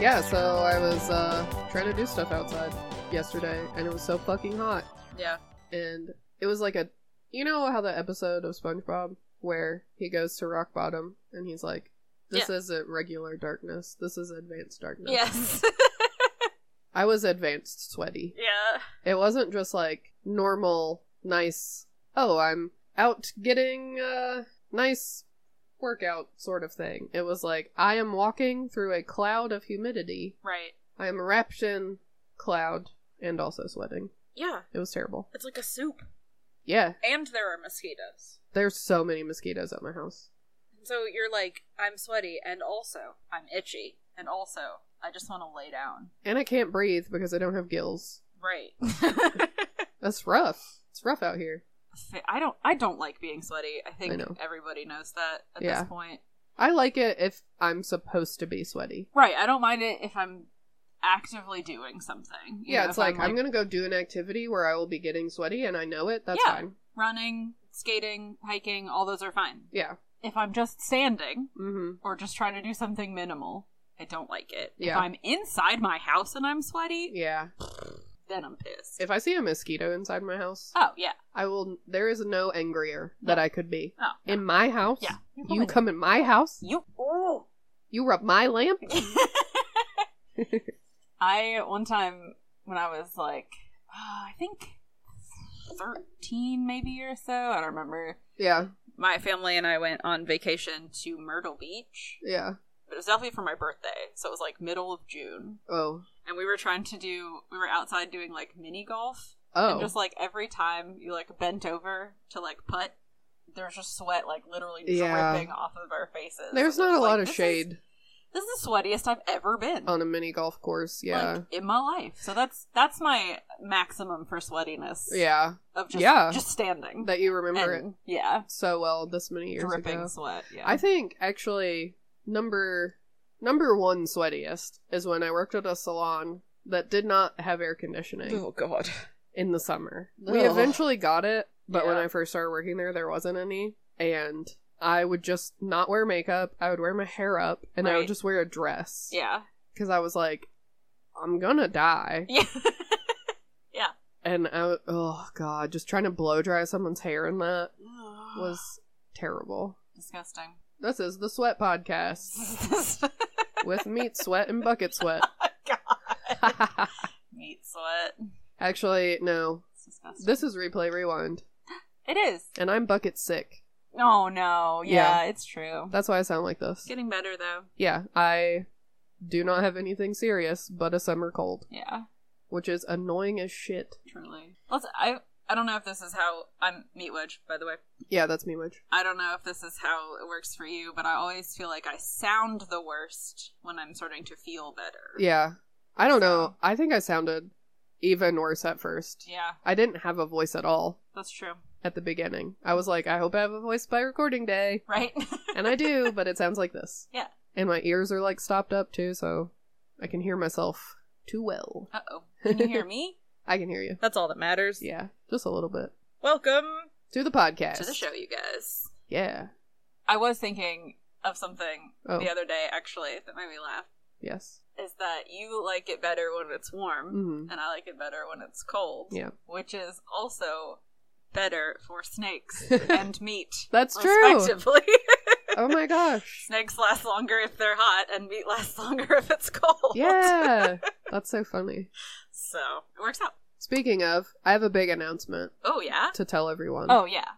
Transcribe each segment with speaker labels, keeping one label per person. Speaker 1: Yeah, so I was uh, trying to do stuff outside yesterday, and it was so fucking hot.
Speaker 2: Yeah.
Speaker 1: And it was like a, you know how the episode of SpongeBob where he goes to rock bottom and he's like, "This isn't regular darkness. This is advanced darkness."
Speaker 2: Yes.
Speaker 1: I was advanced sweaty.
Speaker 2: yeah.
Speaker 1: It wasn't just like normal, nice. Oh, I'm out getting a nice workout sort of thing. It was like I am walking through a cloud of humidity
Speaker 2: Right.
Speaker 1: I am a raption cloud and also sweating.
Speaker 2: Yeah.
Speaker 1: It was terrible.
Speaker 2: It's like a soup.
Speaker 1: Yeah,
Speaker 2: And there are mosquitoes.
Speaker 1: there's so many mosquitoes at my house.
Speaker 2: So you're like, I'm sweaty, and also I'm itchy, and also I just want to lay down.
Speaker 1: And I can't breathe because I don't have gills.
Speaker 2: Right.
Speaker 1: That's rough. It's rough out here.
Speaker 2: I don't. I don't like being sweaty. I think
Speaker 1: I know.
Speaker 2: everybody knows that at
Speaker 1: Yeah.
Speaker 2: this point.
Speaker 1: I like it if I'm supposed to be sweaty.
Speaker 2: Right. I don't mind it if I'm actively doing something. You
Speaker 1: yeah,
Speaker 2: know,
Speaker 1: it's
Speaker 2: if
Speaker 1: like I'm, gonna go do an activity where I will be getting sweaty and I know it. That's
Speaker 2: Yeah.
Speaker 1: fine.
Speaker 2: running, skating, hiking. All those are fine.
Speaker 1: Yeah.
Speaker 2: If I'm just standing
Speaker 1: Mm-hmm.
Speaker 2: or just trying to do something minimal, I don't like it. If
Speaker 1: Yeah.
Speaker 2: I'm inside my house and I'm sweaty,
Speaker 1: Yeah.
Speaker 2: then I'm pissed.
Speaker 1: If I see a mosquito inside my house,
Speaker 2: oh yeah.
Speaker 1: I will. There is no angrier that I could be
Speaker 2: Oh. no.
Speaker 1: in my house.
Speaker 2: Yeah. You come
Speaker 1: You
Speaker 2: in-
Speaker 1: come in my house.
Speaker 2: You. Ooh.
Speaker 1: You rub my lamp.
Speaker 2: I one time when I was like, uh, I think thirteen, maybe or so. I don't remember.
Speaker 1: Yeah.
Speaker 2: My family and I went on vacation to Myrtle Beach.
Speaker 1: Yeah.
Speaker 2: But it was definitely for my birthday, so it was like middle of June,
Speaker 1: Oh.
Speaker 2: and we were trying to do. We were outside doing like mini golf,
Speaker 1: Oh.
Speaker 2: and just like every time you like bent over to like putt, there's just sweat like literally
Speaker 1: Yeah.
Speaker 2: dripping off of our faces.
Speaker 1: There's
Speaker 2: And I
Speaker 1: not a
Speaker 2: was
Speaker 1: lot
Speaker 2: like,
Speaker 1: of
Speaker 2: "This is-
Speaker 1: shade
Speaker 2: this is the sweatiest I've ever been.
Speaker 1: on a mini golf course. Yeah.
Speaker 2: like, in my life. So that's that's my maximum for sweatiness.
Speaker 1: yeah.
Speaker 2: of just
Speaker 1: Yeah.
Speaker 2: just standing.
Speaker 1: That you remember
Speaker 2: And-
Speaker 1: it
Speaker 2: Yeah,
Speaker 1: so well this many years
Speaker 2: dripping
Speaker 1: ago.
Speaker 2: sweat. Yeah,
Speaker 1: I think actually number number one sweatiest is when I worked at a salon that did not have air conditioning
Speaker 2: god.
Speaker 1: in the summer. We
Speaker 2: Ugh.
Speaker 1: eventually got it, but when
Speaker 2: Yeah.
Speaker 1: I first started working there there wasn't any. And I would just not wear makeup. I would wear my hair up and I
Speaker 2: Right.
Speaker 1: would just wear a dress.
Speaker 2: Yeah,
Speaker 1: Because I was like, I'm gonna die.
Speaker 2: yeah,
Speaker 1: and I w- oh god, just trying to blow dry someone's hair in that was terrible.
Speaker 2: disgusting.
Speaker 1: This is the Sweat Podcast with meat sweat and bucket sweat.
Speaker 2: god, meat sweat.
Speaker 1: Actually, no,
Speaker 2: It's disgusting.
Speaker 1: this is Replay Rewind,
Speaker 2: it is.
Speaker 1: and I'm bucket sick.
Speaker 2: Oh no. Yeah, it's true.
Speaker 1: That's why I sound like
Speaker 2: It's
Speaker 1: this.
Speaker 2: getting better though.
Speaker 1: Yeah, I do not have anything serious but a summer cold,
Speaker 2: Yeah,
Speaker 1: which is annoying as shit.
Speaker 2: truly. Let's. I. I don't know if this is how I'm meat wedge. By the way,
Speaker 1: Yeah, that's me, Midge.
Speaker 2: I don't know if this is how it works for you, but I always feel like I sound the worst when I'm starting to feel better.
Speaker 1: Yeah, I don't know. I think I sounded even worse at first.
Speaker 2: Yeah,
Speaker 1: I didn't have a voice at all.
Speaker 2: that's true.
Speaker 1: at the beginning. I was like, I hope I have a voice by recording day.
Speaker 2: Right?
Speaker 1: And I do, but it sounds like this.
Speaker 2: yeah.
Speaker 1: And my ears are like stopped up too, so I can hear myself too well.
Speaker 2: Uh oh. Can you hear me?
Speaker 1: I can hear you.
Speaker 2: That's all that matters.
Speaker 1: Yeah, just a little bit.
Speaker 2: Welcome
Speaker 1: To the podcast.
Speaker 2: to the show, you guys.
Speaker 1: Yeah.
Speaker 2: I was thinking of something
Speaker 1: Oh.
Speaker 2: the other day, actually, that made me laugh.
Speaker 1: Yes.
Speaker 2: Is that you like it better when it's warm,
Speaker 1: Mhm.
Speaker 2: and I like it better when it's cold.
Speaker 1: Yeah.
Speaker 2: Which is also better for snakes and meat.
Speaker 1: That's true.
Speaker 2: Respectively.
Speaker 1: Oh my gosh.
Speaker 2: snakes last longer if they're hot, and meat lasts longer if it's cold.
Speaker 1: Yeah. That's so funny.
Speaker 2: So it works out.
Speaker 1: Speaking of, I have a big announcement
Speaker 2: Oh, yeah?
Speaker 1: to tell everyone.
Speaker 2: Oh, yeah.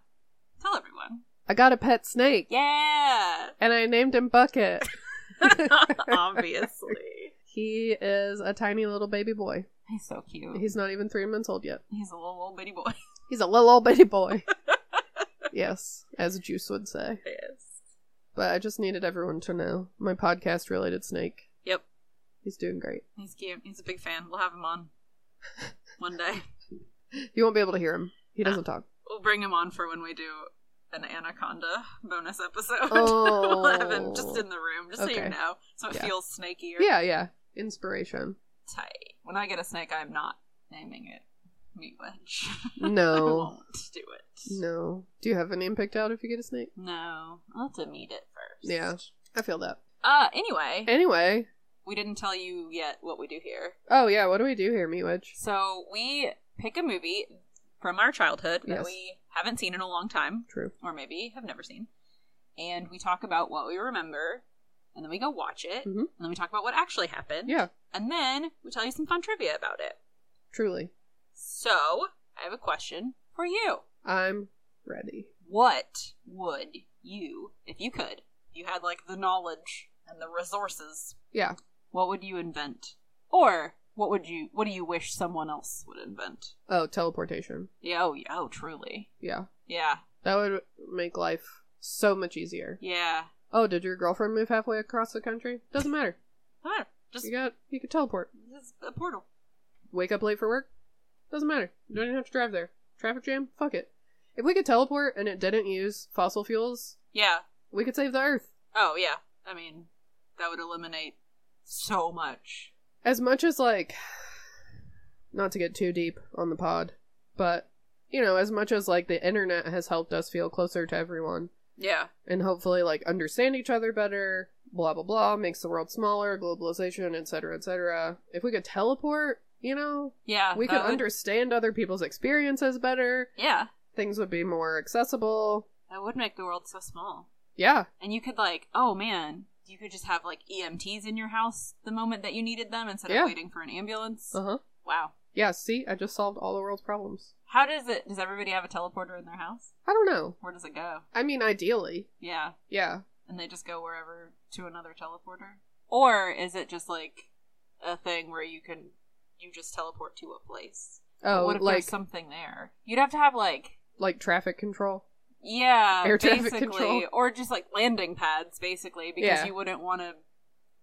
Speaker 2: Tell everyone.
Speaker 1: I got a pet snake
Speaker 2: Yeah.
Speaker 1: and I named him Bucket.
Speaker 2: Obviously.
Speaker 1: He is a tiny little baby boy.
Speaker 2: He's so cute. He's,
Speaker 1: He's not even three months old yet.
Speaker 2: a little old bitty boy.
Speaker 1: He's a little old baby boy. yes, as Juice would say.
Speaker 2: yes.
Speaker 1: But I just needed everyone to know my podcast related snake.
Speaker 2: Yep.
Speaker 1: He's doing great.
Speaker 2: He's cute. He's a big fan. We'll have him on one day.
Speaker 1: You won't be able to hear him. He doesn't talk.
Speaker 2: We'll bring him on for when we do an anaconda bonus episode.
Speaker 1: Oh.
Speaker 2: we'll have him just in the room, just so
Speaker 1: Okay.
Speaker 2: you know, so it
Speaker 1: Yeah.
Speaker 2: feels snakier.
Speaker 1: Yeah, yeah. Inspiration.
Speaker 2: Tight. When I get a snake, I'm not naming it Meat Wedge. I
Speaker 1: No.
Speaker 2: won't do it.
Speaker 1: No. Do you have a name picked out if you get a snake?
Speaker 2: No, I'll have to meet it first.
Speaker 1: Yeah. I feel that.
Speaker 2: Uh, anyway,
Speaker 1: Anyway.
Speaker 2: we didn't tell you yet what we do here.
Speaker 1: Oh yeah, what do we do here, Meat Wedge?
Speaker 2: So we pick a movie from our childhood
Speaker 1: Yes.
Speaker 2: that we haven't seen in a long time,
Speaker 1: True.
Speaker 2: or maybe have never seen, and we talk about what we remember, and then we go watch it,
Speaker 1: Mhm.
Speaker 2: and then we talk about what actually happened,
Speaker 1: Yeah,
Speaker 2: and then we tell you some fun trivia about it.
Speaker 1: truly.
Speaker 2: So I have a question for you.
Speaker 1: I'm ready.
Speaker 2: What would you, if you could, if you had like the knowledge and the resources,
Speaker 1: Yeah.
Speaker 2: what would you invent? Or what would you what do you wish someone else would invent?
Speaker 1: Oh, teleportation.
Speaker 2: Yeah, oh, yeah, oh truly.
Speaker 1: Yeah.
Speaker 2: Yeah.
Speaker 1: That would make life so much easier.
Speaker 2: Yeah.
Speaker 1: Oh, did your girlfriend move halfway across the country? Doesn't matter.
Speaker 2: I don't know,
Speaker 1: You got you could teleport.
Speaker 2: just just a portal.
Speaker 1: Wake up late for work? Doesn't matter. You don't even have to drive there. Traffic jam? Fuck it. If we could teleport and it didn't use fossil fuels,
Speaker 2: Yeah.
Speaker 1: we could save the earth.
Speaker 2: Oh yeah. I mean, that would eliminate so much.
Speaker 1: as much as like not to get too deep on the pod but you know as much as like the internet has helped us feel closer to everyone
Speaker 2: Yeah.
Speaker 1: and hopefully like understand each other better blah blah blah makes the world smaller globalization etc etc if we could teleport you know
Speaker 2: Yeah.
Speaker 1: we
Speaker 2: that
Speaker 1: could
Speaker 2: would-
Speaker 1: understand other people's experiences better
Speaker 2: Yeah.
Speaker 1: things would be more accessible
Speaker 2: That would make the world so small.
Speaker 1: yeah
Speaker 2: And you could like, oh man, you could just have like EMTs in your house the moment that you needed them instead
Speaker 1: Yeah.
Speaker 2: of waiting for an ambulance.
Speaker 1: uh-huh
Speaker 2: Wow.
Speaker 1: yeah see i just solved all the world's problems
Speaker 2: How does it does everybody have a teleporter in their house?
Speaker 1: i don't know
Speaker 2: Where does it go?
Speaker 1: i mean ideally
Speaker 2: Yeah.
Speaker 1: yeah
Speaker 2: And they just go wherever to another teleporter? Or is it just like a thing where you can you just teleport to a place?
Speaker 1: oh
Speaker 2: what if
Speaker 1: like
Speaker 2: there's something there? You'd have to have like
Speaker 1: like traffic control
Speaker 2: yeah,
Speaker 1: Air traffic
Speaker 2: basically,
Speaker 1: control.
Speaker 2: or just like landing pads, basically, because
Speaker 1: Yeah.
Speaker 2: you wouldn't want to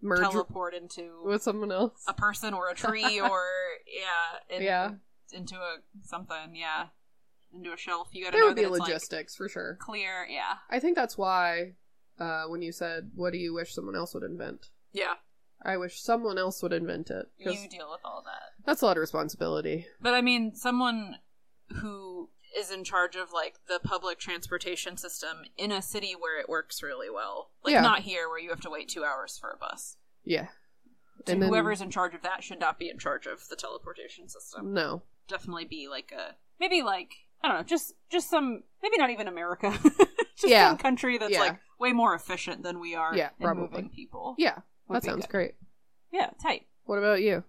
Speaker 1: merge
Speaker 2: teleport into
Speaker 1: with someone else.
Speaker 2: a person or a tree or yeah, in-
Speaker 1: Yeah.
Speaker 2: into a something, yeah, into a shelf. You got to
Speaker 1: There
Speaker 2: know
Speaker 1: would
Speaker 2: that
Speaker 1: be
Speaker 2: it's, like,
Speaker 1: logistics for sure.
Speaker 2: clear, yeah,
Speaker 1: I think that's why uh, when you said, "What do you wish someone else would invent?"
Speaker 2: yeah.
Speaker 1: I wish someone else would invent it because
Speaker 2: You deal with all that,
Speaker 1: that's a lot of responsibility.
Speaker 2: but I mean, someone who is in charge of like the public transportation system in a city where it works really well, like
Speaker 1: Yeah.
Speaker 2: not here where you have to wait two hours for a bus.
Speaker 1: Yeah,
Speaker 2: So
Speaker 1: And then-
Speaker 2: whoever's in charge of that should not be in charge of the teleportation system.
Speaker 1: no,
Speaker 2: definitely be like a maybe like I don't know, just just some maybe not even America, just
Speaker 1: Yeah.
Speaker 2: some country that's
Speaker 1: Yeah.
Speaker 2: like way more efficient than we are.
Speaker 1: Yeah,
Speaker 2: in
Speaker 1: probably.
Speaker 2: moving people.
Speaker 1: yeah,
Speaker 2: Would
Speaker 1: that
Speaker 2: be
Speaker 1: sounds
Speaker 2: good.
Speaker 1: great.
Speaker 2: yeah, tight.
Speaker 1: What about you?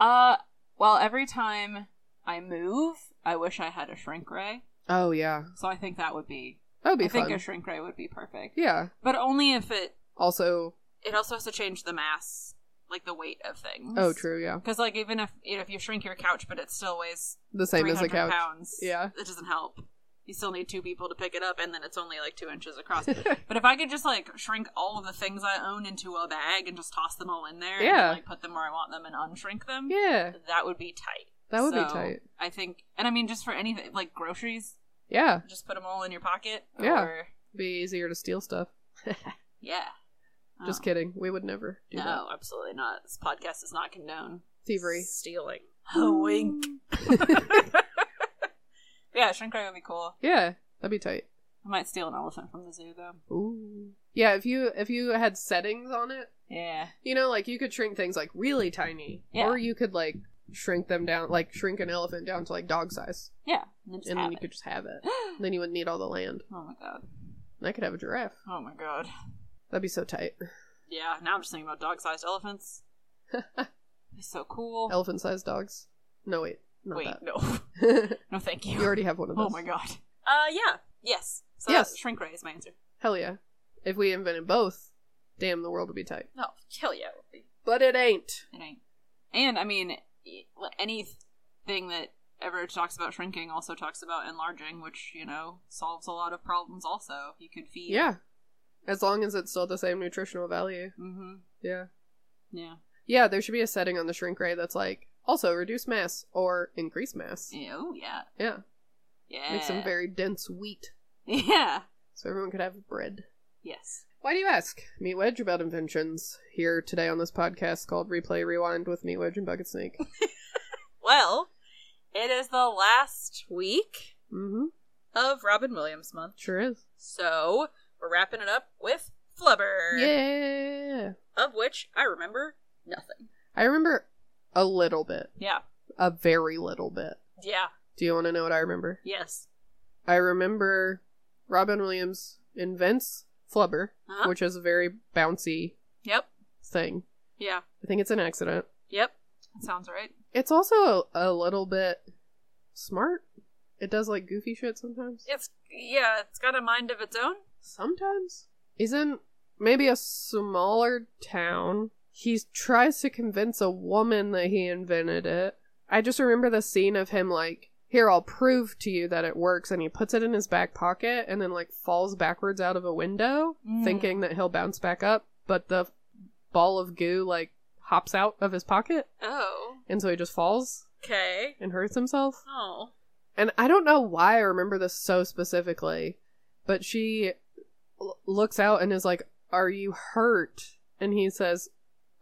Speaker 2: Uh, well, every time I move, I wish I had a shrink ray.
Speaker 1: Oh yeah,
Speaker 2: So I think that would be.
Speaker 1: that would be
Speaker 2: I think
Speaker 1: fun.
Speaker 2: a shrink ray would be perfect.
Speaker 1: yeah.
Speaker 2: But only if it
Speaker 1: Also,
Speaker 2: it also has to change the mass, like the weight of things.
Speaker 1: oh true, yeah,
Speaker 2: Because like even if you know if you shrink your couch, but it still weighs
Speaker 1: the same as a couch.
Speaker 2: 300 pounds.
Speaker 1: Yeah,
Speaker 2: It doesn't help. You still need two people to pick it up, and then it's only like two inches across. but if I could just like shrink all of the things I own into a bag and just toss them all in there,
Speaker 1: Yeah.
Speaker 2: and like put them where I want them and unshrink them,
Speaker 1: yeah,
Speaker 2: that would be tight.
Speaker 1: That would be
Speaker 2: So,
Speaker 1: tight.
Speaker 2: I think, and I mean, just for anything like groceries,
Speaker 1: yeah.
Speaker 2: just put them all in your pocket.
Speaker 1: Yeah.
Speaker 2: or-
Speaker 1: Be easier to steal stuff.
Speaker 2: yeah.
Speaker 1: Just
Speaker 2: Oh.
Speaker 1: kidding. We would never do that.
Speaker 2: No, absolutely not. This podcast does not condone
Speaker 1: Thievery.
Speaker 2: stealing. A wink. yeah, shrink ray would be cool.
Speaker 1: Yeah, that'd be tight.
Speaker 2: I might steal an elephant from the zoo though.
Speaker 1: Ooh. Yeah, if you if you had settings on it,
Speaker 2: Yeah.
Speaker 1: you know, like you could shrink things like really tiny,
Speaker 2: Yeah.
Speaker 1: or you could like shrink them down, like shrink an elephant down to like dog size,
Speaker 2: Yeah. And then just
Speaker 1: and
Speaker 2: have
Speaker 1: then you
Speaker 2: it.
Speaker 1: could just have it. then you wouldn't need all the land.
Speaker 2: Oh my god.
Speaker 1: And I could have a giraffe.
Speaker 2: Oh my god.
Speaker 1: That'd be so tight.
Speaker 2: Yeah, now I'm just thinking about dog sized elephants. It's so cool.
Speaker 1: Elephant sized dogs. No wait, not
Speaker 2: Wait,
Speaker 1: that.
Speaker 2: no. No, thank you.
Speaker 1: you already have one of those.
Speaker 2: oh my god. Uh, yeah. Yes. So
Speaker 1: Yes.
Speaker 2: shrink ray is my answer.
Speaker 1: Hell yeah. If we invented both, damn, the world would be tight.
Speaker 2: Oh, hell yeah, it would be.
Speaker 1: But it ain't.
Speaker 2: It ain't. And I mean, e- anything that ever talks about shrinking also talks about enlarging, which you know solves a lot of problems. Also, you could feed.
Speaker 1: Yeah. As long as it's still the same nutritional value.
Speaker 2: Mm-hmm.
Speaker 1: Yeah.
Speaker 2: Yeah.
Speaker 1: Yeah, there should be a setting on the shrink ray that's like, also reduce mass or increase mass.
Speaker 2: Yeah, Oh yeah.
Speaker 1: Yeah.
Speaker 2: Yeah.
Speaker 1: Make some very dense wheat
Speaker 2: Yeah.
Speaker 1: so everyone could have bread.
Speaker 2: Yes.
Speaker 1: Why do you ask? Meat Wedge about inventions here today on this podcast called Replay Rewind with Meat Wedge and Bucket Snake.
Speaker 2: Well, it is the last week
Speaker 1: mm-hmm.
Speaker 2: of Robin Williams month,
Speaker 1: Sure is.
Speaker 2: so we're wrapping it up with Flubber,
Speaker 1: Yeah.
Speaker 2: of which I remember nothing.
Speaker 1: I remember a little bit.
Speaker 2: Yeah.
Speaker 1: A very little bit.
Speaker 2: Yeah.
Speaker 1: Do you want to know what I remember?
Speaker 2: Yes.
Speaker 1: I remember Robin Williams invents Flubber,
Speaker 2: Uh-huh.
Speaker 1: which is a very bouncy
Speaker 2: Yep.
Speaker 1: thing.
Speaker 2: Yeah.
Speaker 1: I think it's an accident.
Speaker 2: Yep. That sounds right.
Speaker 1: It's also a, a little bit smart. It does like goofy shit sometimes.
Speaker 2: It's yeah, it's got a mind of its own.
Speaker 1: Sometimes he's in maybe a smaller town. He tries to convince a woman that he invented it. I just remember the scene of him like, "Here, I'll prove to you that it works," and he puts it in his back pocket and then like falls backwards out of a window,
Speaker 2: Mm.
Speaker 1: thinking that he'll bounce back up, but the ball of goo like hops out of his pocket,
Speaker 2: Oh.
Speaker 1: and so he just falls
Speaker 2: Okay.
Speaker 1: and hurts himself.
Speaker 2: Oh.
Speaker 1: And I don't know why I remember this so specifically, but she l- looks out and is like, Are you hurt? And he says,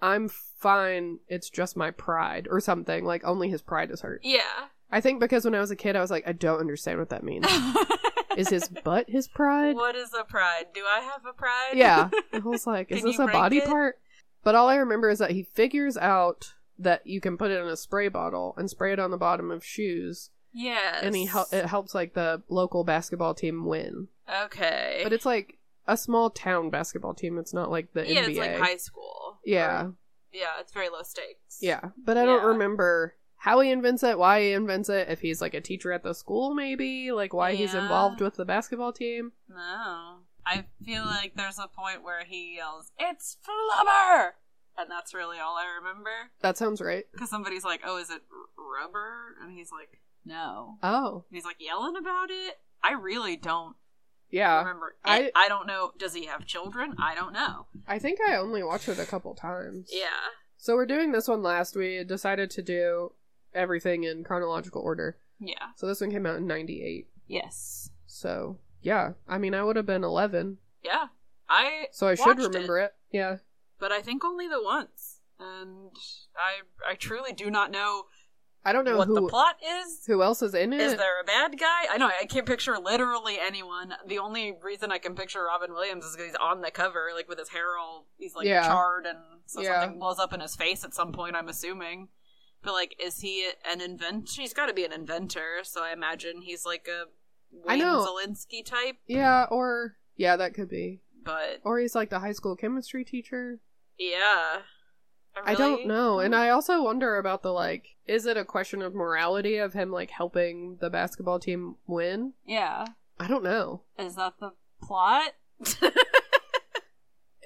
Speaker 1: I'm fine. It's just my pride or something. Like, only his pride is hurt.
Speaker 2: Yeah.
Speaker 1: I think because when I was a kid, I was like, I don't understand what that means. is his butt his pride?
Speaker 2: what is a pride? Do I have a pride?
Speaker 1: Yeah. I was like, Is
Speaker 2: Can
Speaker 1: this
Speaker 2: you
Speaker 1: a
Speaker 2: break
Speaker 1: body
Speaker 2: it?
Speaker 1: part? But all I remember is that he figures out that you can put it in a spray bottle and spray it on the bottom of shoes
Speaker 2: yes.
Speaker 1: and he hel- eh. it helps like the local basketball team win.
Speaker 2: Okay.
Speaker 1: But it's like a small town basketball team. It's not like the
Speaker 2: yeah,
Speaker 1: NBA.
Speaker 2: it's like high school.
Speaker 1: yeah,
Speaker 2: Or- yeah, it's very low stakes.
Speaker 1: yeah. But I don't
Speaker 2: Yeah.
Speaker 1: remember how he invents it, why he invents it. If he's like a teacher at the school, maybe like why he's
Speaker 2: Yeah.
Speaker 1: involved with the basketball team.
Speaker 2: No. Oh. I feel like there's a point where he yells, "It's flubber," and that's really all I remember.
Speaker 1: That sounds right.
Speaker 2: Because somebody's like, "Oh, is it r- rubber?" And he's like, "No."
Speaker 1: Oh
Speaker 2: And he's like yelling about it. I really don't
Speaker 1: yeah,
Speaker 2: remember.
Speaker 1: Uh, I-
Speaker 2: I, I don't know. Does he have children? I don't know.
Speaker 1: I think I only watched it a couple times.
Speaker 2: Yeah.
Speaker 1: So we're doing this one last. We decided to do everything in chronological order.
Speaker 2: Yeah.
Speaker 1: So this one came out in '98.
Speaker 2: Yes.
Speaker 1: So yeah, I mean I would have been 11,
Speaker 2: Yeah. I
Speaker 1: so I should
Speaker 2: watched
Speaker 1: remember
Speaker 2: it,
Speaker 1: it. Yeah.
Speaker 2: but I think only the once, and I I truly do not know,
Speaker 1: I don't know
Speaker 2: what
Speaker 1: who
Speaker 2: the plot is.
Speaker 1: who else is in it.
Speaker 2: Is there a bad guy? I know I can't picture literally anyone. The only reason I can picture Robin Williams is because he's on the cover, like with his hair all he's like
Speaker 1: Yeah.
Speaker 2: charred and so
Speaker 1: Yeah.
Speaker 2: something blows up in his face at some point. I'm assuming, but like, is he an invent? He's got to be an inventor, so I imagine he's like a
Speaker 1: I
Speaker 2: Wayne
Speaker 1: know.
Speaker 2: Zelinsky type.
Speaker 1: Yeah, or yeah, that could be.
Speaker 2: But
Speaker 1: Or he's like the high school chemistry teacher.
Speaker 2: yeah,
Speaker 1: I don't
Speaker 2: really Hmm.
Speaker 1: know. And I also wonder about the like is it a question of morality of him like helping the basketball team win?
Speaker 2: Yeah,
Speaker 1: I don't know.
Speaker 2: is that the plot?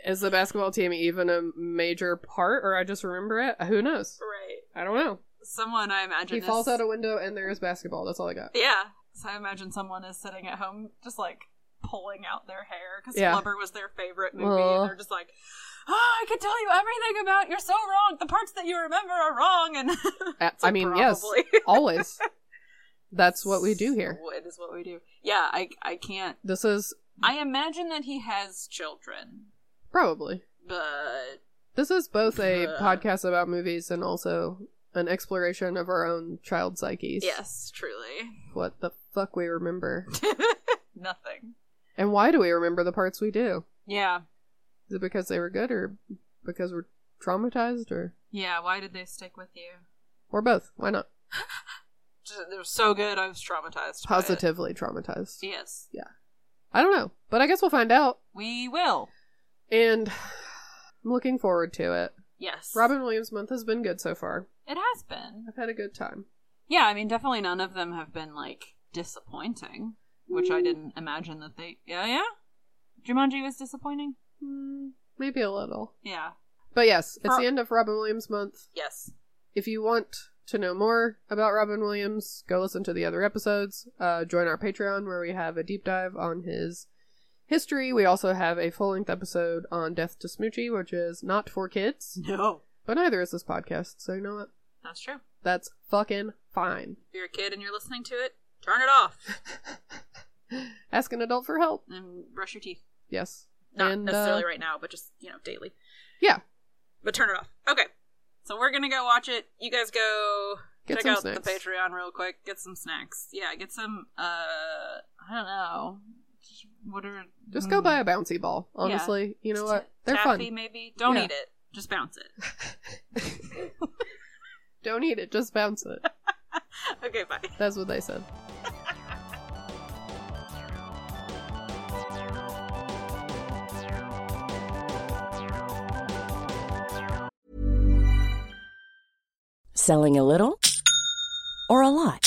Speaker 1: Is the basketball team even a major part or I just remember it? Who knows?
Speaker 2: Right.
Speaker 1: I don't know.
Speaker 2: Someone I imagine
Speaker 1: He
Speaker 2: is-
Speaker 1: falls out a window and there is basketball. That's all I got.
Speaker 2: Yeah. So I imagine someone is sitting at home just like pulling out their hair because
Speaker 1: Yeah.
Speaker 2: Flubber was their favorite movie,
Speaker 1: Aw.
Speaker 2: and they're just like, "Oh, I can tell you everything about. You're so wrong. The parts that you remember are wrong." And
Speaker 1: I,
Speaker 2: So
Speaker 1: Uh, I mean, yes.
Speaker 2: probably.
Speaker 1: Always. That's what we do here.
Speaker 2: It is what we do. Yeah. I I can't.
Speaker 1: This is
Speaker 2: I imagine that he has children,
Speaker 1: probably
Speaker 2: but
Speaker 1: This is both a
Speaker 2: Uh.
Speaker 1: podcast about movies and also an exploration of our own child psyches.
Speaker 2: yes, truly
Speaker 1: What the fuck we remember.
Speaker 2: nothing.
Speaker 1: and why do we remember the parts we do?
Speaker 2: Yeah.
Speaker 1: Is it because they were good or because we're traumatized or
Speaker 2: Yeah. Why did they stick with you?
Speaker 1: or both? Why not?
Speaker 2: Just- They were so good. I was traumatized. by it.
Speaker 1: Positively traumatized.
Speaker 2: Yes.
Speaker 1: I don't know, but I guess we'll find out.
Speaker 2: We will.
Speaker 1: And I'm looking forward to it.
Speaker 2: Yes.
Speaker 1: Robin Williams month has been good so far.
Speaker 2: It has been.
Speaker 1: I've had a good time.
Speaker 2: Yeah, I mean, definitely none of them have been like disappointing. which
Speaker 1: Mm.
Speaker 2: I didn't imagine that they. Yeah, yeah. Jumanji was disappointing.
Speaker 1: Mm, maybe a little.
Speaker 2: Yeah.
Speaker 1: But yes, it's
Speaker 2: For-
Speaker 1: the end of Robin Williams month.
Speaker 2: Yes.
Speaker 1: If you want to know more about Robin Williams, go listen to the other episodes. Uh, join our Patreon where we have a deep dive on his history. We also have a full length episode on Death to Smoochie, which is not for kids,
Speaker 2: No.
Speaker 1: but neither is this podcast. So you know what?
Speaker 2: That's true.
Speaker 1: That's fucking fine.
Speaker 2: If you're a kid and you're listening to it, turn it off
Speaker 1: Ask an adult for help.
Speaker 2: and brush your teeth.
Speaker 1: Yes.
Speaker 2: Not
Speaker 1: And, uh,
Speaker 2: necessarily right now, but just you know daily.
Speaker 1: Yeah.
Speaker 2: But turn it off. Okay. So we're gonna go watch it. You guys go
Speaker 1: Get
Speaker 2: check
Speaker 1: some
Speaker 2: out
Speaker 1: snacks.
Speaker 2: the Patreon real quick. Get some snacks. Yeah. Get some. Uh, I don't know. What are
Speaker 1: Just
Speaker 2: Hmm.
Speaker 1: go buy a bouncy ball. Honestly, you know what? They're
Speaker 2: Taffy
Speaker 1: fun.
Speaker 2: maybe. Don't
Speaker 1: Yeah.
Speaker 2: eat it. Just bounce it.
Speaker 1: Don't eat it. Just bounce it.
Speaker 2: okay. Bye.
Speaker 1: That's what they said.
Speaker 3: Selling a little or a lot?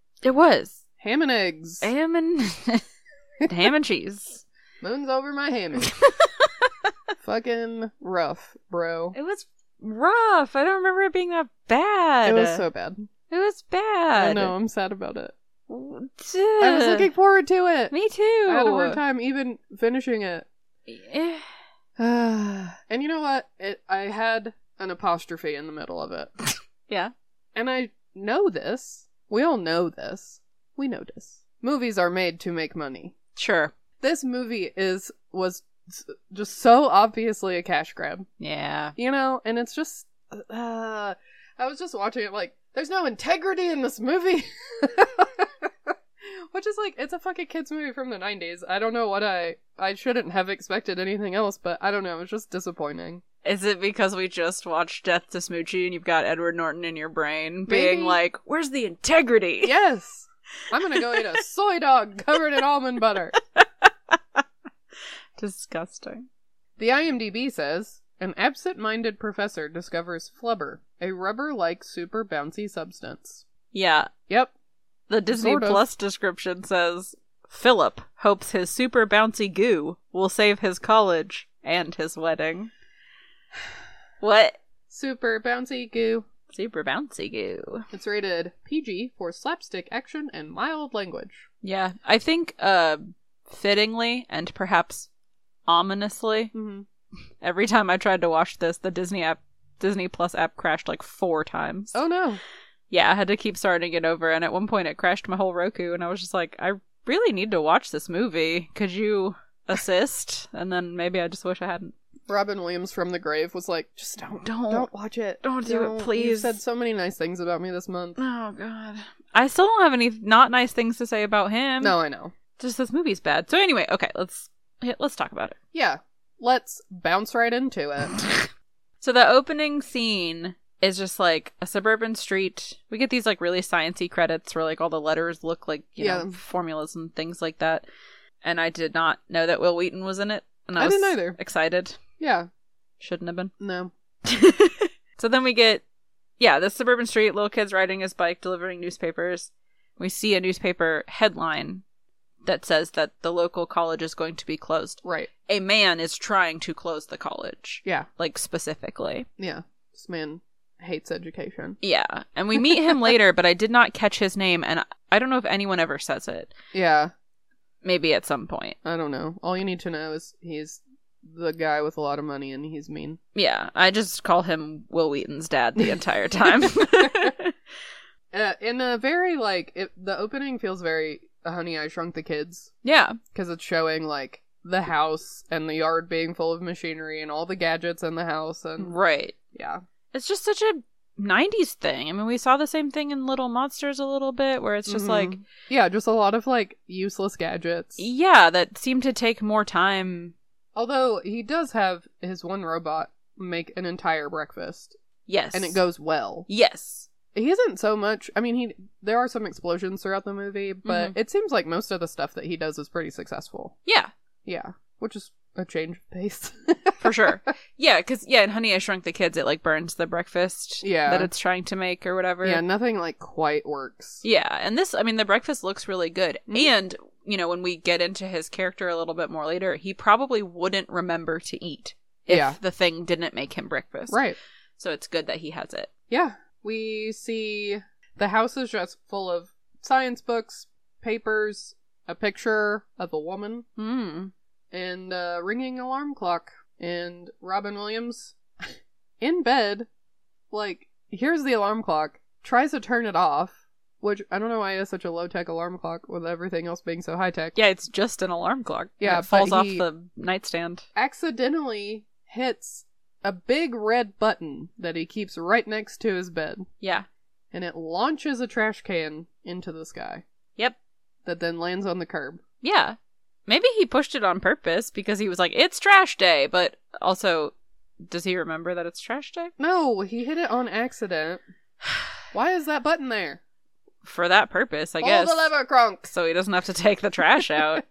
Speaker 2: It was
Speaker 1: Ham and eggs.
Speaker 2: ham and ham and cheese.
Speaker 1: Moon's over my hammy. fucking rough, bro.
Speaker 2: It was rough. I don't remember it being that bad.
Speaker 1: It was so bad.
Speaker 2: It was bad.
Speaker 1: I know, I'm sad about it.
Speaker 2: Duh.
Speaker 1: I was looking forward to it.
Speaker 2: Me too.
Speaker 1: I had a hard time even finishing it.
Speaker 2: Eh.
Speaker 1: and you know what? It, I had an apostrophe in the middle of it.
Speaker 2: Yeah.
Speaker 1: And I know this. We all know this. We know this. Movies are made to make money.
Speaker 2: Sure.
Speaker 1: This movie is was s- just so obviously a cash grab,
Speaker 2: Yeah.
Speaker 1: you know. And it's just, uh, I was just watching it like, there's no integrity in this movie, which is like, it's a fucking kids movie from the '90s. I don't know what I I shouldn't have expected anything else, but I don't know. It was just disappointing.
Speaker 2: Is it because we just watched Death to Smoochie and you've got Edward Norton in your brain being
Speaker 1: Maybe.
Speaker 2: like, where's the integrity?
Speaker 1: Yes, I'm gonna go eat a soy dog covered in almond butter.
Speaker 2: Disgusting.
Speaker 1: The IMDb says an absent minded professor discovers flubber, a rubber like super bouncy substance.
Speaker 2: Yeah.
Speaker 1: Yep.
Speaker 2: The Disney
Speaker 1: Sort of.
Speaker 2: Plus description says Philip hopes his super bouncy goo will save his college and his wedding. What?
Speaker 1: Super bouncy goo.
Speaker 2: Super bouncy goo.
Speaker 1: It's rated PG for slapstick action and mild language.
Speaker 2: Yeah, I think uh fittingly and perhaps ominously,
Speaker 1: Mm-hmm.
Speaker 2: every time I tried to watch this, the Disney app Disney Plus app crashed like four times.
Speaker 1: Oh no.
Speaker 2: Yeah, I had to keep starting it over and at one point it crashed my whole Roku and I was just like, I really need to watch this movie. Could you assist? and then maybe I just wish I hadn't.
Speaker 1: Robin Williams from the grave was like, just don't,
Speaker 2: Don't.
Speaker 1: don't watch it.
Speaker 2: Don't do it,
Speaker 1: You
Speaker 2: please."
Speaker 1: said so many nice things about me this month.
Speaker 2: Oh god. I still don't have any not nice things to say about him.
Speaker 1: No, I know.
Speaker 2: Just this movie's bad. So anyway, okay, let's let's talk about it.
Speaker 1: Yeah, let's bounce right into it.
Speaker 2: So the opening scene is just like a suburban street. We get these like really sciency credits where like all the letters look like you
Speaker 1: Yeah.
Speaker 2: know formulas and things like that. and I did not know that Will Wheaton was in it. And I,
Speaker 1: I
Speaker 2: was
Speaker 1: didn't either.
Speaker 2: Excited.
Speaker 1: Yeah.
Speaker 2: Shouldn't have been.
Speaker 1: No.
Speaker 2: so then we get, yeah, the suburban street, little kids riding his bike, delivering newspapers. We see a newspaper headline that says that the local college is going to be closed.
Speaker 1: Right.
Speaker 2: A man is trying to close the college,
Speaker 1: Yeah.
Speaker 2: like specifically.
Speaker 1: Yeah. This man hates education.
Speaker 2: Yeah. And we meet him later, but I did not catch his name, and I- I don't know if anyone ever says it.
Speaker 1: Yeah.
Speaker 2: Maybe at some point.
Speaker 1: I don't know. All you need to know is he's the guy with a lot of money and he's mean.
Speaker 2: Yeah, I just call him Will Wheaton's dad the entire time.
Speaker 1: Uh, in a very like it, the opening feels very uh, Honey I Shrunk the Kids
Speaker 2: yeah.
Speaker 1: because it's showing like the house and the yard being full of machinery and all the gadgets in the house and
Speaker 2: Right.
Speaker 1: yeah
Speaker 2: It's just such a 90s thing. I mean, we saw the same thing in Little Monsters a little bit where it's just
Speaker 1: Mhm.
Speaker 2: like,
Speaker 1: yeah just a lot of like useless gadgets.
Speaker 2: yeah, that seemed to take more time.
Speaker 1: Although he does have his one robot make an entire breakfast
Speaker 2: Yes.
Speaker 1: and it goes well.
Speaker 2: Yes.
Speaker 1: He isn't so much. I mean, he there are some explosions throughout the movie, but
Speaker 2: Mm-hmm.
Speaker 1: it seems like most of the stuff that he does is pretty successful.
Speaker 2: Yeah,
Speaker 1: Yeah, which is a change of pace.
Speaker 2: for sure. yeah, because, yeah, in Honey, I Shrunk the Kids, it like burns the breakfast
Speaker 1: Yeah.
Speaker 2: that it's trying to make or whatever.
Speaker 1: yeah, nothing like quite works.
Speaker 2: Yeah, and this, I mean, the breakfast looks really good.
Speaker 1: Mm-hmm.
Speaker 2: And, you know, when we get into his character a little bit more later, he probably wouldn't remember to eat if
Speaker 1: Yeah.
Speaker 2: the thing didn't make him breakfast.
Speaker 1: Right.
Speaker 2: So it's good that he has it.
Speaker 1: Yeah, we see the house is just full of science books, papers, a picture of a woman, Hmm.
Speaker 2: Mm.
Speaker 1: and a ringing alarm clock, and Robin Williams in bed, like, here's the alarm clock, tries to turn it off, which I don't know why it is such a low tech alarm clock with everything else being so high tech.
Speaker 2: Yeah, it's just an alarm clock.
Speaker 1: Yeah,
Speaker 2: It falls
Speaker 1: but
Speaker 2: off
Speaker 1: he-
Speaker 2: the nightstand.
Speaker 1: Accidentally hits a big red button that he keeps right next to his bed,
Speaker 2: Yeah.
Speaker 1: and it launches a trash can into the sky
Speaker 2: Yep.
Speaker 1: that then lands on the curb.
Speaker 2: Yeah. Maybe he pushed it on purpose because he was like, it's trash day. But also, does he remember that it's trash day?
Speaker 1: No, he hit it on accident. Why is that button there?
Speaker 2: For that purpose, I
Speaker 1: Pull
Speaker 2: guess.
Speaker 1: the lever, Kronk.
Speaker 2: So he doesn't have to take the trash out.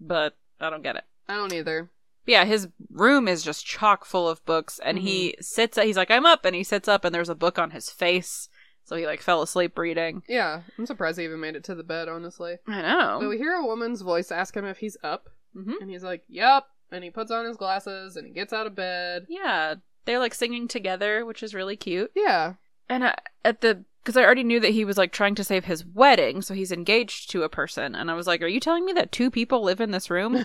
Speaker 2: but I don't get it.
Speaker 1: I don't either.
Speaker 2: Yeah, his room is just chock full of books, and
Speaker 1: Mm-hmm.
Speaker 2: he sits. He's like, "I'm up," and he sits up, and there's a book on his face, so he like fell asleep reading.
Speaker 1: Yeah, I'm surprised he even made it to the bed, honestly.
Speaker 2: I know.
Speaker 1: But we hear a woman's voice ask him if he's up,
Speaker 2: Mhm.
Speaker 1: and he's like, Yup. And he puts on his glasses and he gets out of bed.
Speaker 2: Yeah, they're like singing together, which is really cute.
Speaker 1: Yeah.
Speaker 2: And I, at the because I already knew that he was like trying to save his wedding, so he's engaged to a person, and I was like, "Are you telling me that two people live in this room,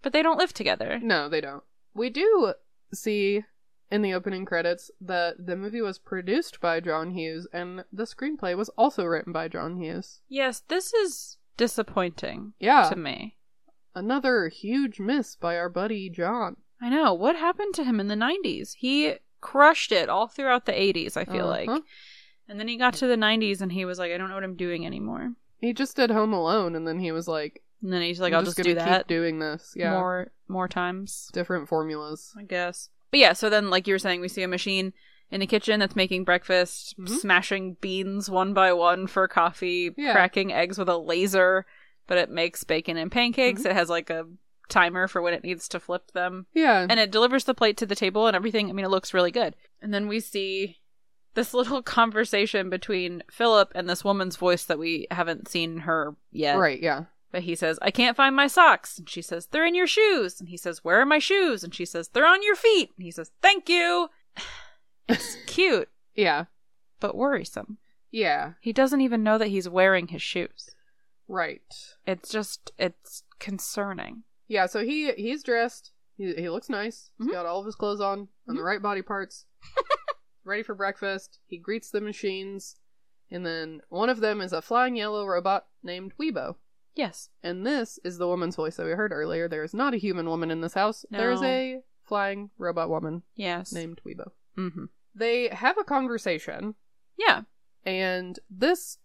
Speaker 2: but they don't live together?"
Speaker 1: No, they don't. We do see in the opening credits that the movie was produced by John Hughes and the screenplay was also written by John Hughes.
Speaker 2: Yes, this is disappointing.
Speaker 1: Yeah.
Speaker 2: to me.
Speaker 1: Another huge miss by our buddy John.
Speaker 2: I know. What happened to him in the 90s? He crushed it all throughout the 80s, I feel
Speaker 1: Uh-huh.
Speaker 2: like. And then he got to the 90s and he was like, I don't know what I'm doing anymore.
Speaker 1: He just did Home Alone and then he was like,
Speaker 2: And then he's like,
Speaker 1: I'm
Speaker 2: I'll just, do
Speaker 1: gonna
Speaker 2: that
Speaker 1: Keep doing this, yeah.
Speaker 2: more more times,
Speaker 1: different formulas.
Speaker 2: I guess. But yeah, so then like you were saying, we see a machine in the kitchen that's making breakfast, smashing beans one by one for coffee,
Speaker 1: Mm-hmm. Yeah.
Speaker 2: cracking eggs with a laser, but it makes bacon and pancakes.
Speaker 1: Mm-hmm.
Speaker 2: It has like a timer for when it needs to flip them.
Speaker 1: Yeah,
Speaker 2: and it delivers the plate to the table and everything. I mean, it looks really good. And then we see this little conversation between Philip and this woman's voice that we haven't seen her yet.
Speaker 1: right, yeah,
Speaker 2: But he says, I can't find my socks. And she says, They're in your shoes. And he says, Where are my shoes? And she says, They're on your feet. And he says, Thank you. It's cute,
Speaker 1: yeah,
Speaker 2: but worrisome.
Speaker 1: yeah,
Speaker 2: He doesn't even know that he's wearing his shoes.
Speaker 1: right,
Speaker 2: It's just, it's concerning.
Speaker 1: yeah. So he he's dressed. He, he looks nice. He's got all of his clothes on on the right body parts. ready for breakfast. He greets the machines, and then one of them is a flying yellow robot named Weibo.
Speaker 2: Yes.
Speaker 1: And this is the woman's voice that we heard earlier. There is not a human woman in this house. There is
Speaker 2: No.
Speaker 1: a flying robot woman
Speaker 2: Yes.
Speaker 1: named Weibo.
Speaker 2: Mm-hmm.
Speaker 1: They have a conversation.
Speaker 2: Yeah.
Speaker 1: And this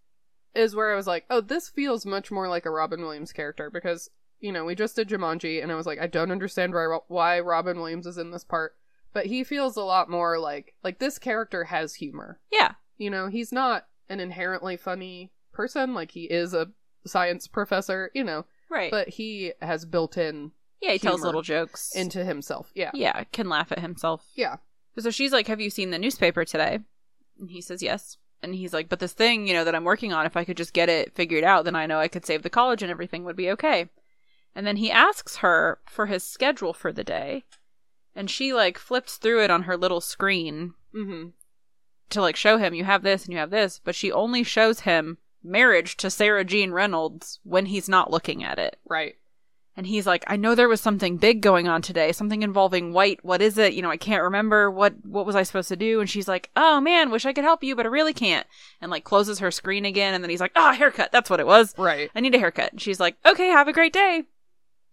Speaker 1: is where I was like, oh, this feels much more like a Robin Williams character because, you know, we just did Jumanji and I was like, I don't understand why, why Robin Williams is in this part. But he feels a lot more like, like this character has humor.
Speaker 2: Yeah.
Speaker 1: You know, he's not an inherently funny person. Like he is a science professor, you know,
Speaker 2: Right.
Speaker 1: but he has built in
Speaker 2: yeah, he tells
Speaker 1: humor
Speaker 2: little jokes.
Speaker 1: into himself. Yeah.
Speaker 2: yeah, can laugh at himself.
Speaker 1: Yeah.
Speaker 2: So she's like, Have you seen the newspaper today? And he says, Yes. And he's like, But this thing, you know, that I'm working on, if I could just get it figured out, then I know I could save the college and everything would be okay. And then he asks her for his schedule for the day. And she, like, flips through it on her little screen
Speaker 1: Mhm.
Speaker 2: to, like, show him, You have this and you have this. But she only shows him marriage to Sarah Jean Reynolds when he's not looking at it.
Speaker 1: Right.
Speaker 2: And he's like, I know there was something big going on today, something involving white. What is it? You know, I can't remember. What what was I supposed to do? And she's like, Oh man, wish I could help you, but I really can't. And like closes her screen again. And then he's like, Ah, haircut. That's what it was.
Speaker 1: Right.
Speaker 2: I need a haircut. And she's like, Okay, have a great day.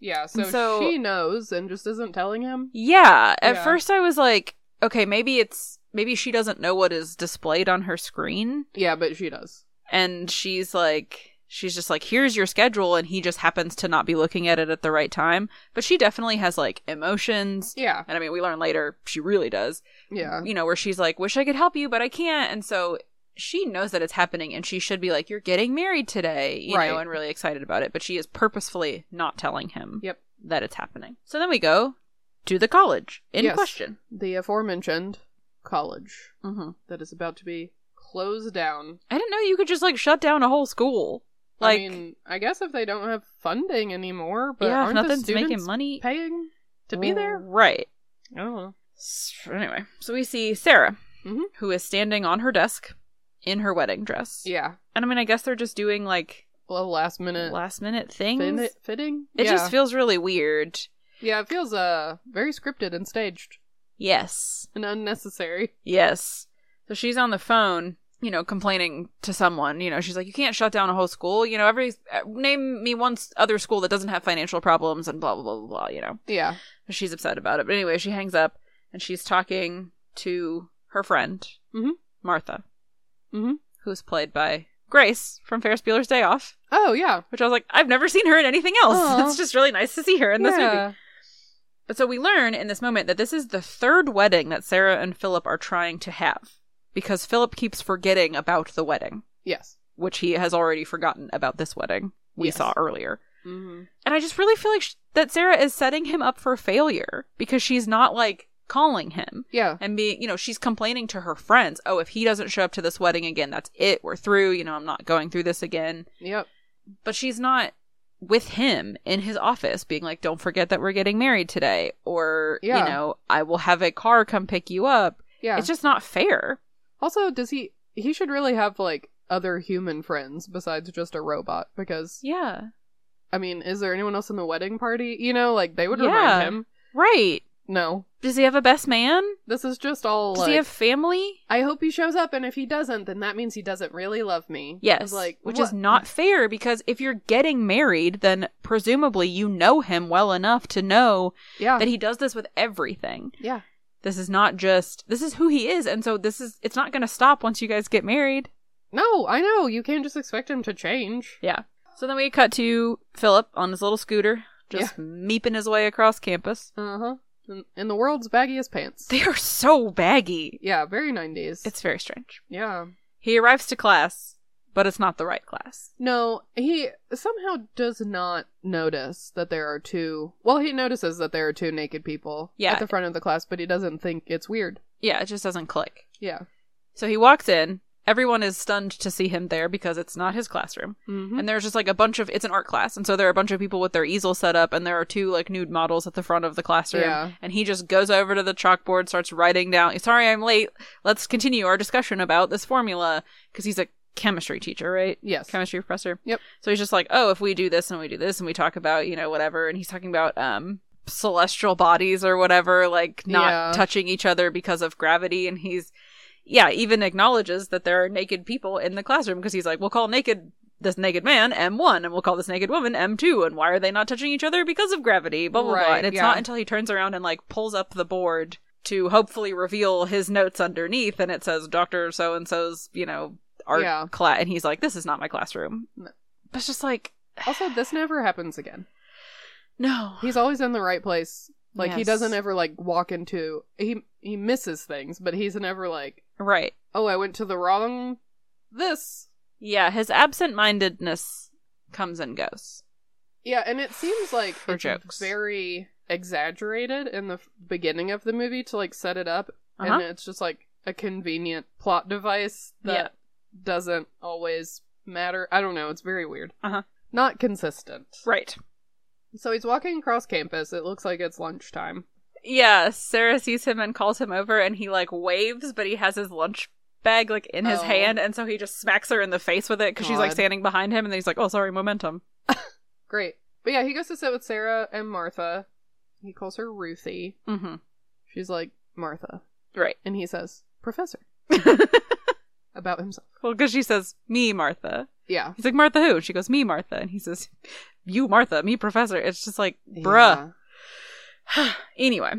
Speaker 1: Yeah, so,
Speaker 2: so-
Speaker 1: she knows and just isn't telling him.
Speaker 2: Yeah. At
Speaker 1: Yeah.
Speaker 2: first, I was like, Okay, maybe it's maybe she doesn't know what is displayed on her screen,
Speaker 1: Yeah, but she does.
Speaker 2: and she's like. She's just like, here's your schedule, and he just happens to not be looking at it at the right time. But she definitely has like emotions.
Speaker 1: Yeah.
Speaker 2: And I mean, we learn later she really does.
Speaker 1: Yeah.
Speaker 2: You know, where she's like, "Wish I could help you, but I can't." And so she knows that it's happening, and she should be like, "You're getting married today," you
Speaker 1: Right.
Speaker 2: know, and really excited about it. But she is purposefully not telling him
Speaker 1: Yep.
Speaker 2: that it's happening. So then we go to the college in
Speaker 1: Yes.
Speaker 2: question.
Speaker 1: The aforementioned college
Speaker 2: Mm-hmm.
Speaker 1: that is about to be closed down.
Speaker 2: I didn't know you could just like shut down a whole school. Like,
Speaker 1: I mean, I guess if they don't have funding anymore, but
Speaker 2: Yeah, if
Speaker 1: aren't
Speaker 2: nothing's
Speaker 1: the
Speaker 2: making
Speaker 1: students
Speaker 2: money-
Speaker 1: paying to be there?
Speaker 2: right?
Speaker 1: I don't know.
Speaker 2: S- Anyway, so we see Sarah,
Speaker 1: Mhm.
Speaker 2: who is standing on her desk in her wedding dress.
Speaker 1: Yeah,
Speaker 2: And I mean, I guess they're just doing like
Speaker 1: a little last minute
Speaker 2: last minute things.
Speaker 1: fit- fitting.
Speaker 2: It
Speaker 1: yeah.
Speaker 2: just feels really weird.
Speaker 1: yeah, it feels uh very scripted and staged
Speaker 2: Yes.
Speaker 1: and unnecessary.
Speaker 2: Yes. So she's on the phone, you know, complaining to someone. You know, she's like, you can't shut down a whole school. You know, every uh, name me one s- other school that doesn't have financial problems and blah, blah, blah, blah, blah, you know.
Speaker 1: Yeah,
Speaker 2: She's upset about it. But anyway, she hangs up and she's talking to her friend,
Speaker 1: Mhm.
Speaker 2: Martha,
Speaker 1: Mhm.
Speaker 2: who's played by Grace from Ferris Bueller's Day Off,
Speaker 1: oh yeah,
Speaker 2: which I was like, I've never seen her in anything else.
Speaker 1: Aw.
Speaker 2: It's just really nice to see her in this movie.
Speaker 1: yeah.
Speaker 2: But so we learn in this moment that this is the third wedding that Sarah and Philip are trying to have because Philip keeps forgetting about the wedding,
Speaker 1: Yes.
Speaker 2: which he has already forgotten about this wedding we
Speaker 1: Yes.
Speaker 2: saw earlier.
Speaker 1: Mm-hmm.
Speaker 2: And I just really feel like sh- that Sarah is setting him up for failure because she's not like calling him
Speaker 1: Yeah.
Speaker 2: and being, you know, she's complaining to her friends, "Oh, if he doesn't show up to this wedding again, that's it. We're through. You know, I'm not going through this again."
Speaker 1: Yep.
Speaker 2: but she's not with him in his office being like don't forget that we're getting married today or
Speaker 1: Yeah.
Speaker 2: you know i will have a car come pick you up
Speaker 1: Yeah.
Speaker 2: it's just not fair
Speaker 1: Also, does he? He should really have like other human friends besides just a robot because
Speaker 2: yeah
Speaker 1: I mean, is there anyone else in the wedding party? You know, like they would
Speaker 2: Yeah.
Speaker 1: remind him.
Speaker 2: right
Speaker 1: No,
Speaker 2: does he have a best man
Speaker 1: this is just all.
Speaker 2: does
Speaker 1: like,
Speaker 2: he have family
Speaker 1: I hope he shows up, and if he doesn't, then that means he doesn't really love me.
Speaker 2: yes
Speaker 1: It's like
Speaker 2: which
Speaker 1: is
Speaker 2: is not fair because if you're getting married then presumably you know him well enough to know
Speaker 1: Yeah,
Speaker 2: that he does this with everything
Speaker 1: yeah,
Speaker 2: this is not just this is who he is and so this is it's not going to stop once you guys get married
Speaker 1: no, I know you can't just expect him to change.
Speaker 2: Yeah. So then we cut to Philip on his little scooter, just meeping his way across campus.
Speaker 1: Uh huh. In, in the world's baggiest pants.
Speaker 2: They are so baggy.
Speaker 1: yeah, very nineties.
Speaker 2: It's very strange.
Speaker 1: yeah.
Speaker 2: He arrives to class, but it's not the right class.
Speaker 1: No, he somehow does not notice that there are two. Well, he notices that there are two naked people
Speaker 2: Yeah.
Speaker 1: at the front of the class, but he doesn't think it's weird.
Speaker 2: Yeah, it just doesn't click.
Speaker 1: Yeah.
Speaker 2: So he walks in. Everyone is stunned to see him there because it's not his classroom.
Speaker 1: Mm-hmm.
Speaker 2: And there's just like a bunch of it's an art class, and so there are a bunch of people with their easel set up, and there are two like nude models at the front of the classroom.
Speaker 1: Yeah.
Speaker 2: And he just goes over to the chalkboard, starts writing down. Sorry, I'm late. Let's continue our discussion about this formula because he's a chemistry teacher, right?
Speaker 1: Yes.
Speaker 2: chemistry professor.
Speaker 1: Yep.
Speaker 2: So he's just like, oh, if we do this and we do this and we talk about you know whatever, and he's talking about um celestial bodies or whatever, like not
Speaker 1: Yeah.
Speaker 2: touching each other because of gravity, and he's yeah, even acknowledges that there are naked people in the classroom because he's like, we'll call naked this naked man M1 and we'll call this naked woman M2 and why are they not touching each other because of gravity blah blah blah
Speaker 1: Right,
Speaker 2: and it's
Speaker 1: yeah.
Speaker 2: not until he turns around and like pulls up the board to hopefully reveal his notes underneath and it says Dr. so and so's you know art
Speaker 1: Yeah.
Speaker 2: class and he's like this is not my classroom
Speaker 1: No.
Speaker 2: but it's just like
Speaker 1: Also, this never happens again.
Speaker 2: no
Speaker 1: He's always in the right place. Like he
Speaker 2: Yes.
Speaker 1: doesn't ever like walk into he he misses things, but he's never like,
Speaker 2: right
Speaker 1: "Oh, I went to the wrong this."
Speaker 2: yeah his absent-mindedness comes and goes
Speaker 1: Yeah, and it seems like
Speaker 2: For
Speaker 1: it's
Speaker 2: jokes.
Speaker 1: very exaggerated in the f- beginning of the movie to like set it up,
Speaker 2: Uh-huh.
Speaker 1: and it's just like a convenient plot device that doesn't always matter. I don't know. It's very weird.
Speaker 2: Uh-huh.
Speaker 1: Not consistent.
Speaker 2: Right.
Speaker 1: So he's walking across campus. It looks like it's lunchtime.
Speaker 2: Yeah, Sarah sees him and calls him over, and he like waves, but he has his lunch bag like in his
Speaker 1: Oh.
Speaker 2: hand, and so he just smacks her in the face with it because she's like
Speaker 1: God.
Speaker 2: standing behind him, and then he's like, "Oh, sorry, momentum."
Speaker 1: Great. But yeah, he goes to sit with Sarah and Martha. He calls her Ruthie.
Speaker 2: Mm-hmm.
Speaker 1: She's like, Martha.
Speaker 2: Right.
Speaker 1: And he says, Professor, about himself.
Speaker 2: well, because she says, "Me, Martha."
Speaker 1: Yeah.
Speaker 2: He's like, "Martha who?" She goes, "Me, Martha," and he says, "You, Martha. Me, Professor." It's just like, bruh. anyway,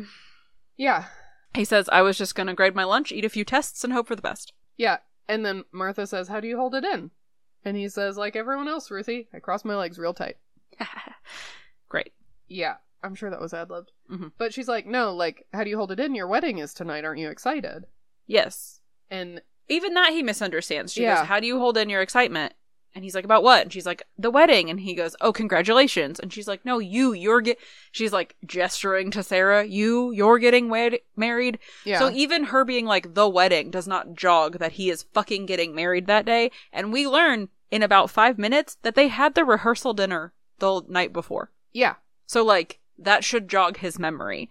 Speaker 1: Yeah.
Speaker 2: he says, "I was just gonna grade my lunch, eat a few tests, and hope for the best."
Speaker 1: Yeah. And then Martha says, How do you hold it in? And he says, Like everyone else, Ruthie, I cross my legs real tight.
Speaker 2: Great.
Speaker 1: Yeah. I'm sure that was ad libbed.
Speaker 2: Mhm.
Speaker 1: But she's like, No, like, how do you hold it in? Your wedding is tonight. Aren't you excited?
Speaker 2: Yes.
Speaker 1: And
Speaker 2: Even that he misunderstands. She
Speaker 1: Yeah.
Speaker 2: goes, How do you hold in your excitement? And he's like, About what? And she's like, The wedding. And he goes, Oh, congratulations. And she's like, No, you, you're get she's like gesturing to Sarah, you, you're getting wed- married.
Speaker 1: yeah.
Speaker 2: So even her being like the wedding does not jog that he is fucking getting married that day. And we learn in about five minutes that they had the rehearsal dinner the night before.
Speaker 1: yeah.
Speaker 2: So like that should jog his memory.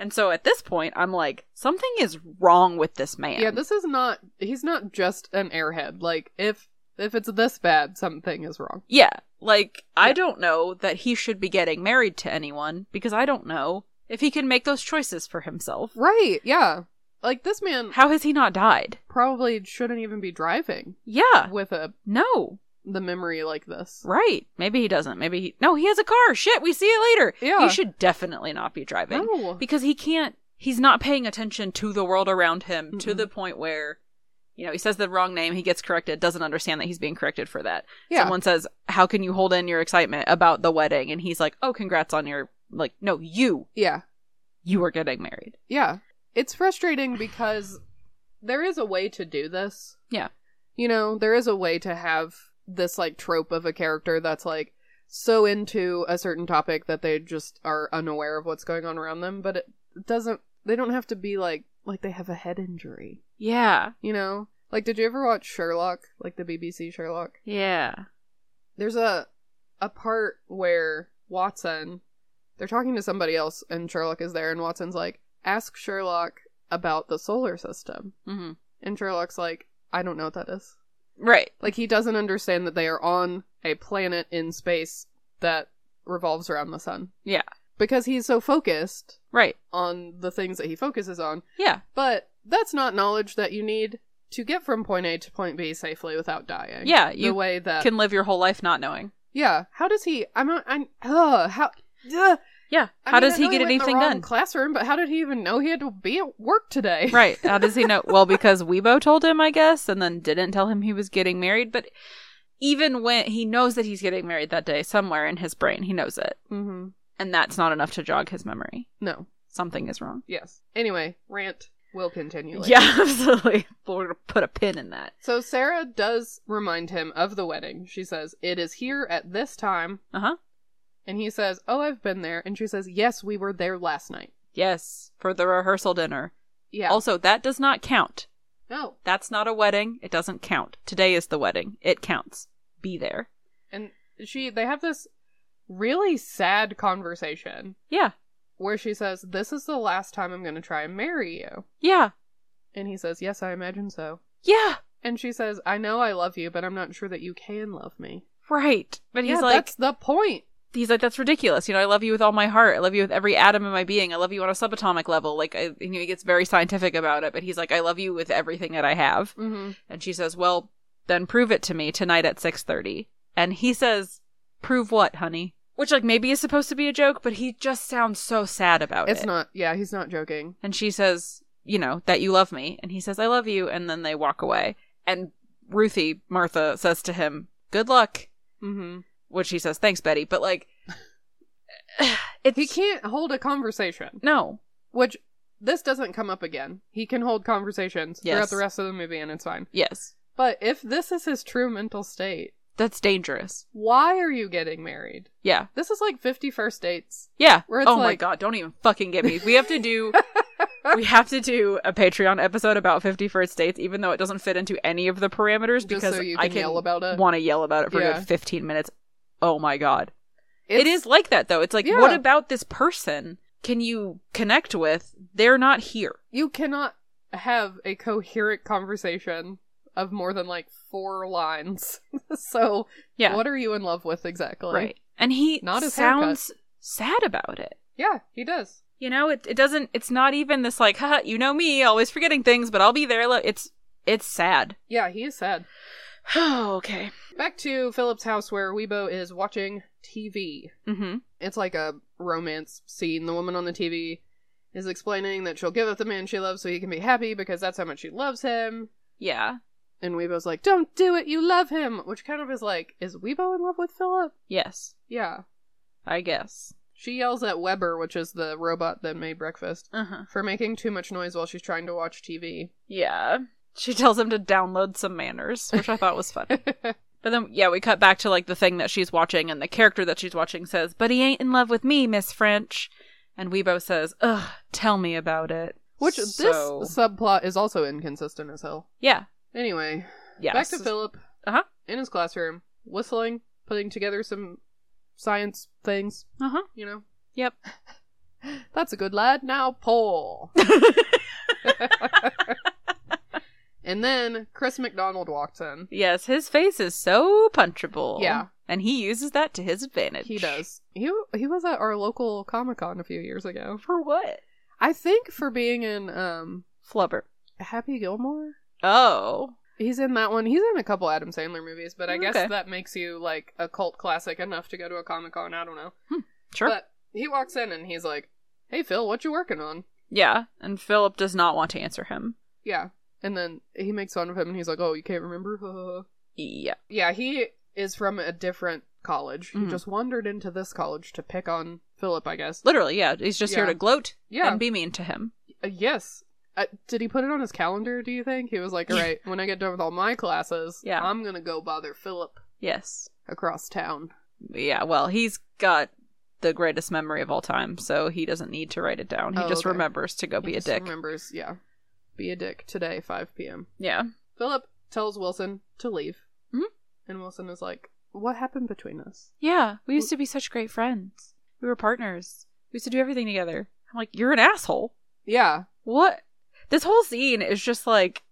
Speaker 2: And so at this point, I'm like, something is wrong with this man.
Speaker 1: Yeah, this is not he's not just an airhead. Like if if it's this bad, something is wrong.
Speaker 2: Yeah. Like, I don't know that he should be getting married to anyone because I don't know if he can make those choices for himself.
Speaker 1: Right, yeah. Like this man
Speaker 2: How has he not died?
Speaker 1: probably shouldn't even be driving
Speaker 2: Yeah.
Speaker 1: with a
Speaker 2: No.
Speaker 1: the memory like this.
Speaker 2: Right. Maybe he doesn't. Maybe he. No, he has a car. Shit. We see it later.
Speaker 1: Yeah.
Speaker 2: He should definitely not be driving
Speaker 1: No.
Speaker 2: because he can't. He's not paying attention to the world around him to
Speaker 1: Mm-mm.
Speaker 2: the point where. You know, he says the wrong name, he gets corrected, doesn't understand that he's being corrected for that.
Speaker 1: Yeah.
Speaker 2: Someone says, How can you hold in your excitement about the wedding? And he's like, Oh, congrats on your, like, no, you
Speaker 1: Yeah.
Speaker 2: you were getting married.
Speaker 1: Yeah. It's frustrating because there is a way to do this.
Speaker 2: Yeah.
Speaker 1: You know, there is a way to have this like trope of a character that's like so into a certain topic that they just are unaware of what's going on around them, but it doesn't they don't have to be like like they have a head injury,
Speaker 2: Yeah.
Speaker 1: you know? Like did you ever watch Sherlock, like the BBC Sherlock?
Speaker 2: Yeah.
Speaker 1: there's a a part where Watson they're talking to somebody else and Sherlock is there and Watson's like, "Ask Sherlock about the solar system."
Speaker 2: Mm-hmm.
Speaker 1: And Sherlock's like, "I don't know what that is."
Speaker 2: Right.
Speaker 1: Like he doesn't understand that they are on a planet in space that revolves around the sun
Speaker 2: Yeah.
Speaker 1: because he's so focused
Speaker 2: Right.
Speaker 1: on the things that he focuses on.
Speaker 2: Yeah.
Speaker 1: But that's not knowledge that you need to get from point A to point B safely without dying.
Speaker 2: Yeah,
Speaker 1: the
Speaker 2: you
Speaker 1: way that
Speaker 2: Can live your whole life not knowing.
Speaker 1: yeah. How does he? I'm. not- I'm. Uh, how? Ugh.
Speaker 2: Yeah.
Speaker 1: I
Speaker 2: How
Speaker 1: mean,
Speaker 2: does
Speaker 1: I
Speaker 2: he
Speaker 1: know
Speaker 2: get
Speaker 1: went in the
Speaker 2: anything
Speaker 1: wrong
Speaker 2: done?
Speaker 1: Classroom, but how did he even know he had to be at work today?
Speaker 2: right. How does he know? Well, because Weibo told him, I guess, and then didn't tell him he was getting married. But even when he knows that he's getting married that day, somewhere in his brain, he knows it.
Speaker 1: Mm-hmm.
Speaker 2: And that's not enough to jog his memory.
Speaker 1: No.
Speaker 2: Something is wrong.
Speaker 1: Yes. Anyway, rant will continue. Later.
Speaker 2: Yeah, absolutely. We're going to put a pin in that.
Speaker 1: So Sarah does remind him of the wedding. She says, "It is here at this time,"
Speaker 2: Uh huh.
Speaker 1: and he says, "Oh, I've been there." And she says, "Yes, we were there last night."
Speaker 2: Yes. For the rehearsal dinner.
Speaker 1: Yeah. Oh.
Speaker 2: Also, that does not count.
Speaker 1: no.
Speaker 2: That's not a wedding. It doesn't count. Today is the wedding. It counts. Be there.
Speaker 1: And she, they have this really sad conversation
Speaker 2: Yeah.
Speaker 1: where she says, "This is the last time I'm going to try and marry you,"
Speaker 2: Yeah.
Speaker 1: and he says, "Yes, I imagine so."
Speaker 2: Yeah.
Speaker 1: And she says, I know I love you, but I'm not sure that you can love me.
Speaker 2: Right. But he's
Speaker 1: yeah,
Speaker 2: like
Speaker 1: that's the point.
Speaker 2: he's like that's ridiculous. You know, I love you with all my heart. I love you with every atom in my being. I love you on a subatomic level. Like I, you know, he gets very scientific about it, but he's like I love you with everything that I have.
Speaker 1: Mm-hmm.
Speaker 2: And she says, "Well, then prove it to me tonight at 6:30." And he says, "Prove what, honey?" Which like maybe is supposed to be a joke, but he just sounds so sad about it.
Speaker 1: It's not. Yeah, he's not joking.
Speaker 2: And she says, you know, that you love me. And he says, I love you. And then they walk away. And Ruthie, Martha, says to him, good luck.
Speaker 1: Mm-hmm.
Speaker 2: Which he says, thanks, Betty. But like, it's.
Speaker 1: He can't hold a conversation,
Speaker 2: No.
Speaker 1: which this doesn't come up again. He can hold conversations
Speaker 2: Yes.
Speaker 1: throughout the rest of the movie, and it's fine.
Speaker 2: Yes.
Speaker 1: But if this is his true mental state,
Speaker 2: That's dangerous.
Speaker 1: Why are you getting married?
Speaker 2: Yeah.
Speaker 1: This is like 50 first dates.
Speaker 2: Yeah.
Speaker 1: Where it's
Speaker 2: oh my
Speaker 1: like-
Speaker 2: god, don't even fucking get me. We have to do we have to do a Patreon episode about 50 first dates even though it doesn't fit into any of the parameters
Speaker 1: Just
Speaker 2: because
Speaker 1: so you
Speaker 2: I
Speaker 1: can
Speaker 2: can
Speaker 1: yell about it.
Speaker 2: Want to yell about it for a
Speaker 1: Yeah.
Speaker 2: good 15 minutes. Oh my god. it
Speaker 1: It's-
Speaker 2: is like that though. It's like what
Speaker 1: Yeah.
Speaker 2: about this person can you connect with? They're not here.
Speaker 1: You cannot have a coherent conversation of more than like four lines. so,
Speaker 2: Yeah.
Speaker 1: what are you in love with exactly?
Speaker 2: right. And he
Speaker 1: Not his haircut.
Speaker 2: sounds sad about it.
Speaker 1: Yeah, he does.
Speaker 2: You know, it it doesn't it's not even this like, haha, you know me, always forgetting things, but I'll be there. Look, it's it's sad.
Speaker 1: Yeah, he is sad.
Speaker 2: Oh, okay.
Speaker 1: Back to Philip's house where Weibo is watching TV.
Speaker 2: Mm-hmm.
Speaker 1: It's like a romance scene. The woman on the TV is explaining that she'll give up the man she loves so he can be happy because that's how much she loves him.
Speaker 2: Yeah.
Speaker 1: And Weibo's like, Don't do it, you love him! Which kind of is like, Is Weibo in love with Philip?
Speaker 2: Yes.
Speaker 1: Yeah.
Speaker 2: I guess.
Speaker 1: She yells at Weber, which is the robot that made breakfast,
Speaker 2: Uh-huh.
Speaker 1: for making too much noise while she's trying to watch TV.
Speaker 2: Yeah. She tells him to download some manners, which I thought was funny. But then, yeah, we cut back to like the thing that she's watching, and the character that she's watching says, "But he ain't in love with me, Miss French." And Weibo says, "Ugh, tell me about it."
Speaker 1: Which
Speaker 2: So-
Speaker 1: this subplot is also inconsistent as hell.
Speaker 2: yeah,
Speaker 1: Anyway,
Speaker 2: yeah.
Speaker 1: back to Philip
Speaker 2: Uh huh.
Speaker 1: in his classroom, whistling, putting together some science things,
Speaker 2: Uh huh.
Speaker 1: you know.
Speaker 2: Yep.
Speaker 1: That's a good lad. Now Paul. and then Chris McDonald walks in.
Speaker 2: Yes, his face is so punchable.
Speaker 1: Yeah.
Speaker 2: and he uses that to his advantage.
Speaker 1: He does. He he was at our local Comic Con a few years ago.
Speaker 2: for what?
Speaker 1: I think for being in um
Speaker 2: Flubber.
Speaker 1: Happy Gilmore.
Speaker 2: Oh,
Speaker 1: He's in that one. He's in a couple Adam Sandler movies, but I
Speaker 2: Okay.
Speaker 1: guess that makes you like a cult classic enough to go to a Comic Con. I don't know.
Speaker 2: Hmm. sure.
Speaker 1: But he walks in and he's like, "Hey Phil, what you working on?"
Speaker 2: yeah, and Philip does not want to answer him.
Speaker 1: Yeah. And then he makes fun of him and he's like, "Oh, you can't remember?"
Speaker 2: Yeah.
Speaker 1: yeah, he is from a different college. He
Speaker 2: Mhm.
Speaker 1: just wandered into this college to pick on Philip, I guess.
Speaker 2: Literally, yeah. He's just here
Speaker 1: Yeah.
Speaker 2: to gloat
Speaker 1: Yeah.
Speaker 2: and be mean to him.
Speaker 1: Uh, yes. Uh, did he put it on his calendar, do you think? He was like, all right, when I get done with all my classes,
Speaker 2: Yeah.
Speaker 1: I'm going to go bother Philip
Speaker 2: Yes.
Speaker 1: across town.
Speaker 2: Yeah, well, he's got the greatest memory of all time, so he doesn't need to write it down. He
Speaker 1: Oh,
Speaker 2: just
Speaker 1: okay.
Speaker 2: remembers to go
Speaker 1: He
Speaker 2: be a
Speaker 1: just
Speaker 2: dick.
Speaker 1: remembers, yeah. Be a dick today, 5 p.m.
Speaker 2: Yeah.
Speaker 1: Philip tells Wilson to leave.
Speaker 2: Mhm.
Speaker 1: And Wilson is like, what happened between us?
Speaker 2: Yeah, we used to be such great friends. We were partners. We used to do everything together. I'm like, you're an asshole.
Speaker 1: Yeah.
Speaker 2: What? This whole scene is just like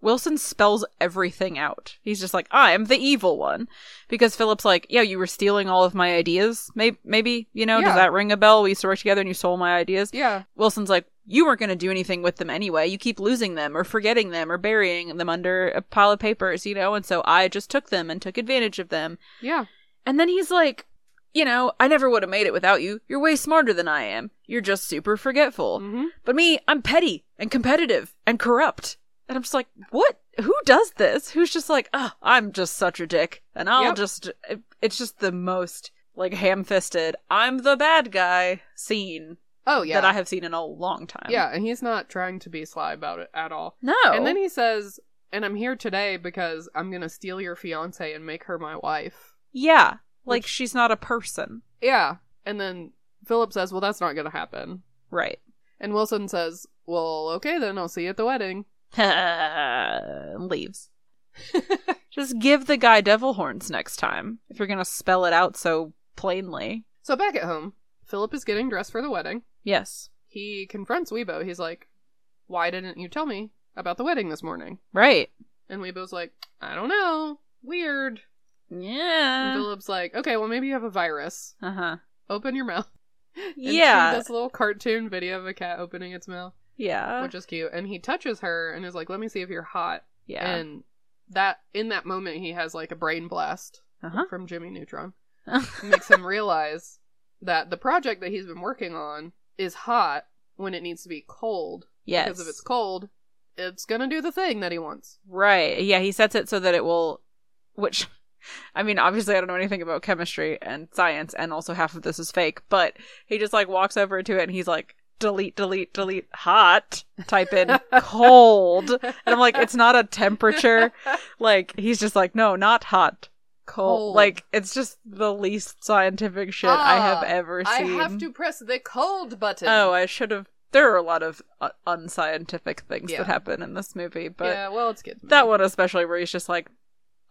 Speaker 2: Wilson spells everything out. He's just like, I'm the evil one. Because Philip's like, yeah, you were stealing all of my ideas. Maybe, maybe you know,
Speaker 1: Yeah.
Speaker 2: does that ring a bell? We used to work together and you stole my ideas.
Speaker 1: Yeah.
Speaker 2: Wilson's like, you weren't going to do anything with them anyway. You keep losing them or forgetting them or burying them under a pile of papers, you know? And so I just took them and took advantage of them.
Speaker 1: Yeah.
Speaker 2: And then he's like, you know, I never would have made it without you. You're way smarter than I am. You're just super forgetful.
Speaker 1: Mm-hmm.
Speaker 2: But me, I'm petty and competitive and corrupt. And I'm just like, what? Who does this? Who's just like, oh, I'm just such a dick. And I'll
Speaker 1: Yep.
Speaker 2: just, it- it's just the most like ham fisted, I'm the bad guy scene
Speaker 1: Oh, yeah.
Speaker 2: that I have seen in a long time.
Speaker 1: yeah, and he's not trying to be sly about it at all.
Speaker 2: No.
Speaker 1: And then he says, "And I'm here today because I'm gonna steal your fiance and make her my wife."
Speaker 2: yeah, like she's not a person.
Speaker 1: Yeah. And then Philip says, "Well, that's not gonna happen."
Speaker 2: Right.
Speaker 1: And Wilson says, "Well, okay then. I'll see you at the wedding."
Speaker 2: Leaves. Just give the guy devil horns next time if you're going to spell it out so plainly.
Speaker 1: So back at home, Philip is getting dressed for the wedding.
Speaker 2: Yes.
Speaker 1: He confronts Weibo. He's like, "Why didn't you tell me about the wedding this morning?"
Speaker 2: Right.
Speaker 1: And Weibo's like, "I don't know. Weird." And
Speaker 2: Yeah.
Speaker 1: Philip's like, "Okay, well maybe you have a virus.
Speaker 2: Uh huh.
Speaker 1: Open your mouth." And she
Speaker 2: Yeah.
Speaker 1: does a little cartoon video of a cat opening its mouth.
Speaker 2: Yeah.
Speaker 1: which is cute. And he touches her and is like, "Let me see if you're hot."
Speaker 2: yeah.
Speaker 1: And that in that moment, he has like a brain blast
Speaker 2: Uh-huh.
Speaker 1: from Jimmy Neutron.
Speaker 2: uh
Speaker 1: It makes him realize that the project that he's been working on is hot when it needs to be cold.
Speaker 2: Yes.
Speaker 1: Because if it's cold, it's gonna do the thing that he wants.
Speaker 2: Right. Yeah, he sets it so that it will which I mean, obviously I don't know anything about chemistry and science and also half of this is fake, but he just like walks over to it and he's like delete delete delete hot type in cold and i'm like it's not a temperature like he's just like no not hot cold. Like it's just the least scientific shit I have
Speaker 1: Ah,
Speaker 2: ever
Speaker 1: I
Speaker 2: seen.
Speaker 1: have to press the cold button.
Speaker 2: Oh, I should have. There are a lot of uh, unscientific things
Speaker 1: Yeah.
Speaker 2: that happen in this movie, but
Speaker 1: yeah. Well, it's good.
Speaker 2: that one especially, where he's just like,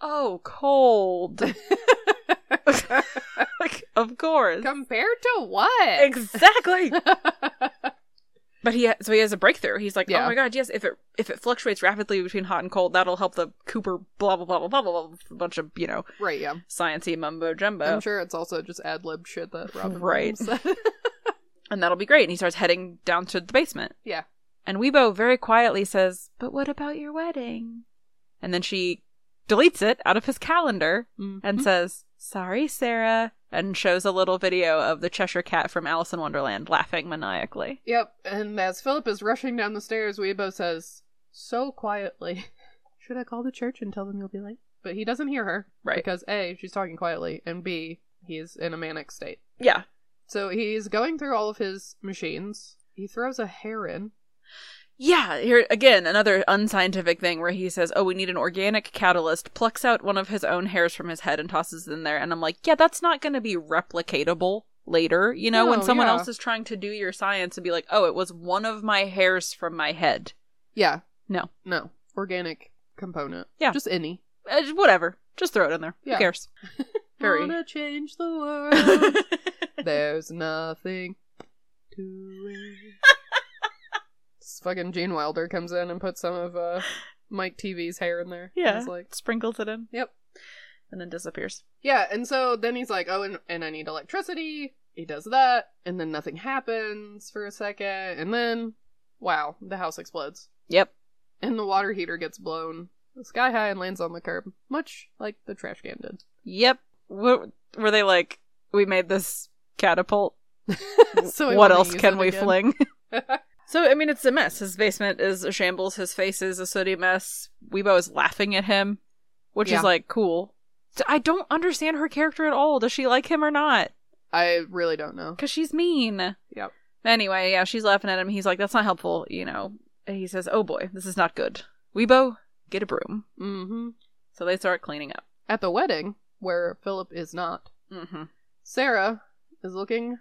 Speaker 2: "Oh, cold." like, of course,
Speaker 1: Compared to what?
Speaker 2: exactly. but he ha- so he has a breakthrough. He's like,
Speaker 1: Yeah.
Speaker 2: "Oh my god, yes! If it if it fluctuates rapidly between hot and cold, that'll help the Cooper blah blah blah blah blah blah, blah a bunch of you know
Speaker 1: right. Yeah.
Speaker 2: sciency mumbo jumbo."
Speaker 1: I'm sure it's also just ad lib shit that Robin
Speaker 2: Right.
Speaker 1: Williams said.
Speaker 2: and that'll be great. And he starts heading down to the basement.
Speaker 1: yeah.
Speaker 2: And Weibo very quietly says, But what about your wedding? And then she deletes it out of his calendar
Speaker 1: Mm-hmm.
Speaker 2: and says, Sorry, Sarah, and shows a little video of the Cheshire Cat from Alice in Wonderland laughing maniacally.
Speaker 1: Yep. And as Philip is rushing down the stairs, Weibo says so quietly, "Should I call the church and tell them you'll be late?" But he doesn't hear her,
Speaker 2: Right.
Speaker 1: Because a, she's talking quietly, and b, he's in a manic state.
Speaker 2: Yeah.
Speaker 1: So he's going through all of his machines. He throws a hair in.
Speaker 2: Yeah, here again, another unscientific thing where he says, Oh, we need an organic catalyst, plucks out one of his own hairs from his head and tosses it in there. And I'm like, Yeah, that's not going to be replicatable later. You know, when
Speaker 1: No,
Speaker 2: someone
Speaker 1: yeah.
Speaker 2: else is trying to do your science and be like, Oh, it was one of my hairs from my head.
Speaker 1: Yeah.
Speaker 2: No.
Speaker 1: No. Organic component.
Speaker 2: Yeah.
Speaker 1: Just any.
Speaker 2: Uh, whatever. Just throw it in there.
Speaker 1: Yeah.
Speaker 2: Who cares? Very-
Speaker 1: Wanna change the world. There's nothing to it. this fucking Gene Wilder comes in and puts some of uh, Mike TV's hair in there.
Speaker 2: yeah.
Speaker 1: He's like,
Speaker 2: sprinkles it in
Speaker 1: yep.
Speaker 2: and then disappears.
Speaker 1: Yeah, and so then he's like, oh, and, and I need electricity. He does that, and then nothing happens for a second, and then, wow, the house explodes.
Speaker 2: Yep.
Speaker 1: And the water heater gets blown sky high and lands on the curb, much like the trash can did.
Speaker 2: Yep. What were they like? We made this catapult.
Speaker 1: so we
Speaker 2: what
Speaker 1: wanna
Speaker 2: else
Speaker 1: use
Speaker 2: can
Speaker 1: it
Speaker 2: we
Speaker 1: again.
Speaker 2: fling? so I mean, it's a mess. His basement is a shambles. His face is a sooty mess. Weibo is laughing at him, which
Speaker 1: Yeah.
Speaker 2: is like cool. So I don't understand her character at all. Does she like him or not?
Speaker 1: I really don't know.
Speaker 2: Because she's mean.
Speaker 1: Yep.
Speaker 2: Anyway, yeah, she's laughing at him. He's like, "That's not helpful," you know. And he says, "Oh boy, this is not good." Weibo, get a broom.
Speaker 1: Mm-hmm.
Speaker 2: So they start cleaning up.
Speaker 1: At the wedding, where Philip is not,
Speaker 2: Mm-hmm.
Speaker 1: Sarah is looking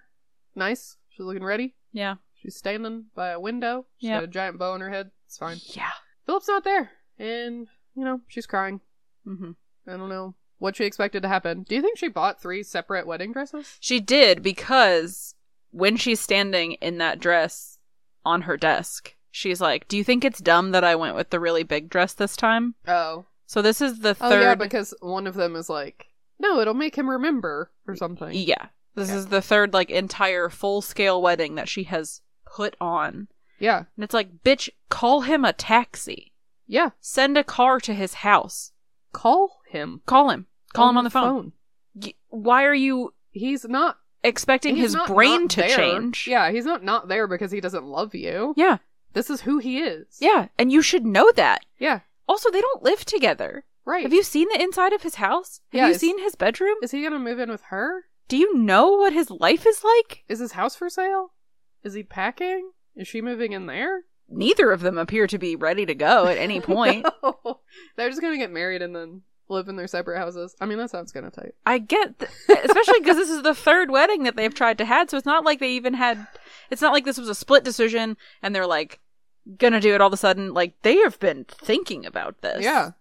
Speaker 1: nice. She's looking ready.
Speaker 2: Yeah.
Speaker 1: She's standing by a window. She's
Speaker 2: Yep.
Speaker 1: got a giant bow on her head. It's fine.
Speaker 2: Yeah.
Speaker 1: Philip's not there. And, you know, she's crying.
Speaker 2: Mm-hmm.
Speaker 1: I don't know what she expected to happen. Do you think she bought three separate wedding dresses?
Speaker 2: She did because when she's standing in that dress on her desk, she's like, "Do you think it's dumb that I went with the really big dress this time?"
Speaker 1: Oh.
Speaker 2: So this is the
Speaker 1: Oh,
Speaker 2: third.
Speaker 1: yeah, because one of them is like, no, it'll make him remember or something.
Speaker 2: Yeah. This is the third like entire full scale wedding that she has put on,
Speaker 1: Yeah.
Speaker 2: and it's like, bitch, call him a taxi.
Speaker 1: Yeah.
Speaker 2: send a car to his house.
Speaker 1: Call him.
Speaker 2: Call him. Call him on the phone. Y- Why are you
Speaker 1: He's not
Speaker 2: expecting
Speaker 1: he's
Speaker 2: his
Speaker 1: not
Speaker 2: brain
Speaker 1: not
Speaker 2: to
Speaker 1: there.
Speaker 2: change?
Speaker 1: Yeah, he's not not there because he doesn't love you.
Speaker 2: Yeah.
Speaker 1: This is who he is.
Speaker 2: Yeah. And you should know that.
Speaker 1: Yeah.
Speaker 2: Also, they don't live together.
Speaker 1: Right.
Speaker 2: Have you seen the inside of his house? Have
Speaker 1: Yeah,
Speaker 2: you
Speaker 1: it's-
Speaker 2: seen his bedroom?
Speaker 1: Is he gonna move in with her?
Speaker 2: Do you know what his life is like?
Speaker 1: Is his house for sale? Is he packing? Is she moving in there?
Speaker 2: Neither of them appear to be ready to go at any point.
Speaker 1: No. They're just gonna get married and then live in their separate houses. I mean, that sounds kind of tight.
Speaker 2: I get, th- especially because this is the third wedding that they've tried to had, so it's not like they even had. It's not like this was a split decision, and they're like gonna do it all of a sudden. Like they have been thinking about this.
Speaker 1: Yeah.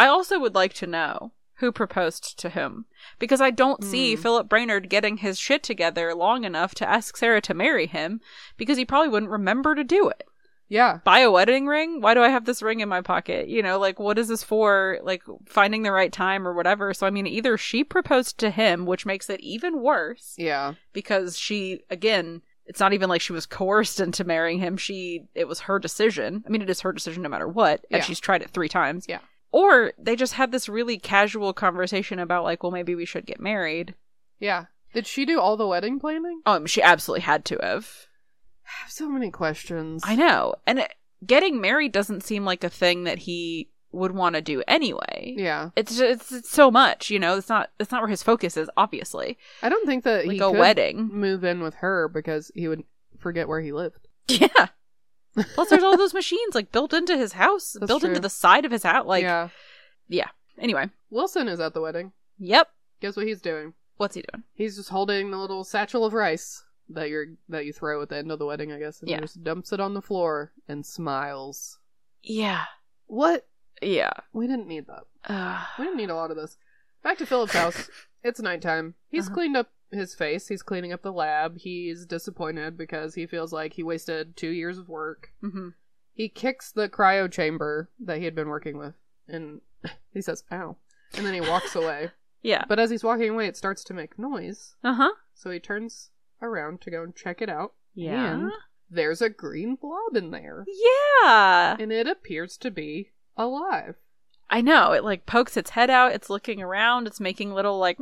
Speaker 2: I also would like to know who proposed to him because I don't see Philip Brainerd getting his shit together long enough to ask Sarah to marry him because he probably wouldn't remember to do it.
Speaker 1: Yeah.
Speaker 2: Buy a wedding ring? Why do I have this ring in my pocket? You know, like what is this for? Like finding the right time or whatever. So I mean, either she proposed to him, which makes it even worse
Speaker 1: Yeah.
Speaker 2: because she again it's not even like she was coerced into marrying him she it was her decision i mean it is her decision no matter what
Speaker 1: Yeah.
Speaker 2: and she's tried it three times
Speaker 1: Yeah.
Speaker 2: or they just had this really casual conversation about like well maybe we should get married
Speaker 1: Yeah. Did she do all the wedding planning?
Speaker 2: um she absolutely had to have
Speaker 1: I have so many questions.
Speaker 2: i know and it, getting married doesn't seem like a thing that he would want to do anyway
Speaker 1: Yeah.
Speaker 2: it's just, it's so much you know it's not it's not where his focus is obviously
Speaker 1: I don't think that he
Speaker 2: Like a
Speaker 1: could
Speaker 2: wedding.
Speaker 1: move in with her because he would forget where he lived.
Speaker 2: Yeah. Plus, there's all those machines like built into his house,
Speaker 1: That's
Speaker 2: built
Speaker 1: true.
Speaker 2: into the side of his house. Like, yeah.
Speaker 1: yeah.
Speaker 2: Anyway,
Speaker 1: Wilson is at the wedding.
Speaker 2: Yep.
Speaker 1: Guess what he's doing?
Speaker 2: What's he doing?
Speaker 1: He's just holding the little satchel of rice that you're that you throw at the end of the wedding, I guess, and
Speaker 2: Yeah.
Speaker 1: he just dumps it on the floor and smiles.
Speaker 2: Yeah.
Speaker 1: What?
Speaker 2: Yeah.
Speaker 1: We didn't need that.
Speaker 2: Uh,
Speaker 1: We didn't need a lot of this. Back to Philip's house. It's nighttime. He's
Speaker 2: Uh-huh.
Speaker 1: cleaned up his face. He's cleaning up the lab. He's disappointed because he feels like he wasted two years of work.
Speaker 2: mm-hmm.
Speaker 1: He kicks the cryo chamber that he had been working with, and he says, "Ow!" And then he walks away.
Speaker 2: Yeah.
Speaker 1: But as he's walking away, it starts to make noise.
Speaker 2: Uh huh.
Speaker 1: So he turns around to go and check it out.
Speaker 2: Yeah.
Speaker 1: And there's a green blob in there.
Speaker 2: Yeah.
Speaker 1: And it appears to be alive.
Speaker 2: I know. It like pokes its head out. It's looking around. It's making little like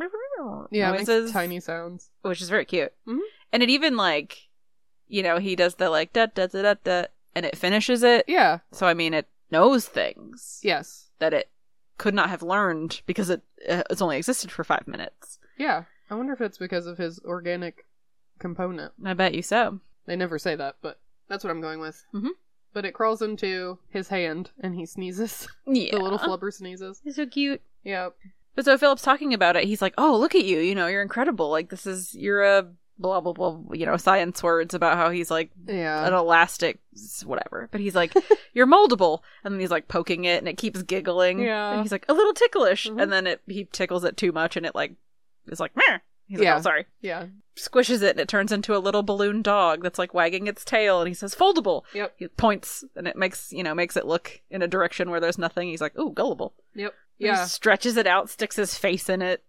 Speaker 1: Yeah, it
Speaker 2: noises,
Speaker 1: makes tiny sounds.
Speaker 2: which is very cute.
Speaker 1: Mhm.
Speaker 2: And it even like, you know, he does the like da da da da da, and it finishes it.
Speaker 1: Yeah.
Speaker 2: So I mean, it knows things
Speaker 1: Yes.
Speaker 2: that it could not have learned because it uh, it's only existed for five minutes.
Speaker 1: Yeah. I wonder if it's because of his organic component.
Speaker 2: I bet you so.
Speaker 1: They never say that, but that's what I'm going with.
Speaker 2: Mhm.
Speaker 1: But it crawls into his hand and he sneezes.
Speaker 2: Yeah.
Speaker 1: The little flubber sneezes.
Speaker 2: It's so cute.
Speaker 1: Yep.
Speaker 2: But so Philip's talking about it. He's like, "Oh, look at you! You know, you're incredible. Like this is you're a blah blah blah. You know, science words about how he's like an
Speaker 1: Yeah.
Speaker 2: elastic s- whatever." But he's like, "You're moldable," and then he's like poking it, and it keeps giggling.
Speaker 1: Yeah.
Speaker 2: And he's like, "A little ticklish,"
Speaker 1: Mhm.
Speaker 2: and then it he tickles it too much, and it like is like, Meh. he's like,
Speaker 1: Yeah.
Speaker 2: "Oh, sorry."
Speaker 1: Yeah.
Speaker 2: Squishes it, and it turns into a little balloon dog that's like wagging its tail, and he says, "Foldable."
Speaker 1: Yep.
Speaker 2: He points, and it makes you know makes it look in a direction where there's nothing. He's like, "Ooh, gullible."
Speaker 1: Yep.
Speaker 2: And he
Speaker 1: Yeah.
Speaker 2: stretches it out, sticks his face in it.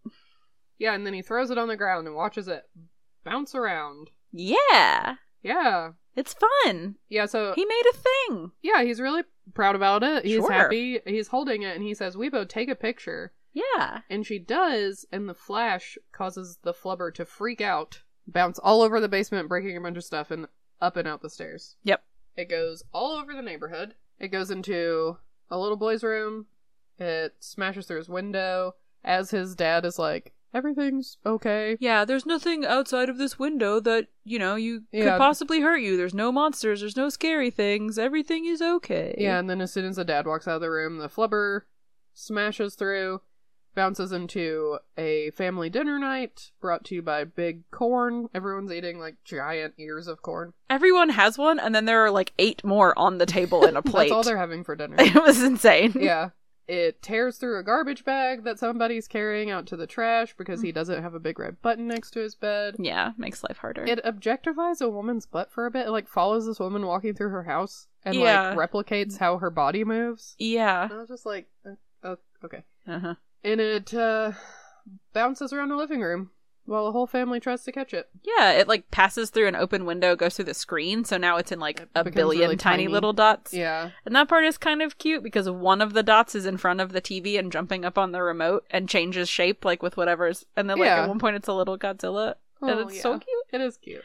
Speaker 1: Yeah, and then he throws it on the ground and watches it bounce around.
Speaker 2: Yeah.
Speaker 1: Yeah.
Speaker 2: It's fun.
Speaker 1: Yeah, so
Speaker 2: He made a thing.
Speaker 1: Yeah, he's really proud about it. He's
Speaker 2: Sure.
Speaker 1: happy. He's holding it and he says, Weibo, take a picture.
Speaker 2: Yeah.
Speaker 1: And she does, and the flash causes the flubber to freak out, bounce all over the basement, breaking a bunch of stuff, and up and out the stairs.
Speaker 2: Yep.
Speaker 1: It goes all over the neighborhood. It goes into a little boy's room. It smashes through his window as his dad is like, everything's okay.
Speaker 2: Yeah, there's nothing outside of this window that, you know, you
Speaker 1: Yeah.
Speaker 2: could possibly hurt you. There's no monsters, there's no scary things. Everything is okay.
Speaker 1: Yeah, and then as soon as the dad walks out of the room, the flubber smashes through, bounces into a family dinner night brought to you by Big Corn. Everyone's eating like giant ears of corn.
Speaker 2: Everyone has one and then there are like 8 more on the table in a plate.
Speaker 1: That's all they're having for dinner.
Speaker 2: it was insane.
Speaker 1: yeah. It tears through a garbage bag that somebody's carrying out to the trash because he doesn't have a big red button next to his bed.
Speaker 2: Yeah, makes life harder.
Speaker 1: It objectifies a woman's butt for a bit. It like follows this woman walking through her house and
Speaker 2: Yeah.
Speaker 1: like replicates how her body moves.
Speaker 2: yeah.
Speaker 1: And I was just like, uh, oh, okay.
Speaker 2: Uh-huh.
Speaker 1: and it uh, bounces around the living room while the whole family tries to catch it.
Speaker 2: Yeah, it like passes through an open window, goes through the screen, so now it's in like
Speaker 1: It
Speaker 2: a
Speaker 1: becomes
Speaker 2: billion
Speaker 1: really
Speaker 2: tiny,
Speaker 1: tiny.
Speaker 2: little dots.
Speaker 1: Yeah,
Speaker 2: And that part is kind of cute because one of the dots is in front of the TV and jumping up on the remote and changes shape like with whatever's and then like
Speaker 1: Yeah.
Speaker 2: at one point it's a little Godzilla and
Speaker 1: Oh,
Speaker 2: it's so
Speaker 1: yeah.
Speaker 2: cute.
Speaker 1: It is cute.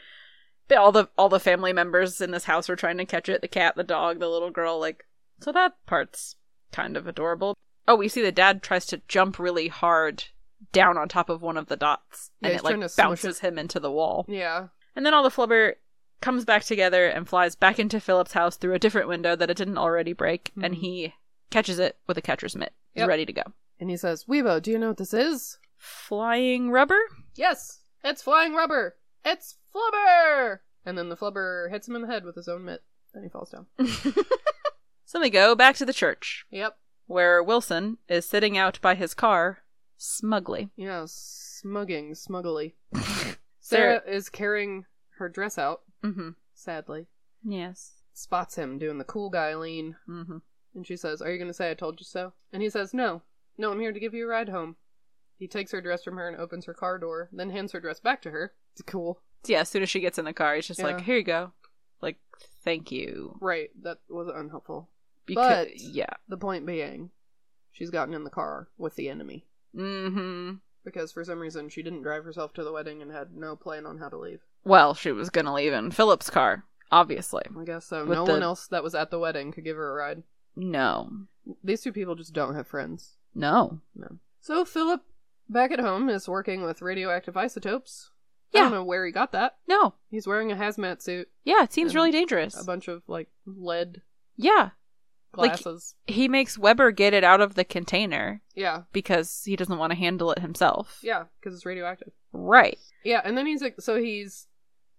Speaker 2: But all the all the family members in this house are trying to catch it, the cat, the dog, the little girl, like so that part's kind of adorable. Oh, we see the dad tries to jump really hard down on top of one of the dots
Speaker 1: Yeah,
Speaker 2: and
Speaker 1: he's
Speaker 2: it like
Speaker 1: trying to smush
Speaker 2: bounces
Speaker 1: it.
Speaker 2: him into the wall.
Speaker 1: Yeah,
Speaker 2: And then all the flubber comes back together and flies back into Philip's house through a different window that it didn't already break, and
Speaker 1: Mhm.
Speaker 2: he catches it with a catcher's mitt. He's
Speaker 1: Yep.
Speaker 2: ready to go.
Speaker 1: and he says, "Weibo, do you know what this is?"
Speaker 2: Flying rubber?
Speaker 1: Yes, it's flying rubber. It's flubber. And then the flubber hits him in the head with his own mitt, and he falls down.
Speaker 2: So they go back to the church,
Speaker 1: Yep.
Speaker 2: where Wilson is sitting out by his car, smugly.
Speaker 1: Yeah, smugging, smuggly. Sarah
Speaker 2: Sarah-
Speaker 1: is carrying her dress out.
Speaker 2: Mm-hmm.
Speaker 1: Sadly,
Speaker 2: Yes.
Speaker 1: spots him doing the cool guy lean,
Speaker 2: Mm-hmm.
Speaker 1: And she says, Are you going to say I told you so? And he says, No. No, I'm here to give you a ride home. He takes her dress from her and opens her car door, then hands her dress back to her. It's cool.
Speaker 2: Yeah, as soon as she gets in the car, he's just like,
Speaker 1: Yeah.
Speaker 2: here you go. Like, thank you.
Speaker 1: Right, that was unhelpful.
Speaker 2: Because,
Speaker 1: But-
Speaker 2: yeah.
Speaker 1: The point being, she's gotten in the car with the enemy.
Speaker 2: Mm-hmm.
Speaker 1: Because for some reason, she didn't drive herself to the wedding and had no plan on how to leave.
Speaker 2: Well, she was going to leave in Philip's car, obviously.
Speaker 1: I guess so.
Speaker 2: With
Speaker 1: no
Speaker 2: the-
Speaker 1: one else that was at the wedding could give her a ride.
Speaker 2: No.
Speaker 1: These two people just don't have friends.
Speaker 2: No.
Speaker 1: No. So Philip, back at home, is working with radioactive isotopes. I
Speaker 2: Yeah.
Speaker 1: don't know where he got that.
Speaker 2: No.
Speaker 1: He's wearing a hazmat suit.
Speaker 2: Yeah, it seems
Speaker 1: And
Speaker 2: really dangerous.
Speaker 1: a bunch of like lead
Speaker 2: yeah. Like-
Speaker 1: glasses.
Speaker 2: He makes Weber get it out of the container
Speaker 1: yeah.
Speaker 2: because he doesn't want to handle it himself.
Speaker 1: Yeah, because it's radioactive.
Speaker 2: Right.
Speaker 1: Yeah, and then he's like, so he's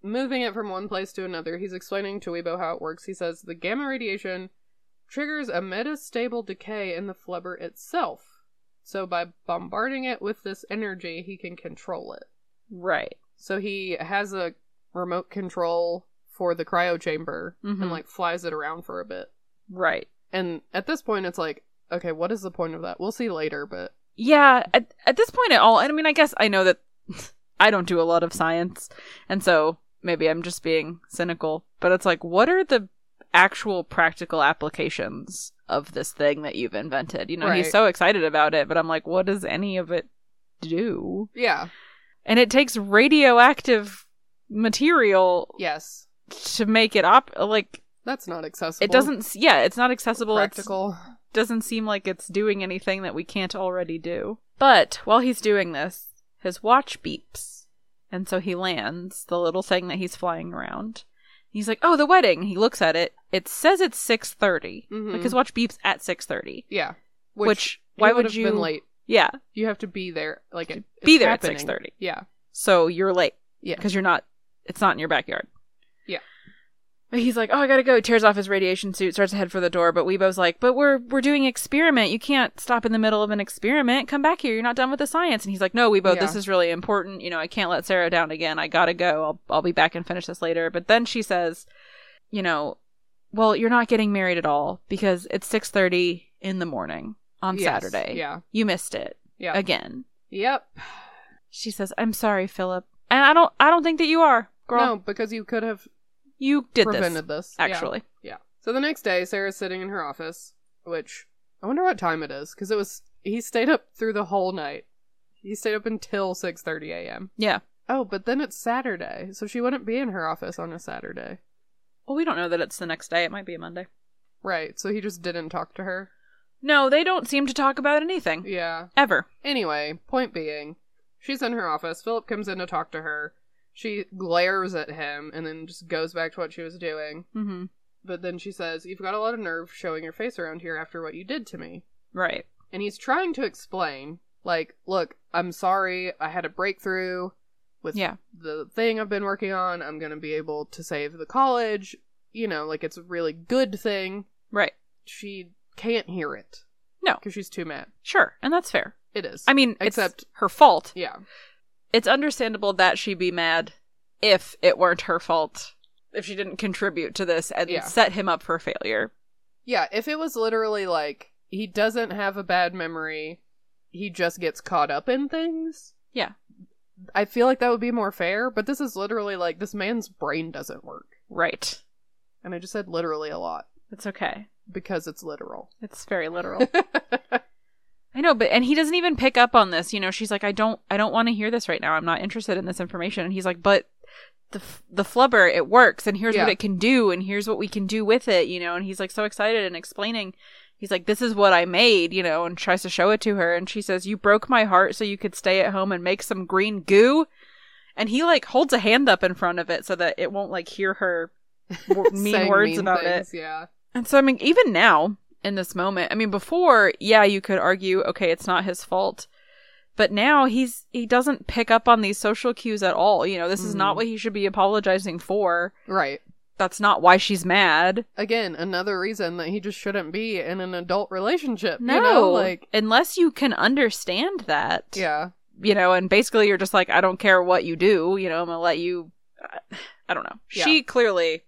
Speaker 1: moving it from one place to another. He's explaining to Weibo how it works. He says the gamma radiation triggers a metastable decay in the flubber itself. So by bombarding it with this energy, he can control it.
Speaker 2: Right.
Speaker 1: So he has a remote control for the cryo chamber
Speaker 2: Mhm.
Speaker 1: and like flies it around for a bit.
Speaker 2: Right.
Speaker 1: And at this point, it's like, okay, what is the point of that? We'll see later, but
Speaker 2: Yeah. At, at this point, at all, I mean, I guess I know that I don't do a lot of science, and so maybe I'm just being cynical, but it's like, what are the actual practical applications of this thing that you've invented? You know,
Speaker 1: Right.
Speaker 2: he's so excited about it, but I'm like, what does any of it do?
Speaker 1: yeah,
Speaker 2: And it takes radioactive material
Speaker 1: yes,
Speaker 2: to make it op like
Speaker 1: that's not accessible.
Speaker 2: it doesn't s- yeah it's not accessible it's
Speaker 1: practical.
Speaker 2: doesn't seem like it's doing anything that we can't already do. But while he's doing this, his watch beeps. And so he lands the little thing that he's flying around. He's like, "Oh, the wedding." He looks at it. It says it's 6:30.
Speaker 1: Mhm.
Speaker 2: Like his watch beeps at 6:30.
Speaker 1: Yeah.
Speaker 2: Which,
Speaker 1: he
Speaker 2: why would
Speaker 1: would've
Speaker 2: you
Speaker 1: been late?
Speaker 2: Yeah.
Speaker 1: You have to be there, like it,
Speaker 2: Be
Speaker 1: it's
Speaker 2: there at
Speaker 1: happening.
Speaker 2: 6:30.
Speaker 1: Yeah,
Speaker 2: So you're late
Speaker 1: yeah,
Speaker 2: because you're not it's not in your backyard.
Speaker 1: Yeah.
Speaker 2: But he's like, "Oh, I got to go." Tears off his radiation suit, starts to head for the door, but Weebo's like, "But we're we're doing experiment. You can't stop in the middle of an experiment. Come back here. You're not done with the science." And he's like, "No, Weebo, this
Speaker 1: Yeah.
Speaker 2: is really important. You know, I can't let Sarah down again. I got to go. I'll I'll be back and finish this later." But then she says, you know, "Well, you're not getting married at all because it's 6:30 in the morning on
Speaker 1: Yes,
Speaker 2: Saturday.
Speaker 1: yeah.
Speaker 2: You missed it
Speaker 1: yeah.
Speaker 2: again."
Speaker 1: Yep.
Speaker 2: She says, "I'm sorry, Philip, and I don't, I don't think that you are, girl.
Speaker 1: No, because you could have
Speaker 2: you did this,
Speaker 1: prevented this. Yeah.
Speaker 2: actually.
Speaker 1: Yeah. So the next day, Sarah's sitting in her office, which I wonder what time it is, because it was he stayed up through the whole night. He stayed up until six thirty a.m.
Speaker 2: Yeah.
Speaker 1: Oh, but then it's Saturday, so she wouldn't be in her office on a Saturday,
Speaker 2: Well, we don't know that it's the next day. It might be a Monday.
Speaker 1: right? So he just didn't talk to her.
Speaker 2: No, they don't seem to talk about anything
Speaker 1: Yeah.
Speaker 2: ever.
Speaker 1: Anyway, point being, she's in her office. Philip comes in to talk to her. She glares at him and then just goes back to what she was doing.
Speaker 2: Mm-hmm.
Speaker 1: But then she says, You've got a lot of nerve showing your face around here after what you did to me.
Speaker 2: Right.
Speaker 1: And he's trying to explain, like, look, I'm sorry. I had a breakthrough with
Speaker 2: Yeah.
Speaker 1: the thing I've been working on. I'm going to be able to save the college. You know, like, it's a really good thing.
Speaker 2: Right.
Speaker 1: She can't hear it
Speaker 2: No.
Speaker 1: because she's too mad.
Speaker 2: Sure, and that's fair.
Speaker 1: It is.
Speaker 2: I mean,
Speaker 1: except,
Speaker 2: it's her fault.
Speaker 1: yeah.
Speaker 2: It's understandable that she'd be mad if it weren't her fault, if she didn't contribute to this and
Speaker 1: Yeah.
Speaker 2: set him up for failure.
Speaker 1: Yeah, if it was literally like he doesn't have a bad memory, he just gets caught up in things,
Speaker 2: Yeah.
Speaker 1: I feel like that would be more fair, but this is literally like this man's brain doesn't work.
Speaker 2: Right.
Speaker 1: And I just said literally a lot
Speaker 2: That's okay.
Speaker 1: because it's literal.
Speaker 2: It's very literal. I know, but and he doesn't even pick up on this. You know, she's like, "I don't, I don't want to hear this right now. I'm not interested in this information." And he's like, "But the f- the flubber, it works, and here's
Speaker 1: Yeah.
Speaker 2: what it can do, and here's what we can do with it." You know, and he's like so excited and explaining. He's like, "This is what I made," you know, and tries to show it to her, and she says, "You broke my heart, so you could stay at home and make some green goo." And he like holds a hand up in front of it so that it won't like hear her w- mean
Speaker 1: Saying
Speaker 2: words
Speaker 1: mean
Speaker 2: about it.
Speaker 1: things, Yeah.
Speaker 2: And so, I mean, even now in this moment, I mean, before, yeah, you could argue, okay, it's not his fault. But now he's he doesn't pick up on these social cues at all. You know, this is not
Speaker 1: Mhm.
Speaker 2: what he should be apologizing for.
Speaker 1: Right.
Speaker 2: That's not why she's mad.
Speaker 1: Again, another reason that he just shouldn't be in an adult relationship.
Speaker 2: No,
Speaker 1: You know? Like
Speaker 2: unless you can understand that.
Speaker 1: Yeah.
Speaker 2: you know, and basically you're just like, I don't care what you do. You know, I'm gonna let you. I- I don't know.
Speaker 1: Yeah.
Speaker 2: She clearly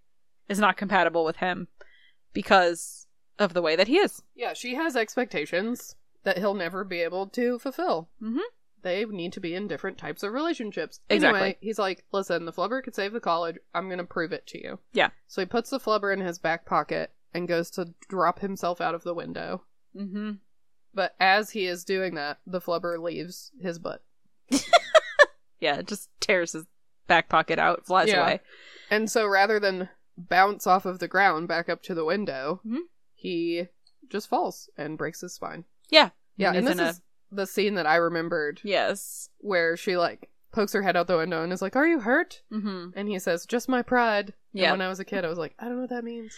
Speaker 2: is not compatible with him because of the way that he is.
Speaker 1: Yeah, she has expectations that he'll never be able to fulfill.
Speaker 2: Mm-hmm.
Speaker 1: they need to be in different types of relationships.
Speaker 2: Exactly.
Speaker 1: Anyway, he's like, listen, the flubber could save the college. I'm going to prove it to you.
Speaker 2: Yeah.
Speaker 1: So he puts the flubber in his back pocket and goes to drop himself out of the window.
Speaker 2: Mm-hmm.
Speaker 1: But as he is doing that, the flubber leaves his butt.
Speaker 2: Yeah, it just tears his back pocket out, flies
Speaker 1: Yeah.
Speaker 2: away.
Speaker 1: And so rather than bounce off of the ground back up to the window,
Speaker 2: Mhm.
Speaker 1: he just falls and breaks his spine.
Speaker 2: Yeah.
Speaker 1: Yeah, and,
Speaker 2: is
Speaker 1: this
Speaker 2: in
Speaker 1: is the scene that I remembered
Speaker 2: a- yes.
Speaker 1: where she like pokes her head out the window and is like, "Are you hurt?"
Speaker 2: Mm-hmm.
Speaker 1: And he says, "Just my pride." And
Speaker 2: Yeah.
Speaker 1: when I was a kid, I was like, "I don't know what that means."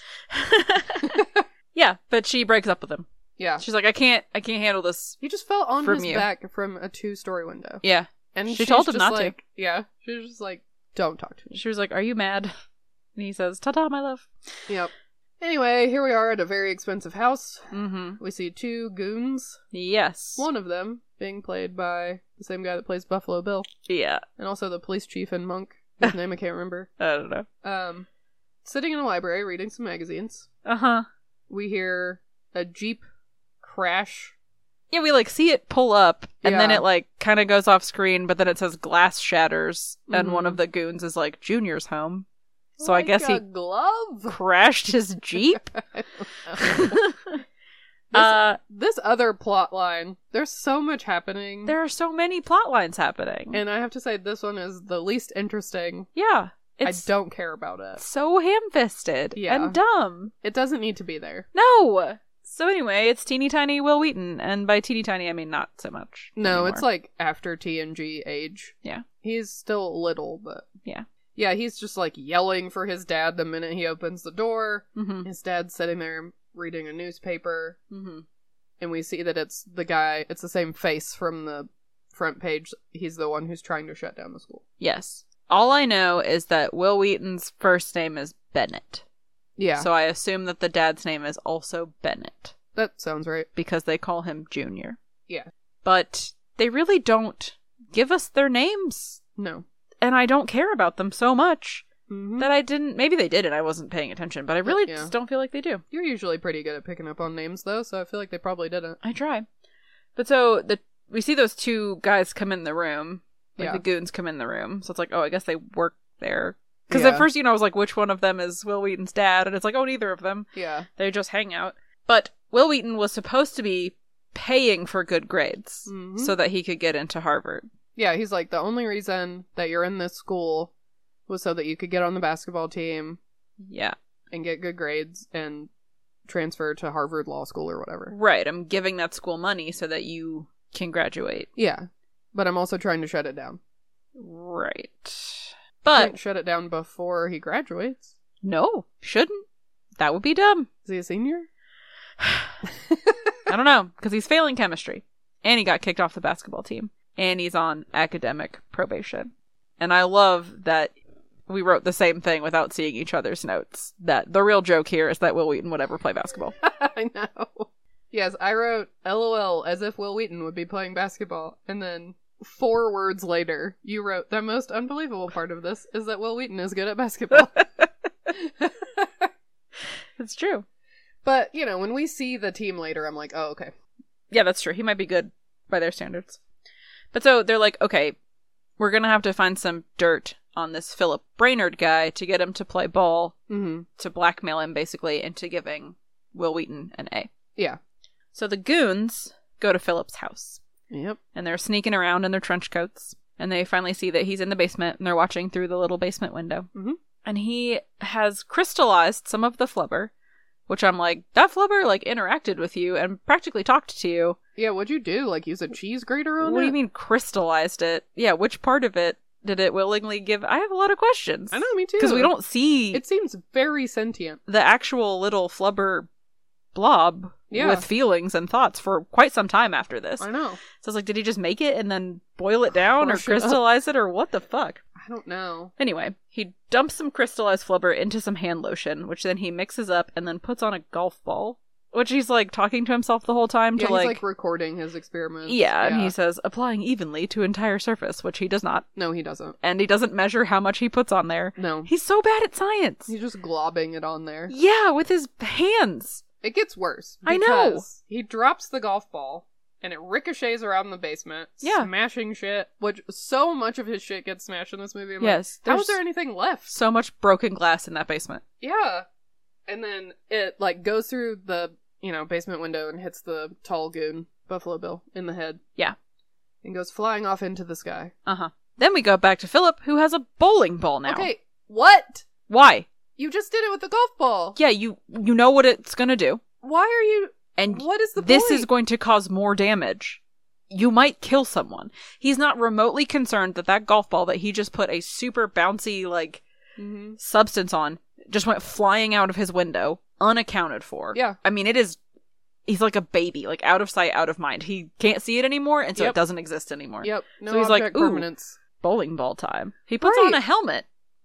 Speaker 2: yeah, Yeah, but she breaks up with him.
Speaker 1: Yeah.
Speaker 2: She's like, I can't, I can't handle this.
Speaker 1: He just fell on
Speaker 2: From
Speaker 1: his
Speaker 2: you.
Speaker 1: back from a two story window.
Speaker 2: Yeah.
Speaker 1: And
Speaker 2: She
Speaker 1: she's
Speaker 2: told him
Speaker 1: just
Speaker 2: not to.
Speaker 1: like, Yeah. She was just like, don't talk to me.
Speaker 2: She was like, Are you mad? And he says, Ta ta, my love.
Speaker 1: Yep. Anyway, here we are at a very expensive house.
Speaker 2: Mm hmm.
Speaker 1: We see two goons.
Speaker 2: Yes.
Speaker 1: One of them being played by the same guy that plays Buffalo Bill,
Speaker 2: Yeah.
Speaker 1: and also the police chief and monk, whose name I can't remember.
Speaker 2: I don't know.
Speaker 1: Um, sitting in a library reading some magazines.
Speaker 2: Uh huh.
Speaker 1: We hear a jeep crash.
Speaker 2: Yeah, we like see it pull up and then
Speaker 1: Yeah.
Speaker 2: it like kind of goes off screen, but then it says glass shatters and one
Speaker 1: Mhm.
Speaker 2: of the goons is like Junior's home. So I guess
Speaker 1: a
Speaker 2: he
Speaker 1: glove.
Speaker 2: crashed his Jeep.
Speaker 1: I don't know.
Speaker 2: uh,
Speaker 1: this other plot line. There's so much happening,
Speaker 2: there are so many plot lines happening.
Speaker 1: and I have to say this one is the least interesting.
Speaker 2: yeah. It's
Speaker 1: I don't care about it.
Speaker 2: so ham fisted
Speaker 1: Yeah.
Speaker 2: and dumb.
Speaker 1: It doesn't need to be there.
Speaker 2: No. So anyway, it's teeny tiny Will Wheaton, and by teeny tiny I mean not so much.
Speaker 1: No,
Speaker 2: anymore.
Speaker 1: it's like after TNG age.
Speaker 2: Yeah.
Speaker 1: He's still little, but
Speaker 2: Yeah.
Speaker 1: yeah, he's just like yelling for his dad the minute he opens the door.
Speaker 2: Mm-hmm.
Speaker 1: His dad's sitting there reading a newspaper,
Speaker 2: Mm-hmm.
Speaker 1: and we see that it's the guy, it's the same face from the front page. He's the one who's trying to shut down the school.
Speaker 2: Yes. All I know is that Will Wheaton's first name is Bennett.
Speaker 1: Yeah.
Speaker 2: So I assume that the dad's name is also Bennett
Speaker 1: that sounds right.
Speaker 2: because they call him Junior.
Speaker 1: Yeah.
Speaker 2: But they really don't give us their names,
Speaker 1: No.
Speaker 2: and I don't care about them so much
Speaker 1: Mhm.
Speaker 2: that I didn't. Maybe they did, and I wasn't paying attention, but I really
Speaker 1: Yeah.
Speaker 2: just don't feel like they do.
Speaker 1: You're usually pretty good at picking up on names, though, so I feel like they probably didn't.
Speaker 2: I try. But so the we see those two guys come in the room. Like
Speaker 1: Yeah.
Speaker 2: the goons come in the room. So it's like, oh, I guess they work there. Because
Speaker 1: Yeah.
Speaker 2: at first, you know, I was like, which one of them is Will Wheaton's dad? And it's like, oh, neither of them.
Speaker 1: Yeah.
Speaker 2: They just hang out. But Will Wheaton was supposed to be paying for good grades
Speaker 1: Mhm.
Speaker 2: so that he could get into Harvard.
Speaker 1: Yeah, he's like, the only reason that you're in this school was so that you could get on the basketball team
Speaker 2: Yeah.
Speaker 1: and get good grades and transfer to Harvard Law School or whatever.
Speaker 2: Right. I'm giving that school money so that you can graduate.
Speaker 1: Yeah. But I'm also trying to shut it down.
Speaker 2: Right.
Speaker 1: Can't
Speaker 2: But
Speaker 1: shut it down before he graduates.
Speaker 2: no, shouldn't. That would be dumb.
Speaker 1: Is he a senior?
Speaker 2: I don't know, because he's failing chemistry. And he got kicked off the basketball team. And he's on academic probation. And I love that we wrote the same thing without seeing each other's notes. That the real joke here is that Will Wheaton would ever play basketball.
Speaker 1: I know. Yes, I wrote LOL as if Will Wheaton would be playing basketball. And then four words later, you wrote, the most unbelievable part of this is that Will Wheaton is good at basketball.
Speaker 2: It's true.
Speaker 1: but, you know, when we see the team later, I'm like, oh, okay.
Speaker 2: Yeah, that's true. He might be good by their standards. But so they're like, okay, we're going to have to find some dirt on this Philip Brainerd guy to get him to play ball,
Speaker 1: Mm-hmm.
Speaker 2: to blackmail him basically into giving Will Wheaton an A.
Speaker 1: Yeah.
Speaker 2: So the goons go to Philip's house.
Speaker 1: Yep.
Speaker 2: and they're sneaking around in their trench coats. And they finally see that he's in the basement and they're watching through the little basement window.
Speaker 1: Mhm.
Speaker 2: And he has crystallized some of the flubber, which I'm like, that flubber like interacted with you and practically talked to you.
Speaker 1: Yeah, what'd you do? Like use a cheese grater on
Speaker 2: What
Speaker 1: it?
Speaker 2: do you mean crystallized it? Yeah, which part of it did it willingly give? I have a lot of questions.
Speaker 1: I know, me too.
Speaker 2: Because we don't see
Speaker 1: It seems very sentient.
Speaker 2: the actual little flubber blob
Speaker 1: Yeah.
Speaker 2: with feelings and thoughts for quite some time after this.
Speaker 1: I know.
Speaker 2: So I was like, did he just make it and then boil it down or
Speaker 1: Crush it up.
Speaker 2: crystallize it or what the fuck?
Speaker 1: I don't know.
Speaker 2: Anyway, he dumps some crystallized flubber into some hand lotion, which then he mixes up and then puts on a golf ball, which he's like talking to himself the whole time
Speaker 1: Yeah,
Speaker 2: to
Speaker 1: he's
Speaker 2: like,
Speaker 1: like, recording his experiments.
Speaker 2: yeah, and he says applying evenly to entire surface, which he does not,
Speaker 1: no, he doesn't.
Speaker 2: and he doesn't measure how much he puts on there.
Speaker 1: No,
Speaker 2: He's so bad at science.
Speaker 1: he's just globbing it on there.
Speaker 2: yeah, with his hands.
Speaker 1: It gets worse.
Speaker 2: I know.
Speaker 1: because He drops the golf ball and it ricochets around the basement,
Speaker 2: Yeah.
Speaker 1: smashing shit. Which so much of his shit gets smashed in this movie. I'm like,
Speaker 2: Yes,
Speaker 1: how is
Speaker 2: there's-
Speaker 1: there anything left?
Speaker 2: So much broken glass in that basement.
Speaker 1: Yeah. And then it like goes through the, you know, basement window and hits the tall goon, Buffalo Bill, in the head
Speaker 2: Yeah.
Speaker 1: and goes flying off into the sky.
Speaker 2: Uh huh. Then we go back to Philip, who has a bowling ball now.
Speaker 1: Okay, what?
Speaker 2: Why?
Speaker 1: You just did it with the golf ball.
Speaker 2: Yeah, you you know what it's gonna do.
Speaker 1: Why are you
Speaker 2: and
Speaker 1: What is the
Speaker 2: this
Speaker 1: point?
Speaker 2: is going to cause more damage you might kill someone he's not remotely concerned that that golf ball that he just put Mm-hmm. a super bouncy like substance on just went flying out of his window unaccounted for.
Speaker 1: Yeah.
Speaker 2: I mean, it is. He's like a baby, like out of sight, out of mind. He can't see it anymore, and so
Speaker 1: Yep.
Speaker 2: it doesn't exist anymore.
Speaker 1: Yep. No
Speaker 2: So he's like,
Speaker 1: object
Speaker 2: "Ooh."
Speaker 1: permanence.
Speaker 2: Bowling ball time. He puts
Speaker 1: Right.
Speaker 2: on a helmet,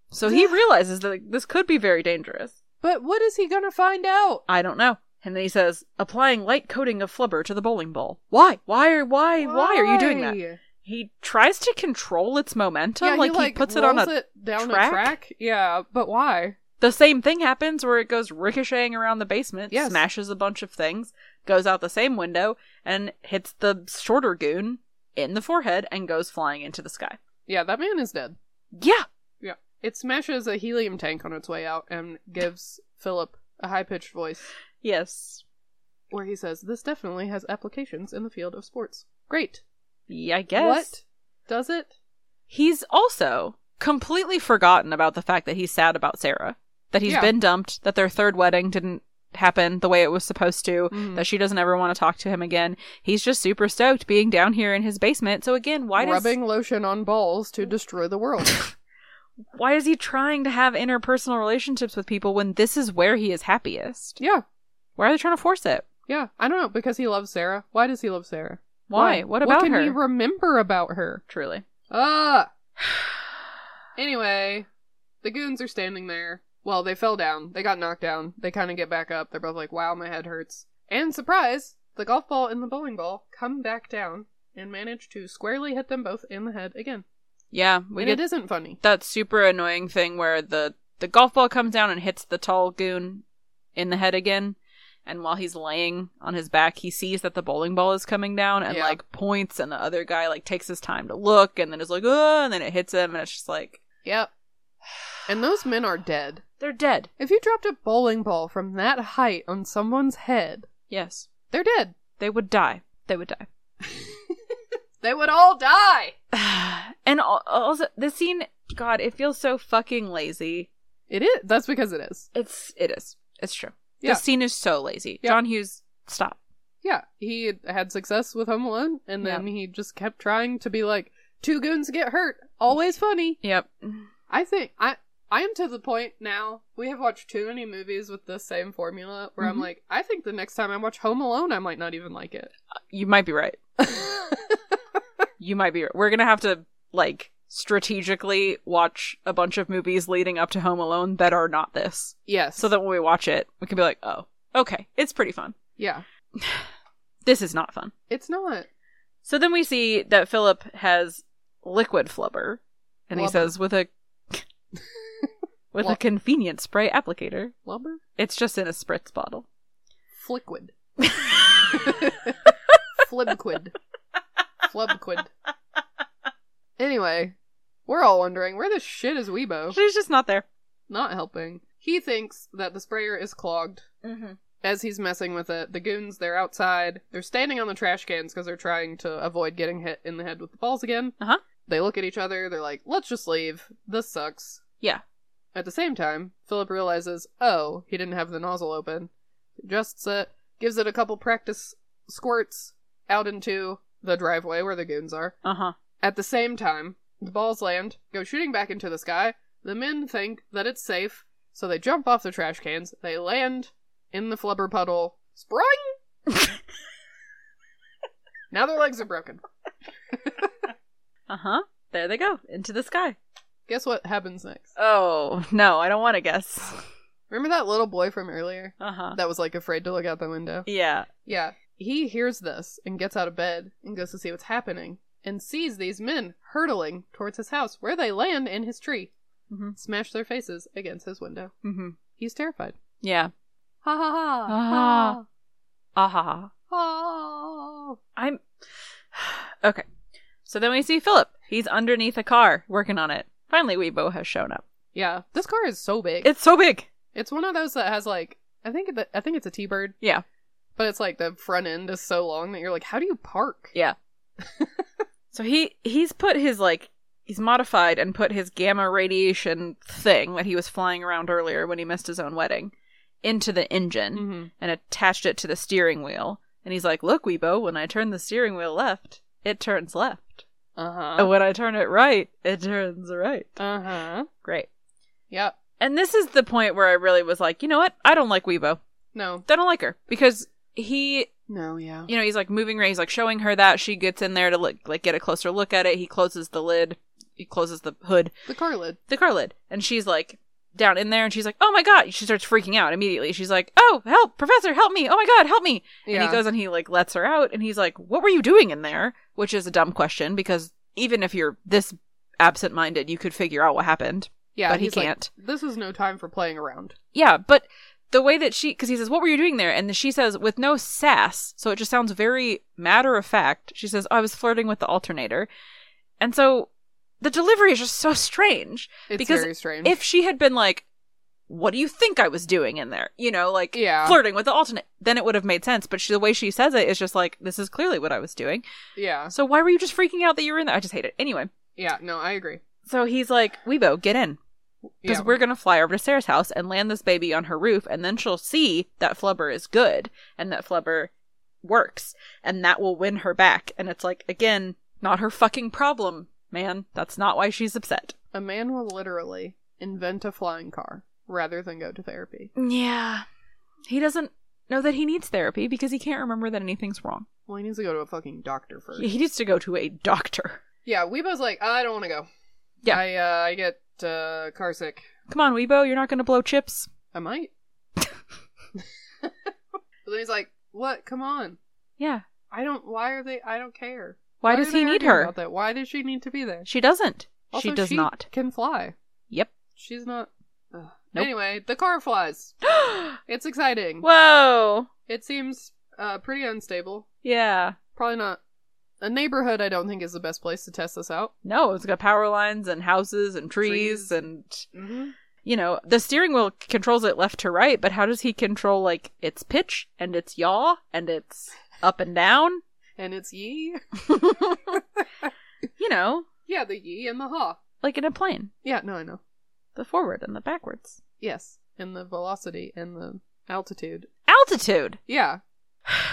Speaker 2: so he realizes that like, this could be very dangerous.
Speaker 1: But what is he gonna find out?
Speaker 2: I don't know. And then he says, applying light coating of flubber to the bowling ball. Why? Why are why why, are you doing that?
Speaker 1: Why?
Speaker 2: He tries to control its momentum,
Speaker 1: yeah,
Speaker 2: like
Speaker 1: he,
Speaker 2: he,
Speaker 1: like,
Speaker 2: puts it on
Speaker 1: rolls
Speaker 2: a
Speaker 1: down
Speaker 2: track?
Speaker 1: a track. Yeah, but why?
Speaker 2: The same thing happens where it goes ricocheting around the basement,
Speaker 1: Yes.
Speaker 2: smashes a bunch of things, goes out the same window, and hits the shorter goon in the forehead and goes flying into the sky.
Speaker 1: Yeah, that man is dead.
Speaker 2: Yeah.
Speaker 1: Yeah. It smashes a helium tank on its way out and gives Philip a high pitched voice
Speaker 2: Yes.
Speaker 1: where he says, This definitely has applications in the field of sports. Great.
Speaker 2: Yeah, I guess.
Speaker 1: What does it?
Speaker 2: He's also completely forgotten about the fact that he's sad about Sarah, that he's
Speaker 1: Yeah.
Speaker 2: been dumped, that their third wedding didn't happen the way it was supposed to,
Speaker 1: Mhm.
Speaker 2: that she doesn't ever want to talk to him again. He's just super stoked being down here in his basement. So again, why does
Speaker 1: Rubbing lotion on balls to destroy the world.
Speaker 2: why is he trying to have interpersonal relationships with people when this is where he is happiest?
Speaker 1: yeah.
Speaker 2: Why are they trying to force it?
Speaker 1: Yeah. I don't know. Because he loves Sarah. Why does he love Sarah?
Speaker 2: Why? What about
Speaker 1: What can
Speaker 2: her?
Speaker 1: he remember about her?
Speaker 2: Truly.
Speaker 1: Ah. anyway, the goons are standing there. Well, they fell down. They got knocked down. They kind of get back up. They're both like, "Wow, my head hurts." And surprise, the golf ball and the bowling ball come back down and manage to squarely hit them both in the head again.
Speaker 2: Yeah, we
Speaker 1: and
Speaker 2: get
Speaker 1: it isn't funny.
Speaker 2: that super annoying thing where the the golf ball comes down and hits the tall goon in the head again. And while he's laying on his back, he sees that the bowling ball is coming down and
Speaker 1: Yeah.
Speaker 2: like points, and the other guy like takes his time to look, and then is like, oh, and then it hits him, and it's just like
Speaker 1: Yep. And those men are dead.
Speaker 2: they're dead.
Speaker 1: If you dropped a bowling ball from that height on someone's head,
Speaker 2: Yes,
Speaker 1: they're dead.
Speaker 2: they would die. They would die.
Speaker 1: They would all die.
Speaker 2: and al- also the scene god it feels so fucking lazy
Speaker 1: It is. That's because it is.
Speaker 2: it's it is it's true
Speaker 1: Yeah.
Speaker 2: the scene is so lazy
Speaker 1: Yeah.
Speaker 2: john hughes stop
Speaker 1: Yeah, he had success with Home Alone, and then he just kept trying to be like, two goons get hurt, always funny.
Speaker 2: yep
Speaker 1: I think I I am to the point now. We have watched too many movies with the same formula where I'm
Speaker 2: Mhm.
Speaker 1: like, I think the next time I watch Home Alone, I might not even like it.
Speaker 2: you might be right you might be right we're gonna have to like strategically watch a bunch of movies leading up to home alone that are not this
Speaker 1: yes.
Speaker 2: so that when we watch it we can be like oh okay it's pretty fun
Speaker 1: yeah,
Speaker 2: this is not fun
Speaker 1: it's not.
Speaker 2: so then we see that philip has liquid flubber and he
Speaker 1: Flubber.
Speaker 2: says with a with a
Speaker 1: Flub-
Speaker 2: convenient spray applicator
Speaker 1: Flubber?
Speaker 2: It's just in a spritz bottle.
Speaker 1: Fliquid. Flibquid. Flubquid. Anyway, we're all wondering where the shit is Weibo?
Speaker 2: She's just not there.
Speaker 1: Not helping. He thinks that the sprayer is clogged.
Speaker 2: Mm-hmm.
Speaker 1: As he's messing with it, the goons, they're outside. They're standing on the trash cans because they're trying to avoid getting hit in the head with the balls again.
Speaker 2: Uh huh.
Speaker 1: They look at each other. They're like, let's just leave. This sucks.
Speaker 2: Yeah.
Speaker 1: At the same time, Philip realizes, oh, he didn't have the nozzle open. Adjusts it, gives it a couple practice squirts out into the driveway where the goons are.
Speaker 2: Uh huh.
Speaker 1: At the same time, the balls land, go shooting back into the sky. The men think that it's safe, so they jump off the trash cans. They land in the flubber puddle. Spring! now their legs are broken.
Speaker 2: Uh huh. There they go into the sky.
Speaker 1: Guess what happens next?
Speaker 2: Oh no, I don't want to guess.
Speaker 1: Remember that little boy from earlier
Speaker 2: Uh huh.
Speaker 1: that was like afraid to look out the window?
Speaker 2: Yeah.
Speaker 1: Yeah. He hears this and gets out of bed and goes to see what's happening and sees these men hurtling towards his house where they land in his tree,
Speaker 2: Mm-hmm.
Speaker 1: smash their faces against his window.
Speaker 2: Mm-hmm.
Speaker 1: He's terrified.
Speaker 2: Yeah.
Speaker 1: Ha ha ha.
Speaker 2: Ah. Uh huh.
Speaker 1: Ah. ha.
Speaker 2: I'm okay. So then we see Philip. He's underneath a car working on it. Finally, Weibo has shown up.
Speaker 1: Yeah, this car is so big.
Speaker 2: It's so big.
Speaker 1: It's one of those that has like I think that I think it's a T-bird,
Speaker 2: Yeah.
Speaker 1: but it's like the front end is so long that you're like, how do you park?
Speaker 2: Yeah. so he he's put his like he's modified and put his gamma radiation thing that he was flying around earlier when he missed his own wedding into the engine
Speaker 1: Mhm.
Speaker 2: and attached it to the steering wheel. And he's like, "Look, Weibo, when I turn the steering wheel left, it turns left,
Speaker 1: Uh
Speaker 2: and
Speaker 1: huh.
Speaker 2: when I turn it right, it turns right."
Speaker 1: Uh huh.
Speaker 2: Great.
Speaker 1: Yep.
Speaker 2: And this is the point where I really was like, you know what? I don't like Weibo.
Speaker 1: No.
Speaker 2: I don't like her because he,
Speaker 1: No, yeah.
Speaker 2: you know, he's like moving her. He's like showing her that she gets in there to look, like get a closer look at it. He closes the lid. He closes the hood,
Speaker 1: The car lid.
Speaker 2: the car lid, and she's like down in there, and she's like, "Oh my god!" She starts freaking out immediately. She's like, "Oh, help, professor, help me! Oh my god, help me!" And
Speaker 1: Yeah.
Speaker 2: he goes and he like lets her out, and he's like, "What were you doing in there?" Which is a dumb question because even if you're this absent-minded, you could figure out what happened.
Speaker 1: Yeah,
Speaker 2: but he
Speaker 1: he's like,
Speaker 2: can't.
Speaker 1: this is no time for playing around.
Speaker 2: Yeah, but the way that she, because he says, "What were you doing there?" and she says with no sass, so it just sounds very matter of fact. She says, "I was flirting with the alternator," and so the delivery is just so strange.
Speaker 1: It's
Speaker 2: because
Speaker 1: very strange.
Speaker 2: if she had been like, "What do you think I was doing in there?" you know, like
Speaker 1: Yeah.
Speaker 2: flirting with the alternate, then it would have made sense. But she, the way she says it is just like, "This is clearly what I was doing."
Speaker 1: Yeah.
Speaker 2: So why were you just freaking out that you were in there? I just hate it. Anyway,
Speaker 1: Yeah, no, I agree.
Speaker 2: so he's like, "Weibo, get in." because
Speaker 1: Yeah.
Speaker 2: we're going to fly over to Sarah's house and land this baby on her roof, and then she'll see that Flubber is good and that Flubber works, and that will win her back. And it's like, again, not her fucking problem, man. That's not why she's upset.
Speaker 1: A man will literally invent a flying car rather than go to therapy.
Speaker 2: Yeah. He doesn't know that he needs therapy because he can't remember that anything's wrong.
Speaker 1: Well, he needs to go to a fucking doctor first.
Speaker 2: He needs to go to a doctor.
Speaker 1: yeah, Weibo's like, I don't want to go.
Speaker 2: Yeah.
Speaker 1: I, uh, I get uh, car sick.
Speaker 2: Come on, Weibo, you're not going to blow chips.
Speaker 1: I might. but then he's like, what? Come on.
Speaker 2: Yeah.
Speaker 1: I don't. Why are they? I don't care.
Speaker 2: Why
Speaker 1: are
Speaker 2: does he
Speaker 1: they
Speaker 2: need
Speaker 1: arguing
Speaker 2: her?
Speaker 1: About that? Why does she need to be there?
Speaker 2: She doesn't.
Speaker 1: Also,
Speaker 2: she does not.
Speaker 1: Can fly.
Speaker 2: Yep.
Speaker 1: She's not. ugh.
Speaker 2: Nope.
Speaker 1: Anyway, the car flies. It's exciting.
Speaker 2: Whoa.
Speaker 1: It seems uh, pretty unstable.
Speaker 2: Yeah.
Speaker 1: Probably not. A neighborhood, I don't think, is the best place to test this out.
Speaker 2: No, it's got power lines and houses and trees,
Speaker 1: Trees.
Speaker 2: and
Speaker 1: Mm-hmm.
Speaker 2: you know the steering wheel c- controls it left to right, but how does he control like its pitch and its yaw and its up and down?
Speaker 1: And it's ye.
Speaker 2: You know,
Speaker 1: Yeah, the ye and the ha.
Speaker 2: like in a plane,
Speaker 1: Yeah, no, I know.
Speaker 2: the forward and the backwards.
Speaker 1: Yes, and the velocity and the altitude.
Speaker 2: Altitude.
Speaker 1: Yeah,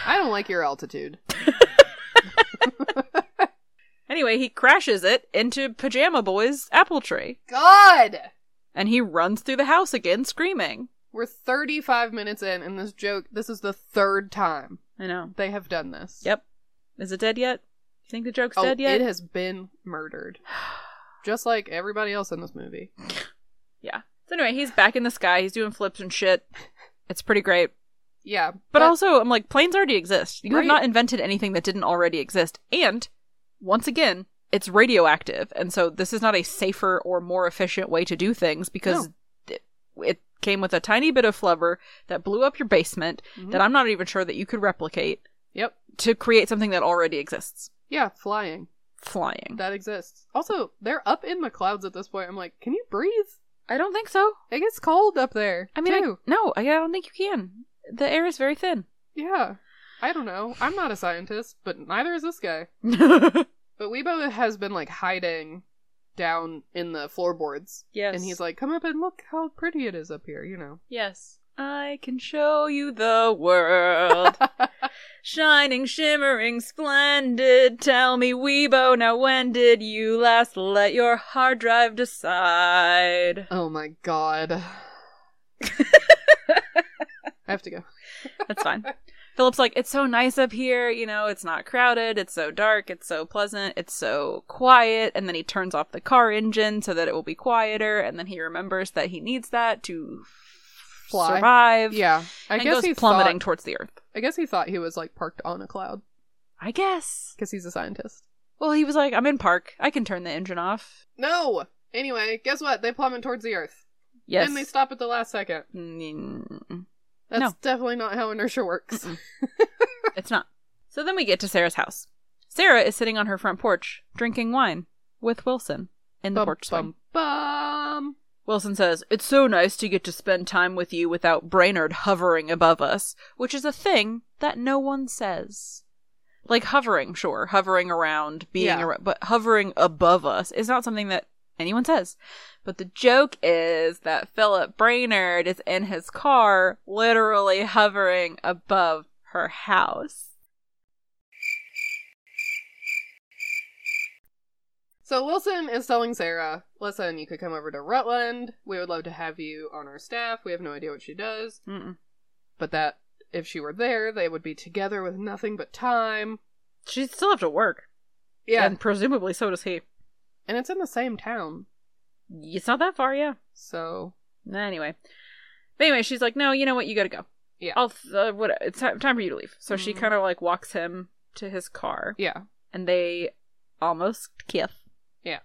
Speaker 1: I don't like your altitude.
Speaker 2: Anyway, he crashes it into Pajama Boy's apple tree,
Speaker 1: God,
Speaker 2: and he runs through the house again, screaming.
Speaker 1: we're 35 minutes in, and this joke. This is the third time
Speaker 2: I know.
Speaker 1: they have done this.
Speaker 2: Yep. Is it dead yet? You think the joke's
Speaker 1: Oh,
Speaker 2: dead yet?
Speaker 1: it has been murdered, just like everybody else in this movie.
Speaker 2: Yeah. So anyway, he's back in the sky. He's doing flips and shit. It's pretty great.
Speaker 1: Yeah, but,
Speaker 2: But also, I'm like, planes already exist. You have
Speaker 1: Right.
Speaker 2: not invented anything that didn't already exist. And once again, it's radioactive, and so this is not a safer or more efficient way to do things because
Speaker 1: No.
Speaker 2: it, it came with a tiny bit of flubber that blew up your basement that I'm not even sure that you could replicate
Speaker 1: yep,
Speaker 2: to create something that already exists.
Speaker 1: yeah, flying.
Speaker 2: Flying.
Speaker 1: That exists. Also, they're up in the clouds at this point. I'm like, can you breathe?
Speaker 2: I don't think so.
Speaker 1: It gets cold up there.
Speaker 2: I mean, I-
Speaker 1: too.
Speaker 2: no, I don't think you can. The air is very thin.
Speaker 1: yeah. I don't know. I'm not a scientist, but neither is this guy. But Weibo has been like hiding down in the floorboards.
Speaker 2: Yes.
Speaker 1: And he's like, come up and look how pretty it is up here, you know.
Speaker 2: Yes. I can show you the world. Shining, shimmering, splendid. Tell me, Weibo, now when did you last let your hard drive decide?
Speaker 1: Oh my god. I have to go.
Speaker 2: That's fine. Philip's like, it's so nice up here, you know, it's not crowded, it's so dark, it's so pleasant, it's so quiet. And then he turns off the car engine so that it will be quieter. And then he remembers that he needs that to
Speaker 1: Fly.
Speaker 2: survive.
Speaker 1: Yeah. I
Speaker 2: and
Speaker 1: guess
Speaker 2: goes
Speaker 1: he
Speaker 2: plummeting
Speaker 1: Thought,
Speaker 2: towards the earth.
Speaker 1: I guess he thought he was like parked on a cloud
Speaker 2: I guess.
Speaker 1: because he's a scientist.
Speaker 2: Well, he was like, I'm in park. I can turn the engine off.
Speaker 1: No! Anyway, guess what? They plummet towards the earth.
Speaker 2: Yes.
Speaker 1: And they stop at the last second.
Speaker 2: Mm,
Speaker 1: That's
Speaker 2: No.
Speaker 1: definitely not how inertia works.
Speaker 2: it's not. So then we get to Sarah's house. Sarah is sitting on her front porch drinking wine with Wilson in the
Speaker 1: Bum,
Speaker 2: porch swing.
Speaker 1: bum, bum.
Speaker 2: Wilson says, It's so nice to get to spend time with you without Brainerd hovering above us, which is a thing that no one says. Like hovering, sure, hovering around, being
Speaker 1: Yeah.
Speaker 2: around, but hovering above us is not something that anyone says. But the joke is that Philip Brainerd is in his car, literally hovering above her house.
Speaker 1: So Wilson is telling Sarah, listen, you could come over to Rutland. We would love to have you on our staff. We have no idea what she does,
Speaker 2: Mm-mm.
Speaker 1: but that if she were there, they would be together with nothing but time.
Speaker 2: She'd still have to work.
Speaker 1: Yeah.
Speaker 2: And presumably so does he.
Speaker 1: and it's in the same town.
Speaker 2: It's not that far, yeah.
Speaker 1: So,
Speaker 2: Anyway. But anyway, she's like, no, you know what? You gotta go.
Speaker 1: yeah.
Speaker 2: I'll, uh, what, it's ti- time for you to leave. So she
Speaker 1: Mhm.
Speaker 2: kind of like walks him to his car
Speaker 1: yeah.
Speaker 2: and they almost kiss.
Speaker 1: Yeah.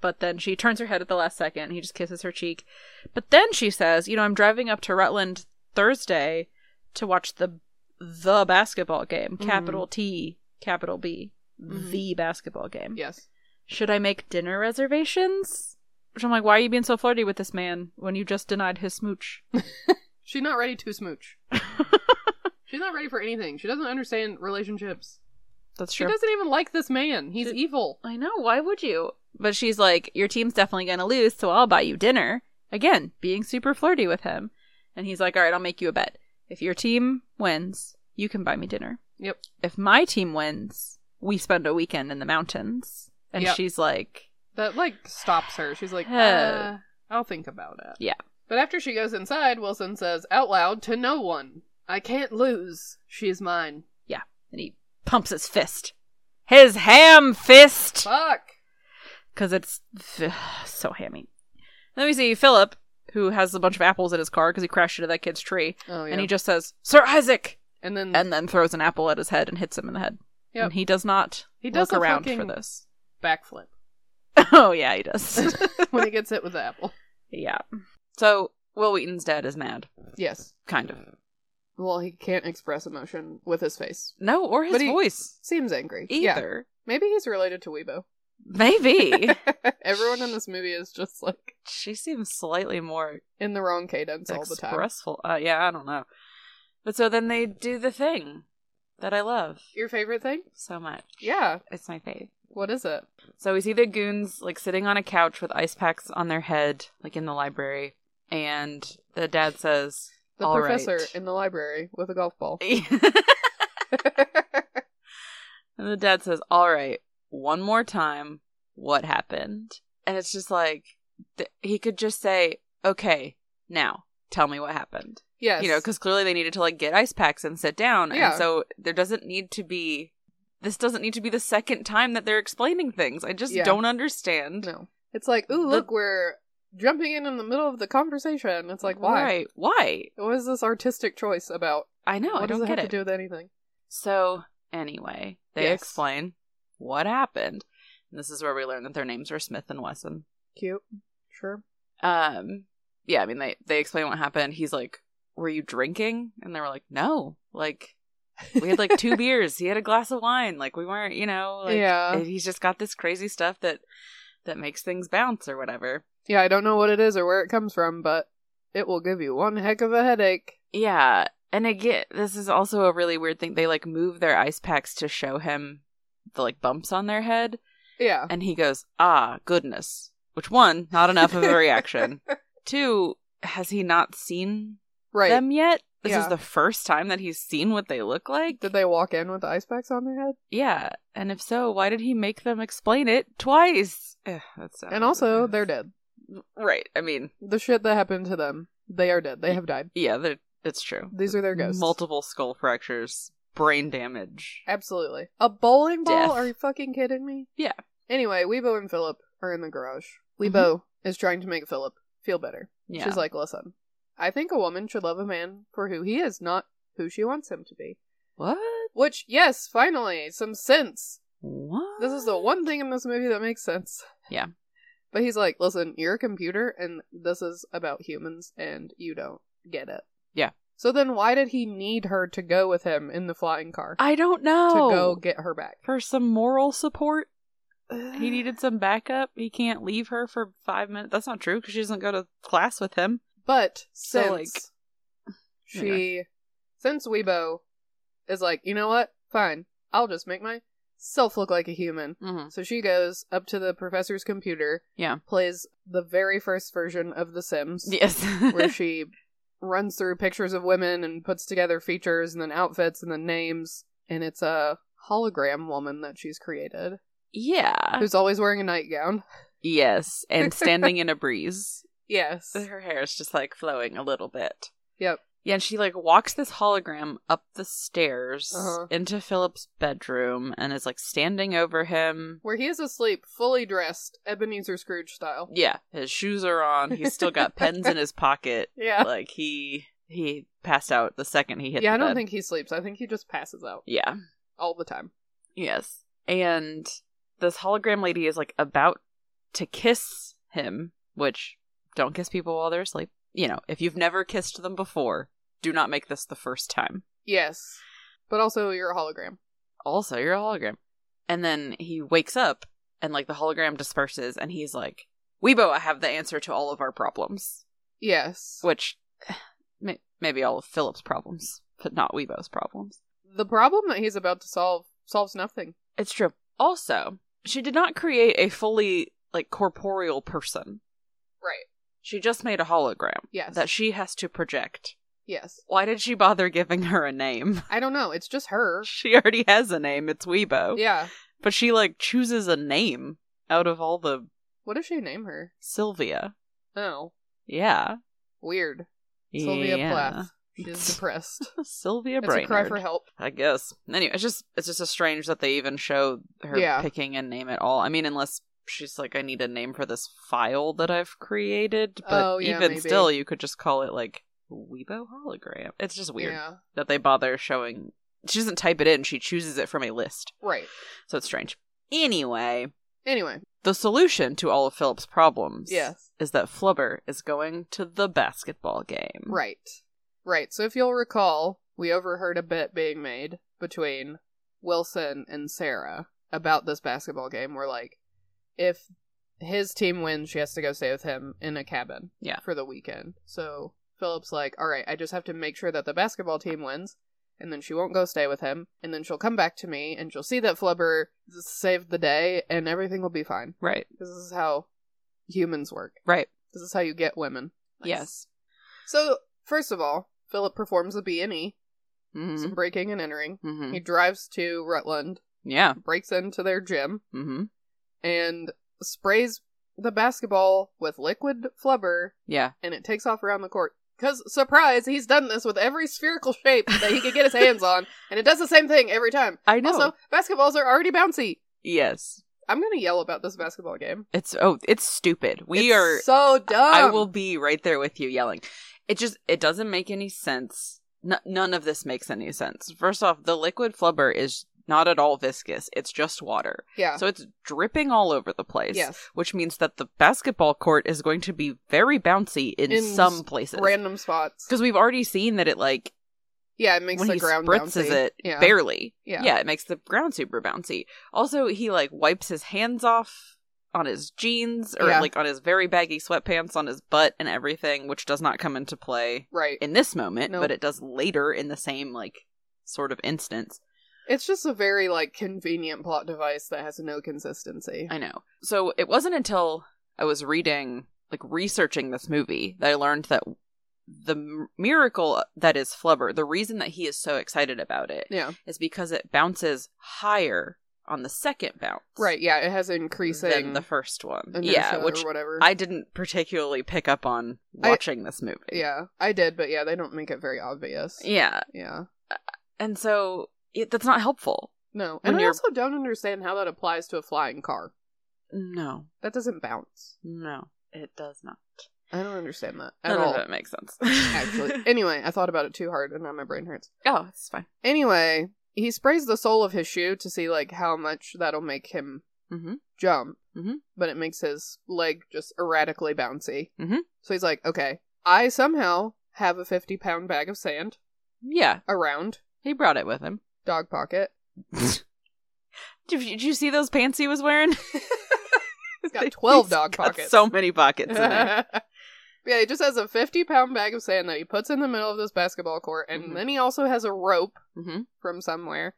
Speaker 2: But then she turns her head at the last second. He just kisses her cheek. But then she says, you know, I'm driving up to Rutland Thursday to watch the the basketball game.
Speaker 1: Mhm.
Speaker 2: Capital T, capital B.
Speaker 1: Mhm.
Speaker 2: The basketball game.
Speaker 1: Yes.
Speaker 2: Should I make dinner reservations? Which I'm like, why are you being so flirty with this man when you just denied his smooch?
Speaker 1: She's not ready to smooch. She's not ready for anything. She doesn't understand relationships.
Speaker 2: That's
Speaker 1: She doesn't even like this man. He's
Speaker 2: She-
Speaker 1: evil.
Speaker 2: I know, why would you? But she's like, Your team's definitely going to lose, so I'll buy you dinner. Again, being super flirty with him. And he's like, All right, I'll make you a bet. If your team wins, you can buy me dinner.
Speaker 1: Yep.
Speaker 2: If my team wins, we spend a weekend in the mountains. And
Speaker 1: Yep.
Speaker 2: she's like,
Speaker 1: That like stops her. She's like,
Speaker 2: Oh.
Speaker 1: uh, I'll think about it.
Speaker 2: Yeah.
Speaker 1: But after she goes inside, Wilson says out loud to no one, I can't lose. She's mine.
Speaker 2: Yeah. And he pumps his fist. His ham fist!
Speaker 1: Fuck.
Speaker 2: because it's so hammy. And then we see Philip, who has a bunch of apples in his car because he crashed into that kid's tree,
Speaker 1: Oh, yeah.
Speaker 2: and he just says, "Sir Isaac,"
Speaker 1: And then
Speaker 2: Mm-hmm. and then throws an apple at his head and hits him in the head.
Speaker 1: Yep.
Speaker 2: And he does not
Speaker 1: He
Speaker 2: look
Speaker 1: doesn't
Speaker 2: around for
Speaker 1: fucking-
Speaker 2: this.
Speaker 1: backflip
Speaker 2: oh yeah, he does.
Speaker 1: when he gets hit with the apple.
Speaker 2: yeah. So Will Wheaton's dad is mad,
Speaker 1: Yes.
Speaker 2: kind of.
Speaker 1: Well, he can't express emotion with his face.
Speaker 2: No, or his
Speaker 1: But he-
Speaker 2: voice
Speaker 1: Seems angry. Yeah.
Speaker 2: either.
Speaker 1: Maybe he's related to Weibo.
Speaker 2: Maybe
Speaker 1: Everyone in this movie is just like
Speaker 2: she seems slightly more
Speaker 1: in the wrong cadence all the time.
Speaker 2: expressful. Uh, yeah, I don't know. But so then they do the thing that I love
Speaker 1: Your favorite thing?
Speaker 2: so much.
Speaker 1: Yeah.
Speaker 2: It's my fave.
Speaker 1: What is it?
Speaker 2: So we see the goons like sitting on a couch with ice packs on their head, like in the library, and the dad says,
Speaker 1: The
Speaker 2: "All
Speaker 1: professor
Speaker 2: right."
Speaker 1: in the library with a golf ball.
Speaker 2: and the dad says, "All right, one more time, what happened?" And it's just like th- he could just say, "Okay, now tell me what happened."
Speaker 1: yes.
Speaker 2: You know, because clearly they needed to like get ice packs and sit down,
Speaker 1: Yeah.
Speaker 2: and so there doesn't need to be. This doesn't need to be the second time that they're explaining things. I just
Speaker 1: Yeah.
Speaker 2: don't understand.
Speaker 1: No. It's like, ooh,
Speaker 2: The-
Speaker 1: look, we're jumping in in the middle of the conversation. It's like, why?
Speaker 2: Right? Why?
Speaker 1: What is this artistic choice about?
Speaker 2: I know.
Speaker 1: what
Speaker 2: I
Speaker 1: does
Speaker 2: don't
Speaker 1: it
Speaker 2: get
Speaker 1: have
Speaker 2: it.
Speaker 1: to do with anything?
Speaker 2: So anyway, they
Speaker 1: Yes.
Speaker 2: explain what happened. And this is where we learn that their names are Smith and Wesson.
Speaker 1: Cute. Sure.
Speaker 2: Um, yeah, I mean they they explain what happened. He's like, "Were you drinking?" And they were like, "No." Like we had like two beers. He had a glass of wine. Like we weren't, you know. Like,
Speaker 1: Yeah.
Speaker 2: and He's just got this crazy stuff that that makes things bounce or whatever.
Speaker 1: Yeah, I don't know what it is or where it comes from, but it will give you one heck of a headache.
Speaker 2: Yeah. And again, this is also a really weird thing. They like move their ice packs to show him the like bumps on their head.
Speaker 1: Yeah.
Speaker 2: And he goes, Ah, goodness. Which one, not enough of a reaction. Two, has he not seen
Speaker 1: Right.
Speaker 2: them yet? This
Speaker 1: Yeah.
Speaker 2: is the first time that he's seen what they look like.
Speaker 1: Did they walk in with the ice packs on their head?
Speaker 2: yeah. And if so, why did he make them explain it twice? Ugh, that's
Speaker 1: And also, they're dead.
Speaker 2: right. I mean,
Speaker 1: The shit that happened to them, they are dead. They have died.
Speaker 2: yeah, they're, it's true.
Speaker 1: These are their ghosts.
Speaker 2: Multiple skull fractures, brain damage.
Speaker 1: Absolutely. A bowling ball?
Speaker 2: Death.
Speaker 1: Are you fucking kidding me?
Speaker 2: Yeah. Mm-hmm.
Speaker 1: Anyway, Weibo and Philip are in the garage. Weibo is trying to make Philip feel better.
Speaker 2: Yeah.
Speaker 1: She's like, listen, I think a woman should love a man for who he is, not who she wants him to be.
Speaker 2: What?
Speaker 1: Which, yes, finally, some sense.
Speaker 2: What?
Speaker 1: This is the one thing in this movie that makes sense.
Speaker 2: Yeah.
Speaker 1: But he's like, listen, you're a computer and this is about humans and you don't get it.
Speaker 2: Yeah.
Speaker 1: So then why did he need her to go with him in the flying car?
Speaker 2: I don't know.
Speaker 1: To go get her back.
Speaker 2: for some moral support. He needed some backup. He can't leave her for five minutes. That's not true because she doesn't go to class with him.
Speaker 1: But
Speaker 2: So,
Speaker 1: since
Speaker 2: like-
Speaker 1: she since Weibo is like, you know what? Fine. I'll just make myself look like a human.
Speaker 2: Mm-hmm.
Speaker 1: So she goes up to the professor's computer,
Speaker 2: Yeah.
Speaker 1: plays the very first version of The Sims.
Speaker 2: Yes.
Speaker 1: where she runs through pictures of women and puts together features and then outfits and then names and it's a hologram woman that she's created
Speaker 2: Yeah.
Speaker 1: who's always wearing a nightgown.
Speaker 2: Yes, and standing in a breeze.
Speaker 1: Yes.
Speaker 2: Her hair is just like flowing a little bit.
Speaker 1: Yep.
Speaker 2: Yeah, and she like walks this hologram up the stairs
Speaker 1: Uh-huh.
Speaker 2: into Philip's bedroom and is like standing over him.
Speaker 1: Where he is asleep, fully dressed, Ebenezer Scrooge style.
Speaker 2: Yeah, his shoes are on. He's still got pens in his pocket.
Speaker 1: Yeah.
Speaker 2: Like he he passed out the second he hit.
Speaker 1: yeah,
Speaker 2: the
Speaker 1: I don't
Speaker 2: bed.
Speaker 1: think he sleeps. I think he just passes out
Speaker 2: Yeah.
Speaker 1: all the time.
Speaker 2: Yes. And this hologram lady is like about to kiss him, which don't kiss people while they're asleep. You know, if you've never kissed them before, do not make this the first time.
Speaker 1: Yes. But also, you're a hologram.
Speaker 2: Also, you're a hologram. And then he wakes up and like the hologram disperses and he's like, Weibo, I have the answer to all of our problems.
Speaker 1: Yes.
Speaker 2: Which may- maybe all of Philip's problems, but not Weibo's problems.
Speaker 1: The problem that he's about to solve solves nothing.
Speaker 2: It's true. Also, she did not create a fully like corporeal person.
Speaker 1: Right.
Speaker 2: She just made a hologram.
Speaker 1: Yes.
Speaker 2: That she has to project.
Speaker 1: Yes.
Speaker 2: Why did she bother giving her a name?
Speaker 1: I don't know. It's just her.
Speaker 2: She already has a name. It's Weibo.
Speaker 1: Yeah.
Speaker 2: But she, like, chooses a name out of all the
Speaker 1: What does she name her?
Speaker 2: Sylvia.
Speaker 1: Oh.
Speaker 2: Yeah.
Speaker 1: Weird. Sylvia
Speaker 2: yeah.
Speaker 1: Plath. She's depressed.
Speaker 2: Sylvia
Speaker 1: It's a
Speaker 2: Brainerd.
Speaker 1: cry for help.
Speaker 2: I guess. Anyway, it's just it's just a strange that they even show her
Speaker 1: Yeah.
Speaker 2: picking a name at all. I mean, unless she's like, I need a name for this file that I've created. But
Speaker 1: Oh, yeah,
Speaker 2: even
Speaker 1: maybe.
Speaker 2: still, you could just call it like Weibo hologram. It's just weird
Speaker 1: Yeah.
Speaker 2: that they bother showing. She doesn't type it in; she chooses it from a list.
Speaker 1: Right.
Speaker 2: So it's strange. Anyway,
Speaker 1: Anyway.
Speaker 2: the solution to all of Philip's problems,
Speaker 1: Yes.
Speaker 2: is that Flubber is going to the basketball game.
Speaker 1: Right. Right. So if you'll recall, we overheard a bet being made between Wilson and Sarah about this basketball game where like if his team wins, she has to go stay with him in a cabin
Speaker 2: Yeah.
Speaker 1: for the weekend. So Philip's like, "All right, I just have to make sure that the basketball team wins." And then she won't go stay with him, and then she'll come back to me, and she'll see that Flubber saved the day, and everything will be fine.
Speaker 2: Right.
Speaker 1: This is how humans work.
Speaker 2: Right.
Speaker 1: This is how you get women.
Speaker 2: Yes.
Speaker 1: So, first of all, Philip performs a B and E,
Speaker 2: Mm-hmm.
Speaker 1: some breaking and entering.
Speaker 2: hmm
Speaker 1: He drives to Rutland,
Speaker 2: Yeah.
Speaker 1: breaks into their gym,
Speaker 2: Mm-hmm.
Speaker 1: and sprays the basketball with liquid flubber,
Speaker 2: Yeah.
Speaker 1: and it takes off around the court. Because, surprise, he's done this with every spherical shape that he could get his hands on, and it does the same thing every time.
Speaker 2: I know.
Speaker 1: Also, basketballs are already bouncy.
Speaker 2: yes.
Speaker 1: I'm going to yell about this basketball game.
Speaker 2: It's oh, it's stupid. We
Speaker 1: It's
Speaker 2: are.
Speaker 1: so dumb.
Speaker 2: I will be right there with you yelling. It just it doesn't make any sense. N- none of this makes any sense. First off, the liquid flubber is not at all viscous. It's just water.
Speaker 1: Yeah.
Speaker 2: So it's dripping all over the place.
Speaker 1: Yes.
Speaker 2: Which means that the basketball court is going to be very bouncy in,
Speaker 1: In
Speaker 2: some places.
Speaker 1: Random spots.
Speaker 2: Because we've already seen that it like
Speaker 1: Yeah, it makes
Speaker 2: when
Speaker 1: the
Speaker 2: he
Speaker 1: ground
Speaker 2: spritzes
Speaker 1: bouncy.
Speaker 2: it
Speaker 1: yeah.
Speaker 2: barely.
Speaker 1: Yeah.
Speaker 2: yeah, it makes the ground super bouncy. Also, he like wipes his hands off on his jeans or
Speaker 1: Yeah.
Speaker 2: like on his very baggy sweatpants on his butt and everything, which does not come into play
Speaker 1: Right.
Speaker 2: in this moment,
Speaker 1: Nope.
Speaker 2: but it does later in the same like sort of instance.
Speaker 1: It's just a very like convenient plot device that has no consistency.
Speaker 2: I know. So it wasn't until I was reading, like researching this movie, that I learned that the m- miracle that is Flubber, the reason that he is so excited about it,
Speaker 1: yeah.
Speaker 2: is because it bounces higher on the second bounce,
Speaker 1: Right, yeah, it has increasing
Speaker 2: than the first one.
Speaker 1: inertia
Speaker 2: Yeah, which
Speaker 1: or whatever.
Speaker 2: I didn't particularly pick up on
Speaker 1: I-
Speaker 2: watching this movie.
Speaker 1: yeah, I did, but yeah, they don't make it very obvious.
Speaker 2: yeah,
Speaker 1: Yeah.
Speaker 2: and so it, that's not helpful.
Speaker 1: No.
Speaker 2: When
Speaker 1: And I
Speaker 2: you're-
Speaker 1: also don't understand how that applies to a flying car.
Speaker 2: No,
Speaker 1: That doesn't bounce.
Speaker 2: no, it does not.
Speaker 1: I don't understand that at
Speaker 2: None
Speaker 1: all.
Speaker 2: of it makes sense.
Speaker 1: Actually. anyway, I thought about it too hard and now my brain hurts.
Speaker 2: oh, it's fine.
Speaker 1: Anyway, he sprays the sole of his shoe to see like how much that'll make him
Speaker 2: Mm-hmm.
Speaker 1: jump,
Speaker 2: Mhm.
Speaker 1: but it makes his leg just erratically bouncy.
Speaker 2: Mhm.
Speaker 1: So he's like, okay, I somehow have a 50 pound bag of sand
Speaker 2: Yeah,
Speaker 1: around
Speaker 2: he brought it with him.
Speaker 1: dog pocket.
Speaker 2: did, you, did you see those pants he was wearing?
Speaker 1: He's got 12
Speaker 2: He's
Speaker 1: dog
Speaker 2: got
Speaker 1: pockets.
Speaker 2: So many pockets in there.
Speaker 1: yeah, he just has a 50 pound bag of sand that he puts in the middle of this basketball court, and
Speaker 2: Mhm.
Speaker 1: then he also has a rope
Speaker 2: hmm
Speaker 1: from somewhere,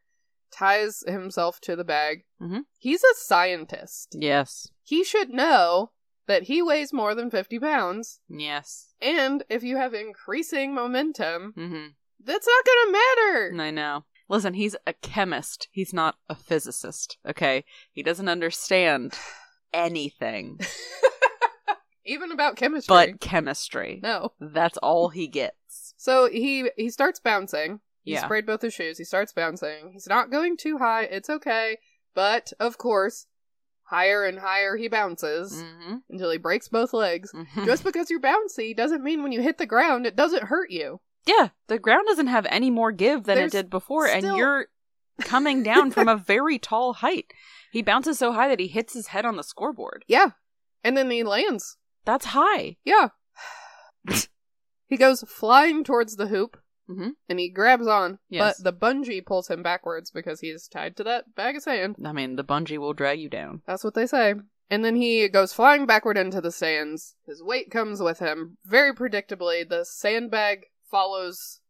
Speaker 1: ties himself to the bag.
Speaker 2: Mhm.
Speaker 1: He's a scientist.
Speaker 2: Yes.
Speaker 1: He should know that he weighs more than 50 pounds.
Speaker 2: Yes.
Speaker 1: And if you have increasing momentum,
Speaker 2: Mm-hmm.
Speaker 1: that's not gonna matter.
Speaker 2: I know. Listen, he's a chemist. He's not a physicist, okay? He doesn't understand anything
Speaker 1: Even about chemistry.
Speaker 2: but chemistry.
Speaker 1: no.
Speaker 2: That's all he gets.
Speaker 1: So he he starts bouncing. He
Speaker 2: Yeah.
Speaker 1: sprayed both his shoes. He starts bouncing. He's not going too high. It's okay. But of course, higher and higher he bounces
Speaker 2: Mm-hmm.
Speaker 1: until he breaks both legs.
Speaker 2: Mhm.
Speaker 1: Just because you're bouncy doesn't mean when you hit the ground it doesn't hurt you.
Speaker 2: Yeah, the ground doesn't have any more give than
Speaker 1: There's
Speaker 2: it did before,
Speaker 1: still-
Speaker 2: and you're coming down from a very tall height. He bounces so high that he hits his head on the scoreboard.
Speaker 1: Yeah. And then he lands.
Speaker 2: That's high.
Speaker 1: Yeah. he goes flying towards the hoop
Speaker 2: Mhm.
Speaker 1: and he grabs on,
Speaker 2: Yes.
Speaker 1: but the bungee pulls him backwards because he is tied to that bag of sand.
Speaker 2: I mean, the bungee will drag you down.
Speaker 1: That's what they say. And then he goes flying backward into the sands. His weight comes with him. Very predictably, the sandbag follows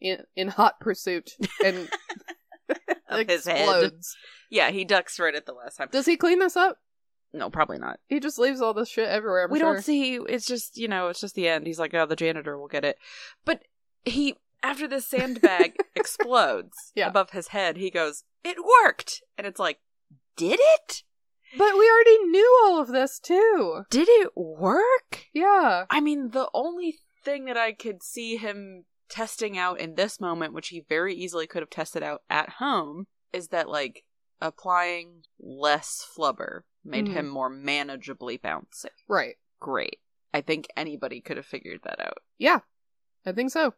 Speaker 1: in, in hot pursuit and
Speaker 2: Of his head.
Speaker 1: explodes.
Speaker 2: Yeah, he ducks right at the last time.
Speaker 1: Does he clean this up?
Speaker 2: No, probably not.
Speaker 1: He just leaves all this shit everywhere. I'm
Speaker 2: we
Speaker 1: sure.
Speaker 2: don't see. It's just you know, it's just the end. He's like, oh, the janitor will get it. But he, after this sandbag explodes
Speaker 1: Yeah.
Speaker 2: above his head, he goes, "It worked," and it's like, "Did it?
Speaker 1: But we already knew all of this too.
Speaker 2: Did it work?"
Speaker 1: Yeah.
Speaker 2: I mean, the only thing that I could see him testing out in this moment, which he very easily could have tested out at home, is that like applying less flubber made
Speaker 1: Mhm.
Speaker 2: him more manageably bouncy.
Speaker 1: Right.
Speaker 2: Great. I think anybody could have figured that out.
Speaker 1: Yeah. I think so.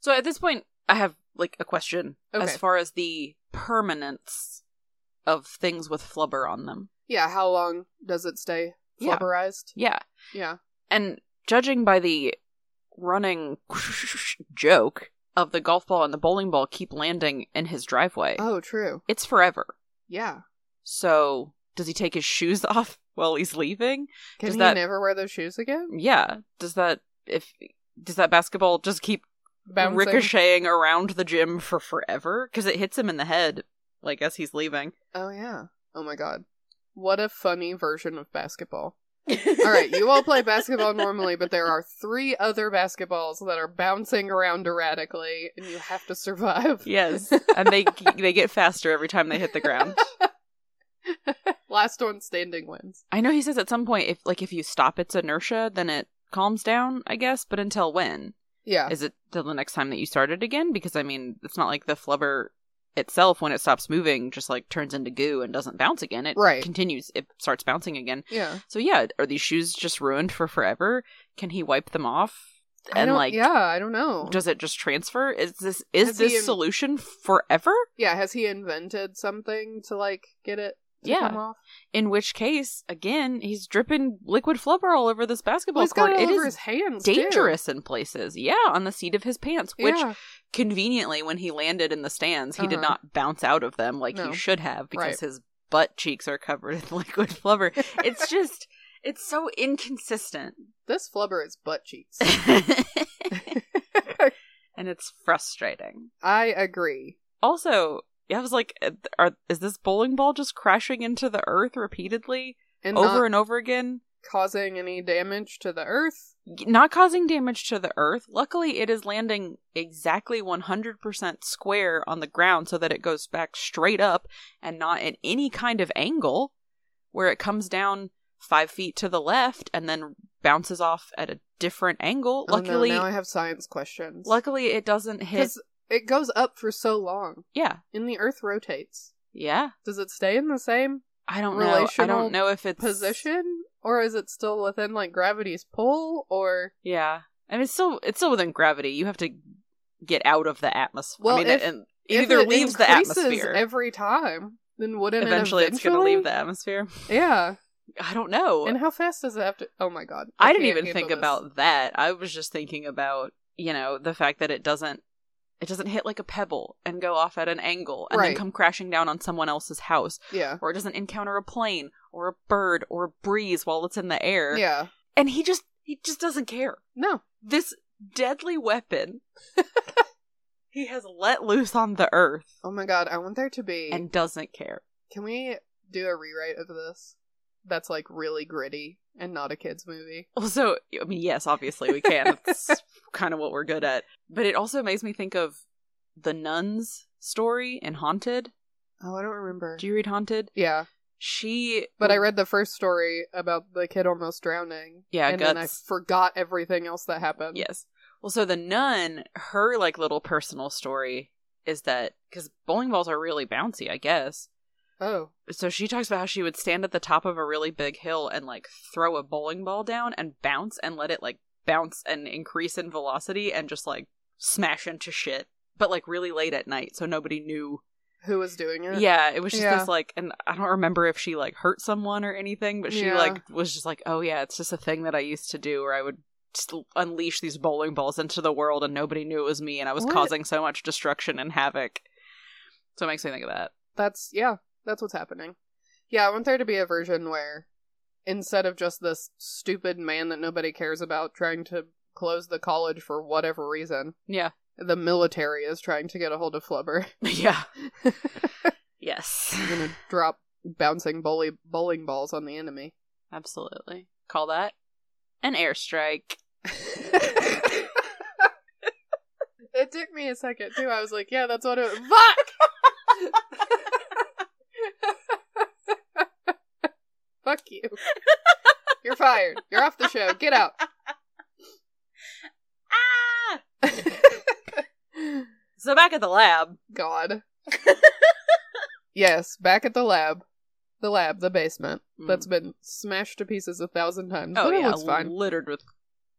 Speaker 2: So at this point, I have like a question
Speaker 1: Okay.
Speaker 2: as far as the permanence of things with flubber on them.
Speaker 1: Yeah, how long does it stay
Speaker 2: Yeah.
Speaker 1: flubberized?
Speaker 2: Yeah.
Speaker 1: Yeah.
Speaker 2: And judging by the running joke of the golf ball and the bowling ball keep landing in his driveway,
Speaker 1: Oh, true.
Speaker 2: it's forever.
Speaker 1: Yeah.
Speaker 2: So does he take his shoes off while he's leaving?
Speaker 1: Can
Speaker 2: Does
Speaker 1: he
Speaker 2: that-
Speaker 1: never wear those shoes again?
Speaker 2: Yeah. Does that if does that basketball just keep
Speaker 1: Bouncing.
Speaker 2: ricocheting around the gym for forever? Because it hits him in the head, like as he's leaving.
Speaker 1: Oh yeah. Oh my god. What a funny version of basketball. All right, you all play basketball normally, but there are three other basketballs that are bouncing around erratically and you have to survive.
Speaker 2: Yes, and they they get faster every time they hit the ground.
Speaker 1: Last one standing wins.
Speaker 2: I know he says at some point if like if you stop its inertia, then it calms down, I guess, but until when?
Speaker 1: Yeah.
Speaker 2: Is it till the next time that you start it again? Because I mean, it's not like the flubber itself when it stops moving just like turns into goo and doesn't bounce again. It
Speaker 1: Right.
Speaker 2: continues it starts bouncing again.
Speaker 1: yeah.
Speaker 2: So yeah, are these shoes just ruined for forever? Can he wipe them off?
Speaker 1: I
Speaker 2: And
Speaker 1: don't-
Speaker 2: like
Speaker 1: Yeah, I don't know.
Speaker 2: does it just transfer? Is this is
Speaker 1: Has he
Speaker 2: this
Speaker 1: in-
Speaker 2: solution forever?
Speaker 1: yeah, has he invented something to like get it to
Speaker 2: Yeah.
Speaker 1: come off?
Speaker 2: In which case, again, he's dripping liquid flubber all over this basketball
Speaker 1: Well, he's
Speaker 2: court.
Speaker 1: got it all
Speaker 2: It
Speaker 1: over his
Speaker 2: is
Speaker 1: hands. too.
Speaker 2: dangerous in places. Yeah, on the seat of his pants, which
Speaker 1: Yeah.
Speaker 2: conveniently, when he landed in the stands, he did
Speaker 1: Uh-huh.
Speaker 2: not bounce out of them like
Speaker 1: No.
Speaker 2: he should have because
Speaker 1: Right.
Speaker 2: his butt cheeks are covered in liquid flubber. it's just, it's so inconsistent.
Speaker 1: This flubber is butt cheeks.
Speaker 2: and it's frustrating.
Speaker 1: I agree.
Speaker 2: Also, I was like, are, is this bowling ball just crashing into the earth repeatedly
Speaker 1: And
Speaker 2: over
Speaker 1: not
Speaker 2: and over again?
Speaker 1: causing any damage to the earth.
Speaker 2: not causing damage to the earth. Luckily, it is landing exactly 100% square on the ground so that it goes back straight up and not at any kind of angle where it comes down five feet to the left and then bounces off at a different angle.
Speaker 1: Oh, no,
Speaker 2: luckily,
Speaker 1: now I have science questions.
Speaker 2: luckily it doesn't hit.
Speaker 1: because it goes up for so long,
Speaker 2: Yeah.
Speaker 1: and the earth rotates.
Speaker 2: Yeah.
Speaker 1: Does it stay in the same
Speaker 2: I don't know. I
Speaker 1: Relational
Speaker 2: don't know if it's
Speaker 1: position, or is it still within like gravity's pull? Or
Speaker 2: Yeah. I mean, it's still it's still within gravity. You have to get out of the atmosphere.
Speaker 1: Well,
Speaker 2: I mean,
Speaker 1: if-
Speaker 2: and
Speaker 1: if
Speaker 2: either
Speaker 1: it
Speaker 2: leaves the
Speaker 1: increases
Speaker 2: atmosphere.
Speaker 1: every time, then wouldn't
Speaker 2: eventually,
Speaker 1: it
Speaker 2: it's going to leave the atmosphere.
Speaker 1: Yeah,
Speaker 2: I don't know.
Speaker 1: and how fast does it have to? Oh my god,
Speaker 2: I didn't
Speaker 1: can't
Speaker 2: even
Speaker 1: handle
Speaker 2: think
Speaker 1: this.
Speaker 2: about that. I was just thinking about, you know, the fact that it doesn't it doesn't hit like a pebble and go off at an angle and then
Speaker 1: Right.
Speaker 2: come crashing down on someone else's house
Speaker 1: Yeah,
Speaker 2: or it doesn't encounter a plane or a bird or a breeze while it's in the air.
Speaker 1: yeah,
Speaker 2: And he just he just doesn't care.
Speaker 1: no,
Speaker 2: This deadly weapon he has let loose on the earth
Speaker 1: oh my god, I want there to be.
Speaker 2: and doesn't care.
Speaker 1: Can we do a rewrite of this? That's like really gritty and not a kids movie.
Speaker 2: Also, I mean, yes, obviously we can. That's kind of what we're good at. But it also makes me think of the nuns story in Haunted.
Speaker 1: Oh, I don't remember.
Speaker 2: Do you read Haunted?
Speaker 1: yeah,
Speaker 2: She
Speaker 1: but I read the first story about the kid almost drowning.
Speaker 2: Yeah,
Speaker 1: and then I
Speaker 2: guts.
Speaker 1: forgot everything else that happened.
Speaker 2: Yes. Well, so the nun, her like little personal story is that because bowling balls are really bouncy, I guess.
Speaker 1: Oh,
Speaker 2: So she talks about how she would stand at the top of a really big hill and like throw a bowling ball down and bounce and let it like bounce and increase in velocity and just like smash into shit, but like really late at night, so nobody knew.
Speaker 1: who was doing it?
Speaker 2: Yeah, it was just
Speaker 1: Yeah.
Speaker 2: this like, and I don't remember if she like hurt someone or anything, but she
Speaker 1: Yeah.
Speaker 2: like was just like, oh yeah, it's just a thing that I used to do, where I would just unleash these bowling balls into the world and nobody knew it was me, and I was
Speaker 1: What?
Speaker 2: causing so much destruction and havoc. So it makes me think of that.
Speaker 1: That's yeah, that's what's happening. Yeah, I want there to be a version where instead of just this stupid man that nobody cares about trying to close the college for whatever reason,
Speaker 2: Yeah.
Speaker 1: the military is trying to get a hold of Flubber.
Speaker 2: Yeah.
Speaker 1: They're
Speaker 2: Yes.
Speaker 1: gonna drop bouncing bully- bowling balls on the enemy.
Speaker 2: Absolutely. Call that an airstrike.
Speaker 1: it took me a second too. I was like, yeah, that's what it Fuck! Fuck you. You're fired. You're off the show. Get out.
Speaker 2: Ah! So back at the lab.
Speaker 1: God. yes, back at the lab. The lab, the basement. That's been smashed to pieces a thousand times.
Speaker 2: Hmm. Oh
Speaker 1: but it
Speaker 2: yeah,
Speaker 1: looks fine.
Speaker 2: littered with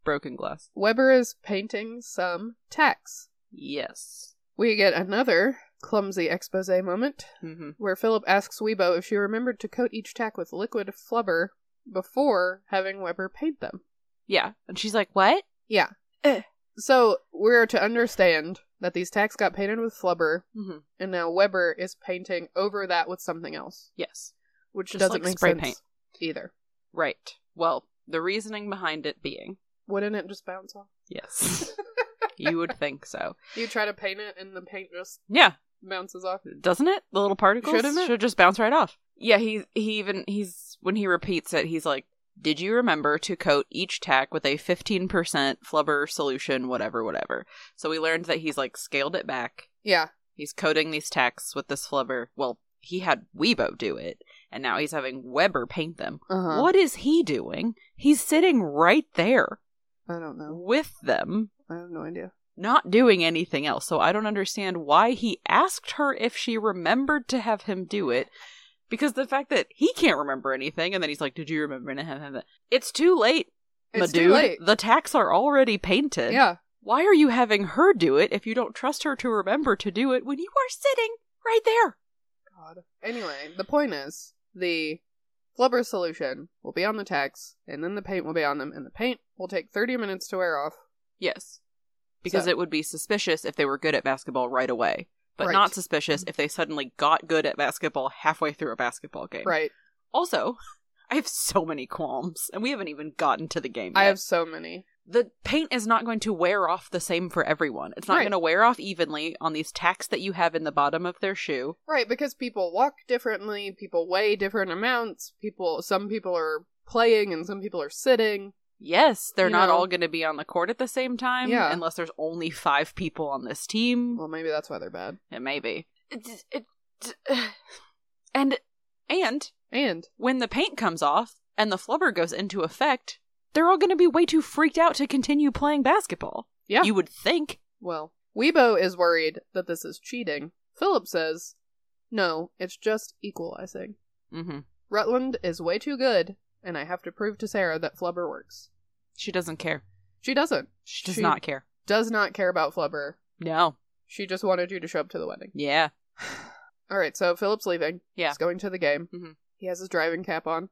Speaker 2: broken glass.
Speaker 1: Weber is painting some tacks.
Speaker 2: Yes.
Speaker 1: We get another clumsy expose moment
Speaker 2: Mm-hmm.
Speaker 1: where Philip asks Weibo if she remembered to coat each tack with liquid flubber before having Weber paint them.
Speaker 2: Yeah, and she's like, "What?"
Speaker 1: Yeah.
Speaker 2: Eh.
Speaker 1: So we're to understand that these tacks got painted with flubber,
Speaker 2: Mm-hmm.
Speaker 1: and now Weber is painting over that with something else,
Speaker 2: Yes.
Speaker 1: which
Speaker 2: Just
Speaker 1: doesn't
Speaker 2: like
Speaker 1: make
Speaker 2: spray
Speaker 1: sense
Speaker 2: paint.
Speaker 1: either.
Speaker 2: Right. Well, the reasoning behind it being
Speaker 1: Wouldn't it just bounce off?
Speaker 2: yes, you would think so.
Speaker 1: You try to paint it, and the paint just
Speaker 2: Yeah,
Speaker 1: bounces off.
Speaker 2: doesn't it? The little particles
Speaker 1: Shouldn't it?
Speaker 2: should just bounce right off. Yeah, he he even he's when he repeats it, he's like, "Did you remember to coat each tack with a fifteen percent flubber solution, whatever, whatever?" So we learned that he's like scaled it back.
Speaker 1: Yeah,
Speaker 2: He's coating these tacks with this flubber. Well, he had Weibo do it, and now he's having Weber paint them.
Speaker 1: Uh-huh.
Speaker 2: What is he doing? He's sitting right there
Speaker 1: I don't know.
Speaker 2: with them
Speaker 1: I have no idea.
Speaker 2: not doing anything else. So I don't understand why he asked her if she remembered to have him do it. Because the fact that he can't remember anything, and then he's like, "Did you remember to have him?" that-" It's too late, my
Speaker 1: It's
Speaker 2: dude.
Speaker 1: too late.
Speaker 2: The tacks are already painted.
Speaker 1: Yeah,
Speaker 2: Why are you having her do it if you don't trust her to remember to do it when you are sitting right there?
Speaker 1: God. Anyway, the point is the flubber solution will be on the tacks, and then the paint will be on them, and the paint will take 30 minutes to wear off.
Speaker 2: Yes, because
Speaker 1: So-
Speaker 2: it would be suspicious if they were good at basketball right away, but
Speaker 1: Right.
Speaker 2: not suspicious if they suddenly got good at basketball halfway through a basketball game.
Speaker 1: Right.
Speaker 2: Also, I have so many qualms, and we haven't even gotten to the game.
Speaker 1: I
Speaker 2: yet.
Speaker 1: have so many.
Speaker 2: the paint is not going to wear off the same for everyone. It's not
Speaker 1: Right.
Speaker 2: going to wear off evenly on these tacks that you have in the bottom of their shoe.
Speaker 1: Right, because people walk differently, people weigh different amounts, people some people are playing and some people are sitting.
Speaker 2: Yes, they're
Speaker 1: You
Speaker 2: not
Speaker 1: know.
Speaker 2: all going to be on the court at the same time,
Speaker 1: Yeah.
Speaker 2: unless there's only five people on this team.
Speaker 1: Well, maybe that's why they're bad.
Speaker 2: it may be. It, it, and and
Speaker 1: And
Speaker 2: when the paint comes off and the flubber goes into effect, they're all going to be way too freaked out to continue playing basketball.
Speaker 1: yeah,
Speaker 2: You would think.
Speaker 1: well, Weibo is worried that this is cheating. Philip says, "No, it's just equalizing.
Speaker 2: Mm-hmm.
Speaker 1: Rutland is way too good, and I have to prove to Sarah that flubber works."
Speaker 2: She doesn't care.
Speaker 1: She doesn't.
Speaker 2: She does not care.
Speaker 1: Does not care about Flubber.
Speaker 2: No.
Speaker 1: She just wanted you to show up to the wedding.
Speaker 2: Yeah.
Speaker 1: All right, so Philip's leaving.
Speaker 2: Yeah.
Speaker 1: He's going to the game.
Speaker 2: Mhm.
Speaker 1: He has his driving cap on.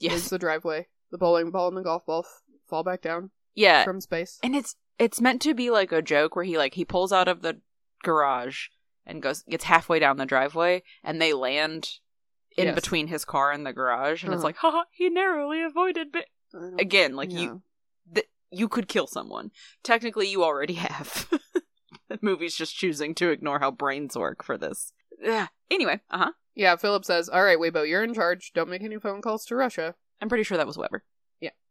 Speaker 1: Leaves
Speaker 2: Yes.
Speaker 1: the driveway. The bowling ball and the golf ball f- fall back down
Speaker 2: Yeah.
Speaker 1: from space.
Speaker 2: and it's it's meant to be like a joke where he like he pulls out of the garage and goes gets halfway down the driveway and they land in
Speaker 1: Yes.
Speaker 2: between his car and the garage and it's
Speaker 1: Uh-huh.
Speaker 2: like haha he narrowly avoided but again like you th- you could kill someone technically you already have the movie's just choosing to ignore how brains work for this Ugh. anyway uh-huh
Speaker 1: Yeah, Philip says, All right, Weibo, you're in charge. Don't make any phone calls to Russia.
Speaker 2: i'm pretty sure that was weber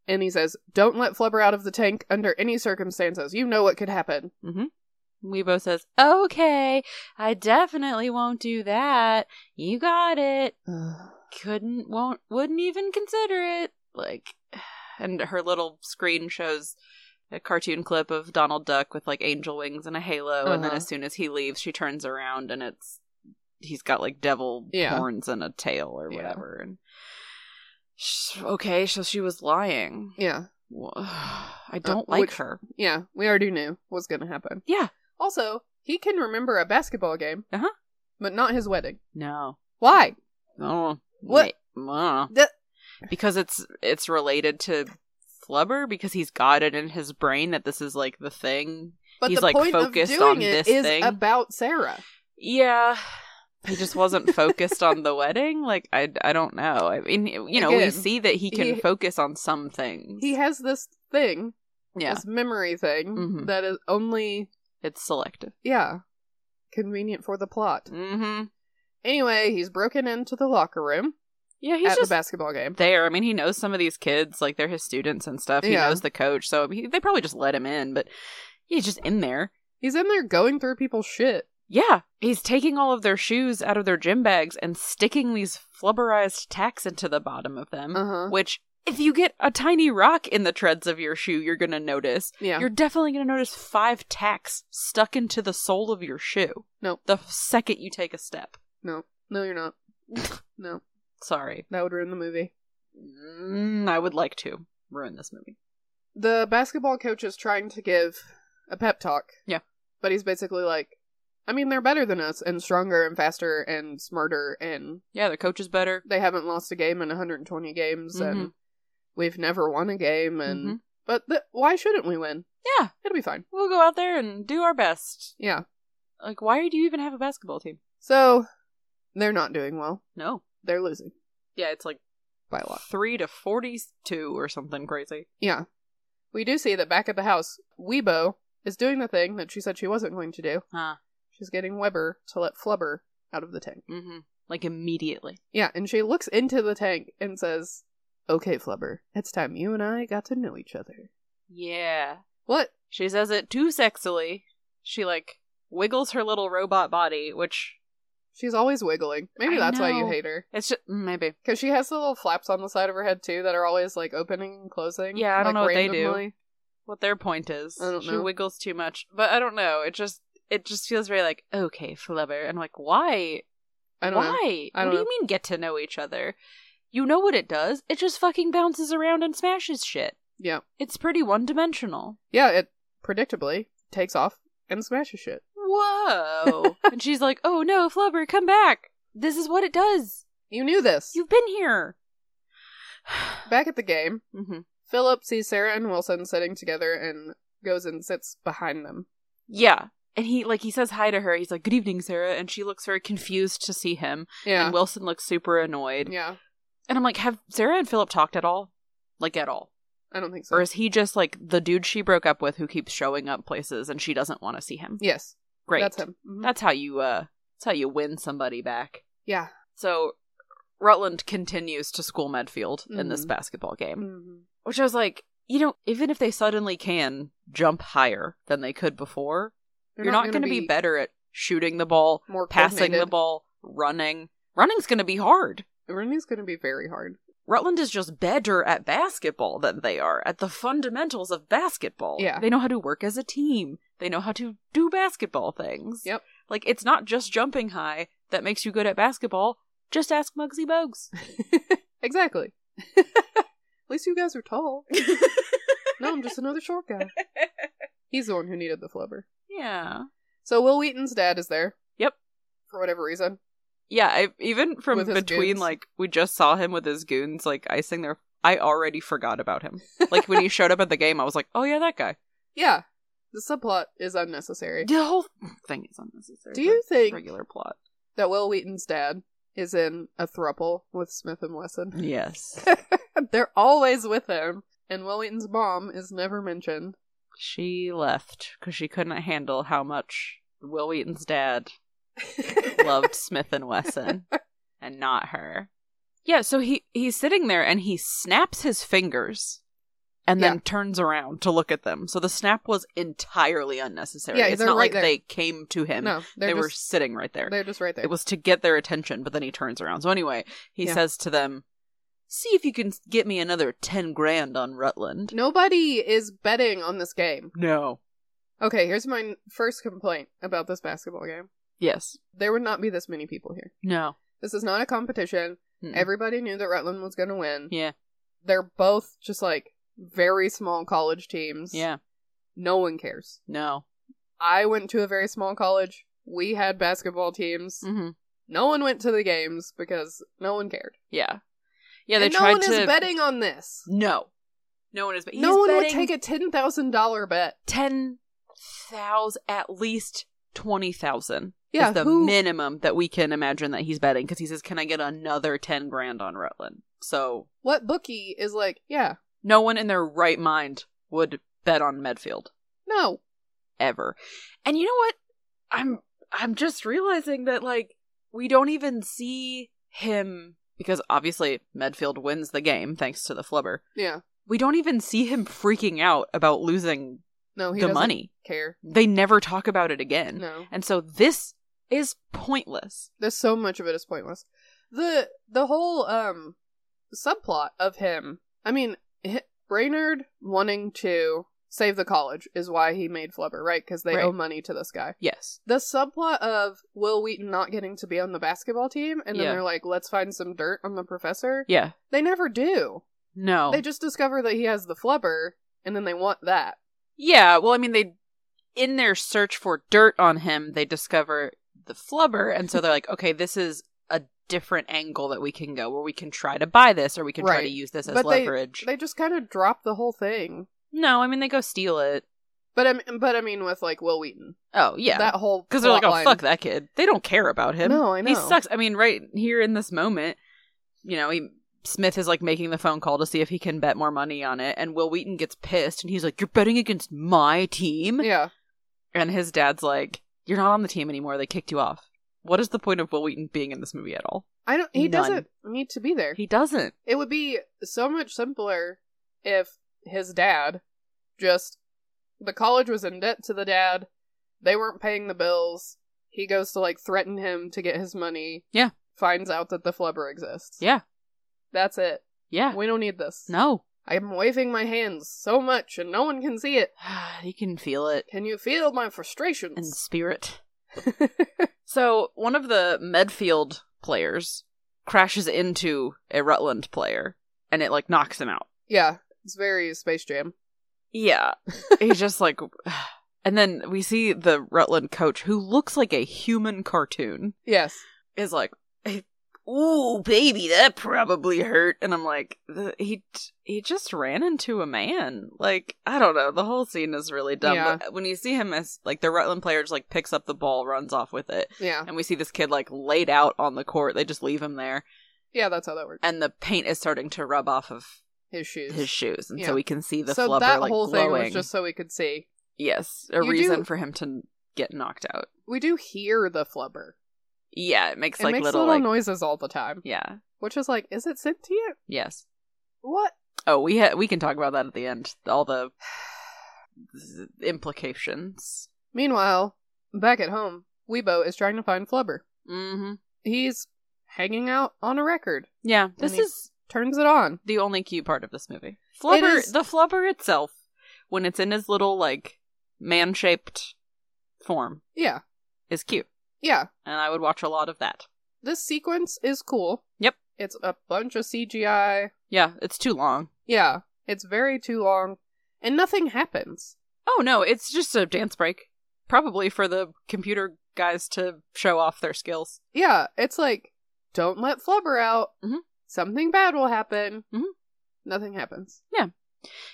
Speaker 1: And he says, Don't let Flubber out of the tank under any circumstances. You know what could happen.
Speaker 2: mm-hmm Weibo says, Okay, I definitely won't do that. You got it. Couldn't, won't, wouldn't even consider it. Like, and her little screen shows a cartoon clip of Donald Duck with like angel wings and a halo. And then
Speaker 1: Uh-huh.
Speaker 2: as soon as he leaves, she turns around and it's, he's got like devil
Speaker 1: Yeah.
Speaker 2: horns and a tail or
Speaker 1: Yeah.
Speaker 2: whatever. And sh- okay, so she was lying.
Speaker 1: yeah,
Speaker 2: Wha- I don't
Speaker 1: Uh, which-
Speaker 2: like her.
Speaker 1: yeah. We already knew what's gonna happen.
Speaker 2: Yeah.
Speaker 1: Also, he can remember a basketball game,
Speaker 2: Uh-huh.
Speaker 1: but not his wedding.
Speaker 2: No.
Speaker 1: Why?
Speaker 2: No.
Speaker 1: What?
Speaker 2: Ma-
Speaker 1: That-
Speaker 2: Because it's it's related to Flubber because he's got it in his brain that this is like the thing.
Speaker 1: but
Speaker 2: He's,
Speaker 1: the
Speaker 2: like,
Speaker 1: point
Speaker 2: focused
Speaker 1: of doing
Speaker 2: on
Speaker 1: it
Speaker 2: this
Speaker 1: is
Speaker 2: thing.
Speaker 1: about Sarah.
Speaker 2: Yeah. He just wasn't focused on the wedding. Like I, I don't know. I mean, you know, we
Speaker 1: Again,
Speaker 2: see that he can
Speaker 1: he-
Speaker 2: focus on some things.
Speaker 1: He has this thing,
Speaker 2: yeah,
Speaker 1: this memory thing
Speaker 2: Mhm.
Speaker 1: that is only
Speaker 2: it's selective.
Speaker 1: yeah convenient for the plot.
Speaker 2: Mm-hmm.
Speaker 1: Anyway, he's broken into the locker room
Speaker 2: Yeah, he's
Speaker 1: at
Speaker 2: just
Speaker 1: the basketball game.
Speaker 2: there. I mean, he knows some of these kids, like they're his students and stuff. He
Speaker 1: Yeah.
Speaker 2: knows the coach, so he, they probably just let him in. But he's just in there.
Speaker 1: He's in there going through people's shit.
Speaker 2: Yeah, he's taking all of their shoes out of their gym bags and sticking these flubberized tacks into the bottom of them.
Speaker 1: Uh-huh.
Speaker 2: Which, if you get a tiny rock in the treads of your shoe, you're gonna notice.
Speaker 1: Yeah.
Speaker 2: You're definitely gonna notice five tacks stuck into the sole of your shoe
Speaker 1: No,
Speaker 2: the second you take a step.
Speaker 1: no, no, you're not. no,
Speaker 2: Sorry,
Speaker 1: that would ruin the movie.
Speaker 2: mm, I would like to ruin this movie.
Speaker 1: The basketball coach is trying to give a pep talk.
Speaker 2: Yeah.
Speaker 1: But he's basically like, I mean, they're better than us and stronger and faster and smarter and
Speaker 2: Yeah, the coach is better.
Speaker 1: they haven't lost a game in 120 games
Speaker 2: Mm-hmm.
Speaker 1: and we've never won a game and
Speaker 2: Mhm.
Speaker 1: but th- why shouldn't we win?
Speaker 2: Yeah,
Speaker 1: It'll be fine.
Speaker 2: we'll go out there and do our best.
Speaker 1: Yeah.
Speaker 2: Like, why do you even have a basketball team?
Speaker 1: So they're not doing well.
Speaker 2: No.
Speaker 1: They're losing
Speaker 2: Yeah, it's like
Speaker 1: by a lot.
Speaker 2: three to forty-two or something crazy.
Speaker 1: Yeah. We do see that back at the house, Weibo is doing the thing that she said she wasn't going to do.
Speaker 2: Huh.
Speaker 1: She's getting Weber to let Flubber out of the tank.
Speaker 2: Mm-hmm. Like immediately.
Speaker 1: Yeah, and she looks into the tank and says, Okay, Flubber, it's time you and I got to know each other.
Speaker 2: Yeah.
Speaker 1: What?
Speaker 2: She says it too sexily. She like wiggles her little robot body, which
Speaker 1: She's always wiggling. Maybe
Speaker 2: I
Speaker 1: that's why you
Speaker 2: know.
Speaker 1: hate her.
Speaker 2: it's just maybe.
Speaker 1: Because she has the little flaps on the side of her head, too, that are always like opening and closing.
Speaker 2: Yeah, I
Speaker 1: like,
Speaker 2: don't know what they do.
Speaker 1: randomly.
Speaker 2: What their point is.
Speaker 1: I don't
Speaker 2: She
Speaker 1: know.
Speaker 2: wiggles too much, but I don't know. It just it just feels very like okay, flubber. And I'm like, why?
Speaker 1: I don't know.
Speaker 2: why?
Speaker 1: I
Speaker 2: what
Speaker 1: don't
Speaker 2: do you mean get to know each other? You know what it does? It just fucking bounces around and smashes shit.
Speaker 1: Yeah.
Speaker 2: It's pretty one dimensional.
Speaker 1: Yeah, it predictably takes off and smashes shit.
Speaker 2: Whoa. and she's like, oh no, Flubber, come back. This is what it does.
Speaker 1: You knew this.
Speaker 2: You've been here.
Speaker 1: Back at the game,
Speaker 2: Mm-hmm.
Speaker 1: Philip sees Sarah and Wilson sitting together and goes and sits behind them.
Speaker 2: Yeah. And he like he says hi to her. He's like, "Good evening, Sarah," and she looks very confused to see him.
Speaker 1: Yeah.
Speaker 2: And Wilson looks super annoyed.
Speaker 1: yeah.
Speaker 2: And I'm like, "Have Sarah and Philip talked at all? Like at all?
Speaker 1: I don't think so.
Speaker 2: Or is he just like the dude she broke up with who keeps showing up places and she doesn't want to see him?"
Speaker 1: yes.
Speaker 2: Great.
Speaker 1: That's him. Mhm.
Speaker 2: That's how you uh that's how you win somebody back.
Speaker 1: yeah.
Speaker 2: So Rutland continues to school Medfield in this
Speaker 1: Mhm.
Speaker 2: basketball game.
Speaker 1: Mhm.
Speaker 2: which I was like, you know, even if they suddenly can jump higher than they could before,
Speaker 1: They're
Speaker 2: you're not, going to be, better at shooting the ball,
Speaker 1: More
Speaker 2: passing the
Speaker 1: coordinated.
Speaker 2: ball, running. Running's going to be hard.
Speaker 1: Rooney's going to be very hard.
Speaker 2: Rutland is just better at basketball than they are at the fundamentals of basketball.
Speaker 1: Yeah.
Speaker 2: They know how to work as a team. They know how to do basketball things.
Speaker 1: Yep.
Speaker 2: Like it's not just jumping high that makes you good at basketball. Just ask Muggsy Bogues.
Speaker 1: exactly. at least you guys are tall. no, I'm just another short guy. He's the one who needed the flubber.
Speaker 2: yeah.
Speaker 1: So Will Wheaton's dad is there.
Speaker 2: Yep.
Speaker 1: For whatever reason.
Speaker 2: Yeah, I, even from
Speaker 1: With his
Speaker 2: between,
Speaker 1: goons.
Speaker 2: like, we just saw him with his goons, like, icing their. I already forgot about him. Like, when he showed up at the game, I was like, oh, yeah, that guy.
Speaker 1: Yeah. The subplot is unnecessary.
Speaker 2: The whole thing is unnecessary.
Speaker 1: Do you
Speaker 2: The
Speaker 1: think-
Speaker 2: Regular plot.
Speaker 1: that Will Wheaton's dad is in a thruple with Smith and Wesson.
Speaker 2: Yes.
Speaker 1: They're always with him, and Will Wheaton's mom is never mentioned.
Speaker 2: she left because she couldn't handle how much Will Wheaton's dad loved Smith and Wesson and not her. Yeah, so he he's sitting there and he snaps his fingers and then
Speaker 1: Yeah.
Speaker 2: turns around to look at them. So the snap was entirely unnecessary.
Speaker 1: Yeah,
Speaker 2: it's
Speaker 1: they're
Speaker 2: not
Speaker 1: right
Speaker 2: like
Speaker 1: there.
Speaker 2: they came to him.
Speaker 1: No, they're
Speaker 2: they were
Speaker 1: just-
Speaker 2: sitting right there.
Speaker 1: They're just right there.
Speaker 2: It was to get their attention, but then he turns around. So anyway, he
Speaker 1: Yeah.
Speaker 2: says to them, "See if you can get me another 10 grand on Rutland."
Speaker 1: Nobody is betting on this game.
Speaker 2: No.
Speaker 1: Okay, here's my n- first complaint about this basketball game.
Speaker 2: Yes.
Speaker 1: There would not be this many people here.
Speaker 2: No.
Speaker 1: This is not a competition.
Speaker 2: Mm-mm.
Speaker 1: Everybody knew that Rutland was going to win.
Speaker 2: yeah.
Speaker 1: They're both just like very small college teams.
Speaker 2: Yeah.
Speaker 1: No one cares.
Speaker 2: No.
Speaker 1: I went to a very small college. We had basketball teams.
Speaker 2: Mhm.
Speaker 1: No one went to the games because no one cared.
Speaker 2: Yeah. Yeah, they
Speaker 1: and no
Speaker 2: tried
Speaker 1: one
Speaker 2: to
Speaker 1: is betting on this.
Speaker 2: No. No one is betting.
Speaker 1: No one would take a ten thousand dollar bet.
Speaker 2: ten thousand, at least twenty thousand.
Speaker 1: Yeah,
Speaker 2: is the
Speaker 1: who-
Speaker 2: minimum that we can imagine that he's betting because he says, "Can I get another ten grand on Rutland?" So
Speaker 1: What bookie is like? Yeah,
Speaker 2: no one in their right mind would bet on Medfield
Speaker 1: no,
Speaker 2: ever. And you know what? I'm I'm just realizing that like we don't even see him because obviously Medfield wins the game thanks to the flubber.
Speaker 1: yeah,
Speaker 2: We don't even see him freaking out about losing
Speaker 1: no. He
Speaker 2: the
Speaker 1: doesn't
Speaker 2: money.
Speaker 1: care.
Speaker 2: They never talk about it again.
Speaker 1: No.
Speaker 2: And so this is pointless.
Speaker 1: There's so much of it is pointless. The the whole um subplot of him. I mean, hi Brainerd wanting to save the college is why he made Flubber, right? Because they
Speaker 2: Right.
Speaker 1: owe money to this guy.
Speaker 2: Yes.
Speaker 1: The subplot of Will Wheaton not getting to be on the basketball team, and then
Speaker 2: Yeah.
Speaker 1: they're like, "Let's find some dirt on the professor."
Speaker 2: Yeah. Oh.
Speaker 1: They never do.
Speaker 2: No.
Speaker 1: They just discover that he has the flubber, and then they want that.
Speaker 2: yeah, well I mean they in their search for dirt on him, they discover the flubber and so they're like, "Okay, this is a different angle that we can go where we can try to buy this or we can try to
Speaker 1: Right.
Speaker 2: use this as
Speaker 1: But they-
Speaker 2: leverage."
Speaker 1: They just kind of drop the whole thing.
Speaker 2: no, I mean they go steal it.
Speaker 1: But I mean, but I mean with like Will Wheaton,
Speaker 2: Oh, yeah.
Speaker 1: that whole
Speaker 2: because they're like,
Speaker 1: plot
Speaker 2: oh
Speaker 1: line-
Speaker 2: fuck that kid. They don't care about him.
Speaker 1: No, I
Speaker 2: He
Speaker 1: know.
Speaker 2: sucks. I mean, right here in this moment, you know, he Smith is like making the phone call to see if he can bet more money on it, and Will Wheaton gets pissed and he's like, "You're betting against my team,"
Speaker 1: Yeah,
Speaker 2: and his dad's like, "You're not on the team anymore. They kicked you off." What is the point of Will Wheaton being in this movie at all?
Speaker 1: I don't. He
Speaker 2: None.
Speaker 1: doesn't need to be there.
Speaker 2: He doesn't.
Speaker 1: it would be so much simpler if his dad just the college was in debt to the dad. They weren't paying the bills. He goes to like threaten him to get his money.
Speaker 2: Yeah.
Speaker 1: Finds out that the flubber exists.
Speaker 2: Yeah,
Speaker 1: That's it.
Speaker 2: yeah.
Speaker 1: We don't need this.
Speaker 2: No,
Speaker 1: I'm waving my hands so much and no one can see it.
Speaker 2: he can feel it
Speaker 1: Can you feel my
Speaker 2: in
Speaker 1: frustrations?
Speaker 2: spirit. So one of the Medfield players crashes into a Rutland player, and it like knocks him out.
Speaker 1: yeah, it's very Space Jam.
Speaker 2: Yeah. He's just like and then we see the Rutland coach who looks like a human cartoon
Speaker 1: Yes.
Speaker 2: is like ooh baby that probably hurt and I'm like the, he he just ran into a man. Like I don't know, the whole scene is really dumb.
Speaker 1: Yeah.
Speaker 2: But When you see him as like the Rutland player just like picks up the ball, runs off with it.
Speaker 1: Yeah.
Speaker 2: And we see this kid like laid out on the court. They just leave him there
Speaker 1: Yeah, that's how that works.
Speaker 2: and the paint is starting to rub off of
Speaker 1: His shoes.
Speaker 2: his shoes and
Speaker 1: Yeah.
Speaker 2: so we can see the
Speaker 1: so
Speaker 2: flubber
Speaker 1: that
Speaker 2: like
Speaker 1: whole
Speaker 2: glowing.
Speaker 1: thing was just so we could see.
Speaker 2: Yes, a
Speaker 1: You
Speaker 2: reason
Speaker 1: do-
Speaker 2: for him to get knocked out.
Speaker 1: We do hear the flubber.
Speaker 2: Yeah, it makes
Speaker 1: it
Speaker 2: like
Speaker 1: makes
Speaker 2: little,
Speaker 1: little,
Speaker 2: like,
Speaker 1: noises all the time,
Speaker 2: Yeah.
Speaker 1: which is like, is it sentient?
Speaker 2: Yes.
Speaker 1: What?
Speaker 2: Oh, we ha- we can talk about that at the end. All the z- implications.
Speaker 1: Meanwhile, back at home, Weibo is trying to find Flubber.
Speaker 2: Mm-hmm.
Speaker 1: He's hanging out on a record.
Speaker 2: Yeah. This
Speaker 1: he-
Speaker 2: is
Speaker 1: Turns it on.
Speaker 2: the only cute part of this movie. Flubber,
Speaker 1: is-
Speaker 2: the flubber itself, when it's in his little like man-shaped form,
Speaker 1: Yeah,
Speaker 2: is cute,
Speaker 1: yeah.
Speaker 2: and I would watch a lot of that.
Speaker 1: This sequence is cool.
Speaker 2: Yep.
Speaker 1: It's a bunch of CGI.
Speaker 2: Yeah, it's too long.
Speaker 1: Yeah, it's very too long, and nothing happens.
Speaker 2: Oh no, it's just a dance break, probably for the computer guys to show off their skills.
Speaker 1: Yeah, it's like, don't let Flubber out.
Speaker 2: Mhm.
Speaker 1: Something bad will happen.
Speaker 2: Mhm.
Speaker 1: Nothing happens.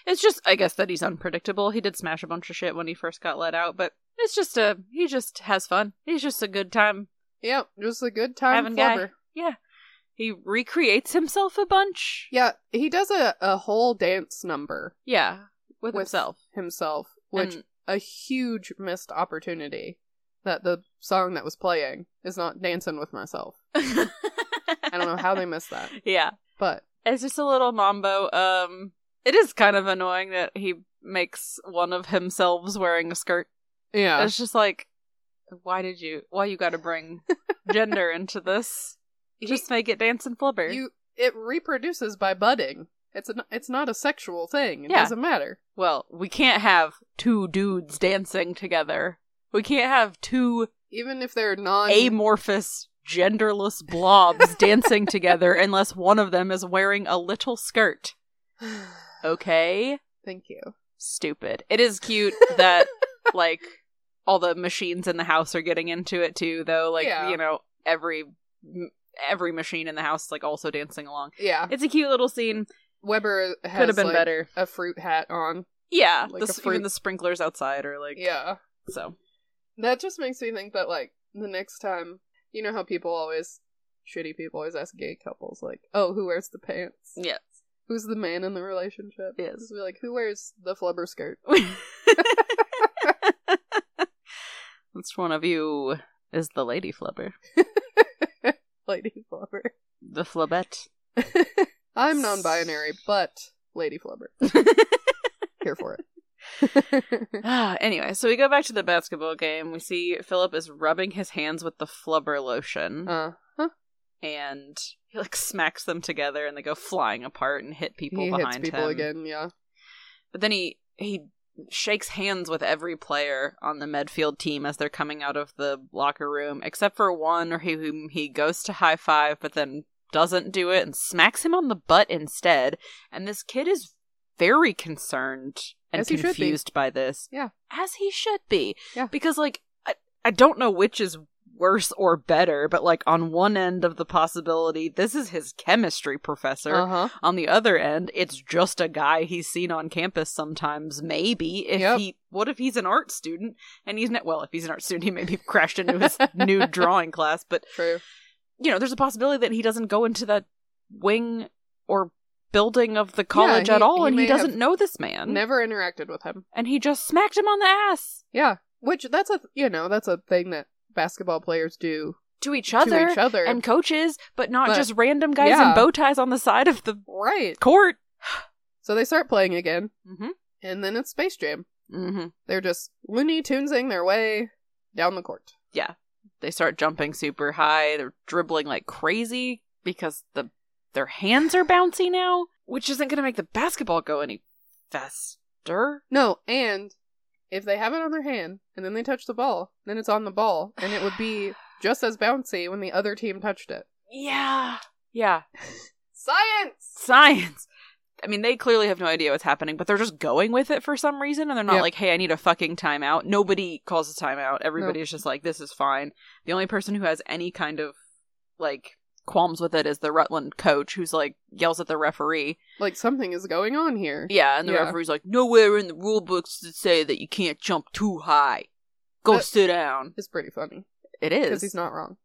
Speaker 2: It's just, I guess, that he's unpredictable. He did smash a bunch of shit when he first got let out, but it's just a, he just has fun. He's just a good time
Speaker 1: Yep, just a good time.
Speaker 2: having
Speaker 1: Flubber.
Speaker 2: guy. Yeah. He recreates himself a bunch.
Speaker 1: Yeah, he does a, a whole dance number
Speaker 2: Yeah. With, himself.
Speaker 1: Himself, which
Speaker 2: And-
Speaker 1: a huge missed opportunity that the song that was playing is not dancing with myself.
Speaker 2: I
Speaker 1: I don't know how they missed that,
Speaker 2: Yeah.
Speaker 1: but
Speaker 2: It's just a little mambo. Um, It is kind of annoying that he makes one of himself wearing a skirt.
Speaker 1: Yeah.
Speaker 2: It's just like, why did you? Why you got to bring gender into this? Just make it dance and flubber.
Speaker 1: You it reproduces by budding. It's an, it's not a sexual thing. It
Speaker 2: Yeah.
Speaker 1: doesn't matter.
Speaker 2: well, we can't have two dudes dancing together. We can't have two
Speaker 1: Even if they're non
Speaker 2: amorphous, genderless blobs dancing together unless one of them is wearing a little skirt. Okay?
Speaker 1: Thank you.
Speaker 2: Stupid. It is cute that, like, all the machines in the house are getting into it too, though. Like,
Speaker 1: Yeah.
Speaker 2: you know, every. Every machine in the house is, like also dancing along.
Speaker 1: Yeah.
Speaker 2: It's a cute little scene.
Speaker 1: Weber has
Speaker 2: Could have been
Speaker 1: like,
Speaker 2: better.
Speaker 1: a fruit hat on.
Speaker 2: Yeah,
Speaker 1: Like
Speaker 2: the,
Speaker 1: a
Speaker 2: s-
Speaker 1: fruit-
Speaker 2: even the sprinklers outside are like
Speaker 1: Yeah.
Speaker 2: So
Speaker 1: That just makes me think that like the next time you know how people always shitty people always ask gay couples like, Oh, who wears the pants?
Speaker 2: yes,
Speaker 1: Who's the man in the relationship?
Speaker 2: Yes.
Speaker 1: Just be like, who wears the flubber skirt?
Speaker 2: which one of you is the lady flubber?
Speaker 1: Lady flubber.
Speaker 2: The flubette.
Speaker 1: I'm non binary, but Lady Flubber. Here for it.
Speaker 2: Ah, anyway, so we go back to the basketball game. We see Philip is rubbing his hands with the flubber lotion,
Speaker 1: uh,
Speaker 2: and he like smacks them together, and they go flying apart and hit people
Speaker 1: he hits
Speaker 2: behind
Speaker 1: people
Speaker 2: him.
Speaker 1: again, yeah.
Speaker 2: But then he he shakes hands with every player on the Medfield team as they're coming out of the locker room, except for one, or he, whom he goes to high five, but then doesn't do it and smacks him on the butt instead. And this kid is very concerned and
Speaker 1: As he should be.
Speaker 2: confused by this.
Speaker 1: Yeah.
Speaker 2: as he should be.
Speaker 1: Yeah.
Speaker 2: because like I, I don't know which is worse or better, but like on one end of the possibility, this is his chemistry professor.
Speaker 1: Uh huh.
Speaker 2: On the other end, it's just a guy he's seen on campus sometimes. Maybe if
Speaker 1: Yep.
Speaker 2: he, what if he's an art student and he's not? Well, if he's an art student, he maybe crashed into his new drawing class. But
Speaker 1: True.
Speaker 2: you know, there's a possibility that he doesn't go into that wing or building of the college
Speaker 1: he-
Speaker 2: at all,
Speaker 1: he
Speaker 2: and he
Speaker 1: may have
Speaker 2: doesn't know this man.
Speaker 1: Never interacted with him.
Speaker 2: and he just smacked him on the ass
Speaker 1: Yeah. Which, that's a, you know, that's a thing that basketball players do
Speaker 2: to each other,
Speaker 1: to each other.
Speaker 2: and coaches, but not
Speaker 1: But-
Speaker 2: just random guys
Speaker 1: yeah.
Speaker 2: in bow ties on the side of the
Speaker 1: right.
Speaker 2: court.
Speaker 1: So they start playing again,
Speaker 2: Mm-hmm.
Speaker 1: and then it's Space Jam.
Speaker 2: Mm-hmm.
Speaker 1: They're just Looney Tunesing their way down the court.
Speaker 2: yeah, they start jumping super high. They're dribbling like crazy because the their hands are bouncy now, which isn't going to make the basketball go any faster.
Speaker 1: No, and if they have it on their hand and then they touch the ball, then it's on the ball, and it would be just as bouncy when the other team touched it.
Speaker 2: Yeah, yeah.
Speaker 1: Science!
Speaker 2: Science. I mean, they clearly have no idea what's happening, but they're just going with it for some reason, and they're not
Speaker 1: Yep.
Speaker 2: like, "Hey, I need a fucking timeout." Nobody calls a timeout. Everybody's just like, "This is fine." The only person who has any kind of like qualms with it is the Rutland coach, who's like yells at the referee.
Speaker 1: Like something is going on here.
Speaker 2: Yeah, and the
Speaker 1: Yeah.
Speaker 2: referee's like, nowhere in the rule books to say that you can't jump too high. Go
Speaker 1: But-
Speaker 2: sit down.
Speaker 1: It's pretty funny.
Speaker 2: It is.
Speaker 1: Because he's not wrong.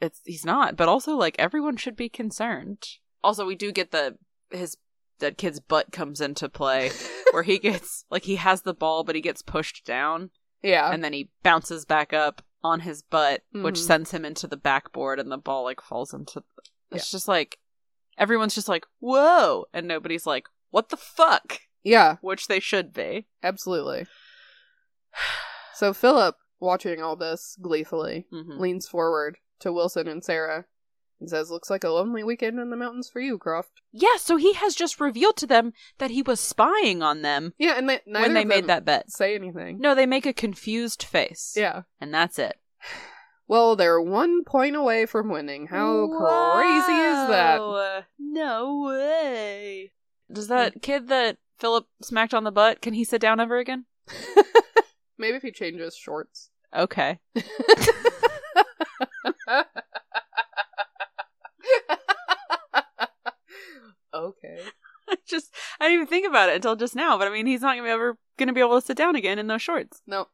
Speaker 2: It's he's not. But also, like everyone should be concerned. Also, we do get the his that kid's butt comes into play where he gets like he has the ball, but he gets pushed down,
Speaker 1: Yeah.
Speaker 2: and then he bounces back up on his butt, which
Speaker 1: Mhm.
Speaker 2: sends him into the backboard, and the ball like falls into. It's just like everyone's just like whoa, and nobody's like what the fuck,
Speaker 1: yeah,
Speaker 2: which they should be.
Speaker 1: absolutely. So Philip, watching all this gleefully,
Speaker 2: Mhm.
Speaker 1: leans forward to Wilson and Sarah and says, Looks like a lonely weekend in the mountains for you, Croft.
Speaker 2: Yeah, so he has just revealed to them that he was spying on them
Speaker 1: Yeah, and they, neither
Speaker 2: when they
Speaker 1: of
Speaker 2: made
Speaker 1: them
Speaker 2: that bet.
Speaker 1: say anything.
Speaker 2: No, they make a confused face.
Speaker 1: Yeah.
Speaker 2: And that's it.
Speaker 1: Well, they're one point away from winning. How crazy is that?
Speaker 2: Wow. No way. Does
Speaker 1: Hmm.
Speaker 2: that kid that Philip smacked on the butt, can he sit down ever again?
Speaker 1: Maybe if he changes shorts.
Speaker 2: Okay.
Speaker 1: okay.
Speaker 2: I just I didn't even think about it until just now, but I mean he's not gonna be ever gonna be able to sit down again in those shorts.
Speaker 1: No.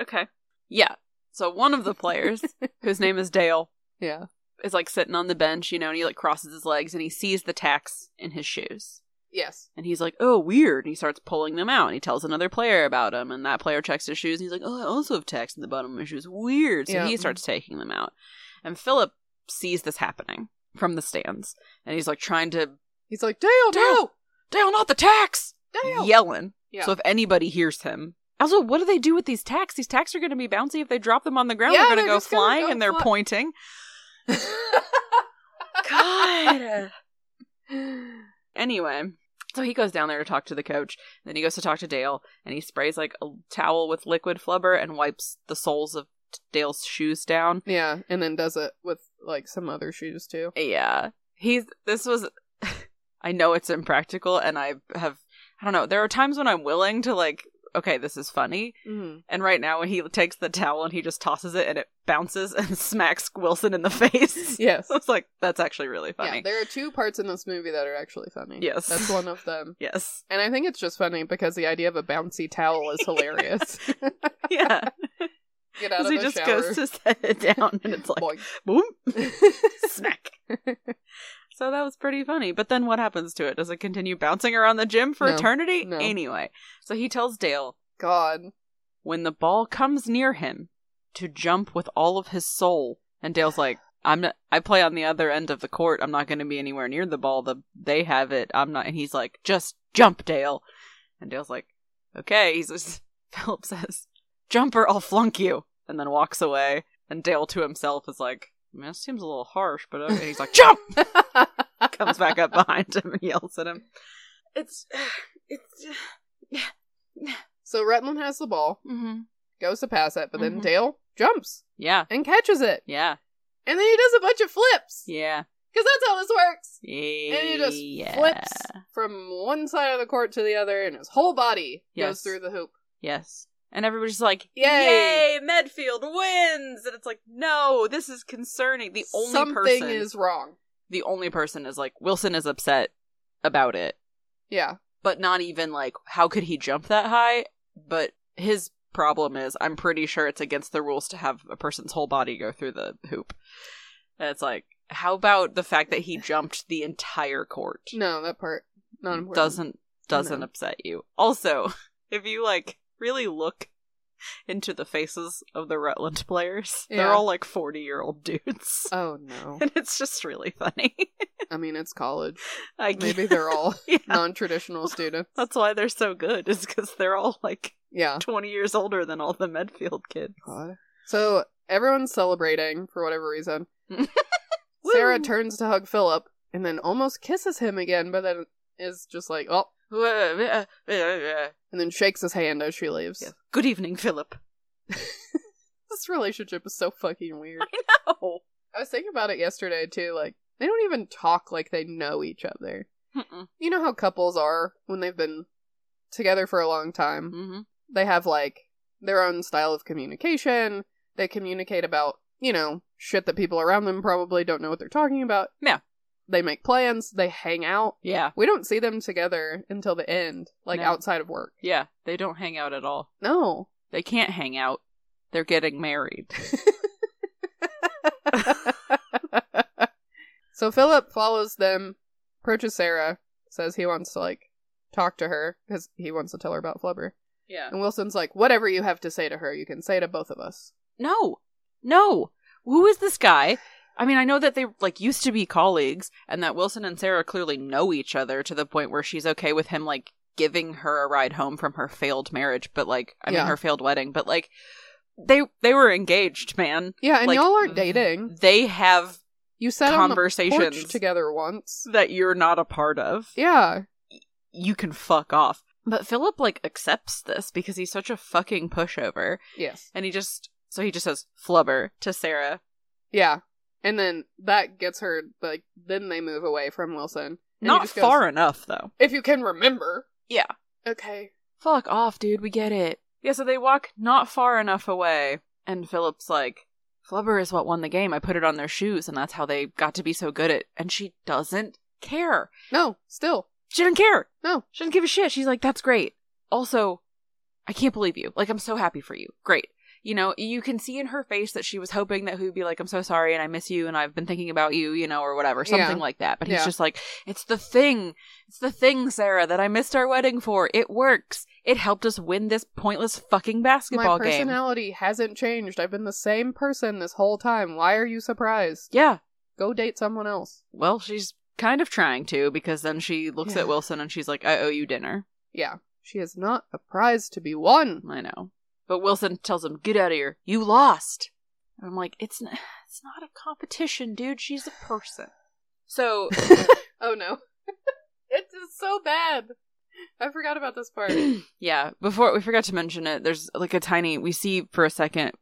Speaker 2: okay. Yeah. So one of the players, whose name is Dale,
Speaker 1: Yeah.
Speaker 2: is like sitting on the bench, you know, and he like crosses his legs and he sees the tacks in his shoes.
Speaker 1: Yes.
Speaker 2: And he's like, oh, weird. And he starts pulling them out and he tells another player about them. And that player checks his shoes and he's like, oh, I also have tacks in the bottom of my shoes. Weird. So
Speaker 1: Yeah.
Speaker 2: he starts taking them out. And Philip sees this happening from the stands. And he's like trying to,
Speaker 1: He's like, Dale,
Speaker 2: Dale,
Speaker 1: no!
Speaker 2: Dale, not the tax!
Speaker 1: Dale!
Speaker 2: Yelling.
Speaker 1: Yeah.
Speaker 2: So if anybody hears him. Also, what do they do with these tacks? These tacks are going to be bouncy if they drop them on the ground.
Speaker 1: Yeah,
Speaker 2: they're going
Speaker 1: they're
Speaker 2: to go
Speaker 1: just gonna
Speaker 2: flying
Speaker 1: go
Speaker 2: and they're
Speaker 1: fly-
Speaker 2: pointing. God. anyway, so he goes down there to talk to the coach. Then he goes to talk to Dale, and he sprays like a towel with liquid flubber and wipes the soles of Dale's shoes down.
Speaker 1: yeah, and then does it with like some other shoes too.
Speaker 2: Yeah, he's. This was. I know it's impractical, and I have. I don't know. There are times when I'm willing to like. Okay, this is funny.
Speaker 1: Mm.
Speaker 2: And right now, when he takes the towel and he just tosses it and it bounces and smacks Wilson in the face.
Speaker 1: Yes.
Speaker 2: So it's like, that's actually really funny.
Speaker 1: Yeah, there are two parts in this movie that are actually funny.
Speaker 2: Yes.
Speaker 1: That's one of them.
Speaker 2: yes.
Speaker 1: And I think it's just funny because the idea of a bouncy towel is hilarious.
Speaker 2: yeah.
Speaker 1: Get out
Speaker 2: Because
Speaker 1: of
Speaker 2: he
Speaker 1: the
Speaker 2: just
Speaker 1: shower.
Speaker 2: goes to set it down and it's like
Speaker 1: Boink.
Speaker 2: boom, smack. so that was pretty funny. But then what happens to it? Does it continue bouncing around the gym for
Speaker 1: No.
Speaker 2: eternity?
Speaker 1: No.
Speaker 2: Anyway, so he tells Dale
Speaker 1: God.
Speaker 2: when the ball comes near him to jump with all of his soul. And Dale's like, I'm not, I play on the other end of the court. I'm not going to be anywhere near the ball. The, they have it. I'm not. And he's like, just jump, Dale. And Dale's like, okay. He's just, Philip says, jump or I'll flunk you. And then walks away. And Dale to himself is like, man, that seems a little harsh, but okay. He's like, jump! Comes back up behind him and yells at him. It's, it's,
Speaker 1: So Rutland has the ball,
Speaker 2: mm-hmm.
Speaker 1: goes to pass it, but then
Speaker 2: Mhm.
Speaker 1: Dale jumps
Speaker 2: yeah,
Speaker 1: and catches it.
Speaker 2: yeah,
Speaker 1: And then he does a bunch of flips.
Speaker 2: yeah.
Speaker 1: Because that's how this works.
Speaker 2: Yeah.
Speaker 1: And he just flips from one side of the court to the other, and his whole body
Speaker 2: Yes.
Speaker 1: goes through the hoop.
Speaker 2: Yes. And everybody's like,
Speaker 1: Yay.
Speaker 2: Yay, Medfield wins! And it's like, no, this is concerning. The only
Speaker 1: Something
Speaker 2: person
Speaker 1: is wrong.
Speaker 2: the only person is like, Wilson is upset about it.
Speaker 1: Yeah.
Speaker 2: But not even like, how could he jump that high? But his problem is I'm pretty sure it's against the rules to have a person's whole body go through the hoop. And it's like, how about the fact that he jumped the entire court?
Speaker 1: No, that part. Not important.
Speaker 2: doesn't doesn't
Speaker 1: No.
Speaker 2: upset you. Also, if you like really look into the faces of the Rutland players,
Speaker 1: Yeah.
Speaker 2: they're all like forty year old dudes,
Speaker 1: Oh, no.
Speaker 2: and it's just really funny.
Speaker 1: I mean, it's college.
Speaker 2: I
Speaker 1: Maybe
Speaker 2: guess.
Speaker 1: they're all
Speaker 2: yeah.
Speaker 1: non traditional students.
Speaker 2: That's why they're so good, is because they're all like
Speaker 1: Yeah.
Speaker 2: 20 years older than all the Medfield kids.
Speaker 1: So everyone's celebrating for whatever reason. Sarah
Speaker 2: Woo.
Speaker 1: turns to hug Philip and then almost kisses him again, but then is just like, oh,
Speaker 2: Yes.
Speaker 1: and then shakes his hand as she leaves.
Speaker 2: Good evening, Philip.
Speaker 1: This relationship is so fucking weird.
Speaker 2: Oh.
Speaker 1: I was thinking about it yesterday too. Like, they don't even talk like they know each other. You know how couples are when they've been together for a long time?
Speaker 2: Mm-hmm.
Speaker 1: They have like their own style of communication. They communicate about, you know, shit that people around them probably don't know what they're talking about.
Speaker 2: Yeah.
Speaker 1: They make plans, they hang out.
Speaker 2: Yeah.
Speaker 1: We don't see them together until the end, like
Speaker 2: No.
Speaker 1: outside of work.
Speaker 2: Yeah. They don't hang out at all.
Speaker 1: No.
Speaker 2: They can't hang out. They're getting married.
Speaker 1: so Philip follows them, approaches Sarah, says he wants to like talk to her because he wants to tell her about Flubber.
Speaker 2: Yeah.
Speaker 1: And Wilson's like, whatever you have to say to her, you can say to both of us.
Speaker 2: No. No. Who is this guy? I mean, I know that they like used to be colleagues and that Wilson and Sarah clearly know each other to the point where she's okay with him like giving her a ride home from her failed marriage, but like I
Speaker 1: Yeah.
Speaker 2: mean her failed wedding, but like they they were engaged, man.
Speaker 1: Yeah, and
Speaker 2: Like, mm,
Speaker 1: y'all aren't dating.
Speaker 2: They have
Speaker 1: You sat on the porch
Speaker 2: conversations.
Speaker 1: together once.
Speaker 2: that you're not a part of.
Speaker 1: Yeah,
Speaker 2: You can fuck off. But Philip like accepts this because he's such a fucking pushover.
Speaker 1: yes,
Speaker 2: And he just so he just says flubber to Sarah.
Speaker 1: yeah. And then that gets her. Like then they move away from Wilson. And he
Speaker 2: Not
Speaker 1: just goes,
Speaker 2: far enough though.
Speaker 1: If you can remember.
Speaker 2: Yeah.
Speaker 1: Okay.
Speaker 2: Fuck off, dude. We get it. Yeah, so they walk not far enough away, and Philip's like, Flubber is what won the game. I put it on their shoes, and that's how they got to be so good at. And she doesn't care.
Speaker 1: No. Still.
Speaker 2: She doesn't care.
Speaker 1: No.
Speaker 2: She doesn't give a shit. She's like, that's great. Also, I can't believe you. Like, I'm so happy for you. Great. You know, you can see in her face that she was hoping that he would be like, I'm so sorry and I miss you and I've been thinking about you, you know, or whatever, something
Speaker 1: Yeah.
Speaker 2: like that. But he's
Speaker 1: Yeah.
Speaker 2: just like, it's the thing. It's the thing, Sarah, that I missed our wedding for. It works. It helped us win this pointless fucking basketball
Speaker 1: My
Speaker 2: game.
Speaker 1: personality hasn't changed. I've been the same person this whole time. Why are you surprised?
Speaker 2: Yeah.
Speaker 1: Go date someone else.
Speaker 2: Well, she's Kind of trying to, because then she looks
Speaker 1: Yeah.
Speaker 2: at Wilson and she's like, I owe you dinner.
Speaker 1: Yeah, she is not a prize to be won.
Speaker 2: I know. But Wilson tells him, Get out of here. You lost. And I'm like, It's, n- it's not a competition, dude. She's a person. So
Speaker 1: Oh no. it is so bad. I forgot about this part.
Speaker 2: Yeah, before we forgot to mention it, there's like a tiny we see for a second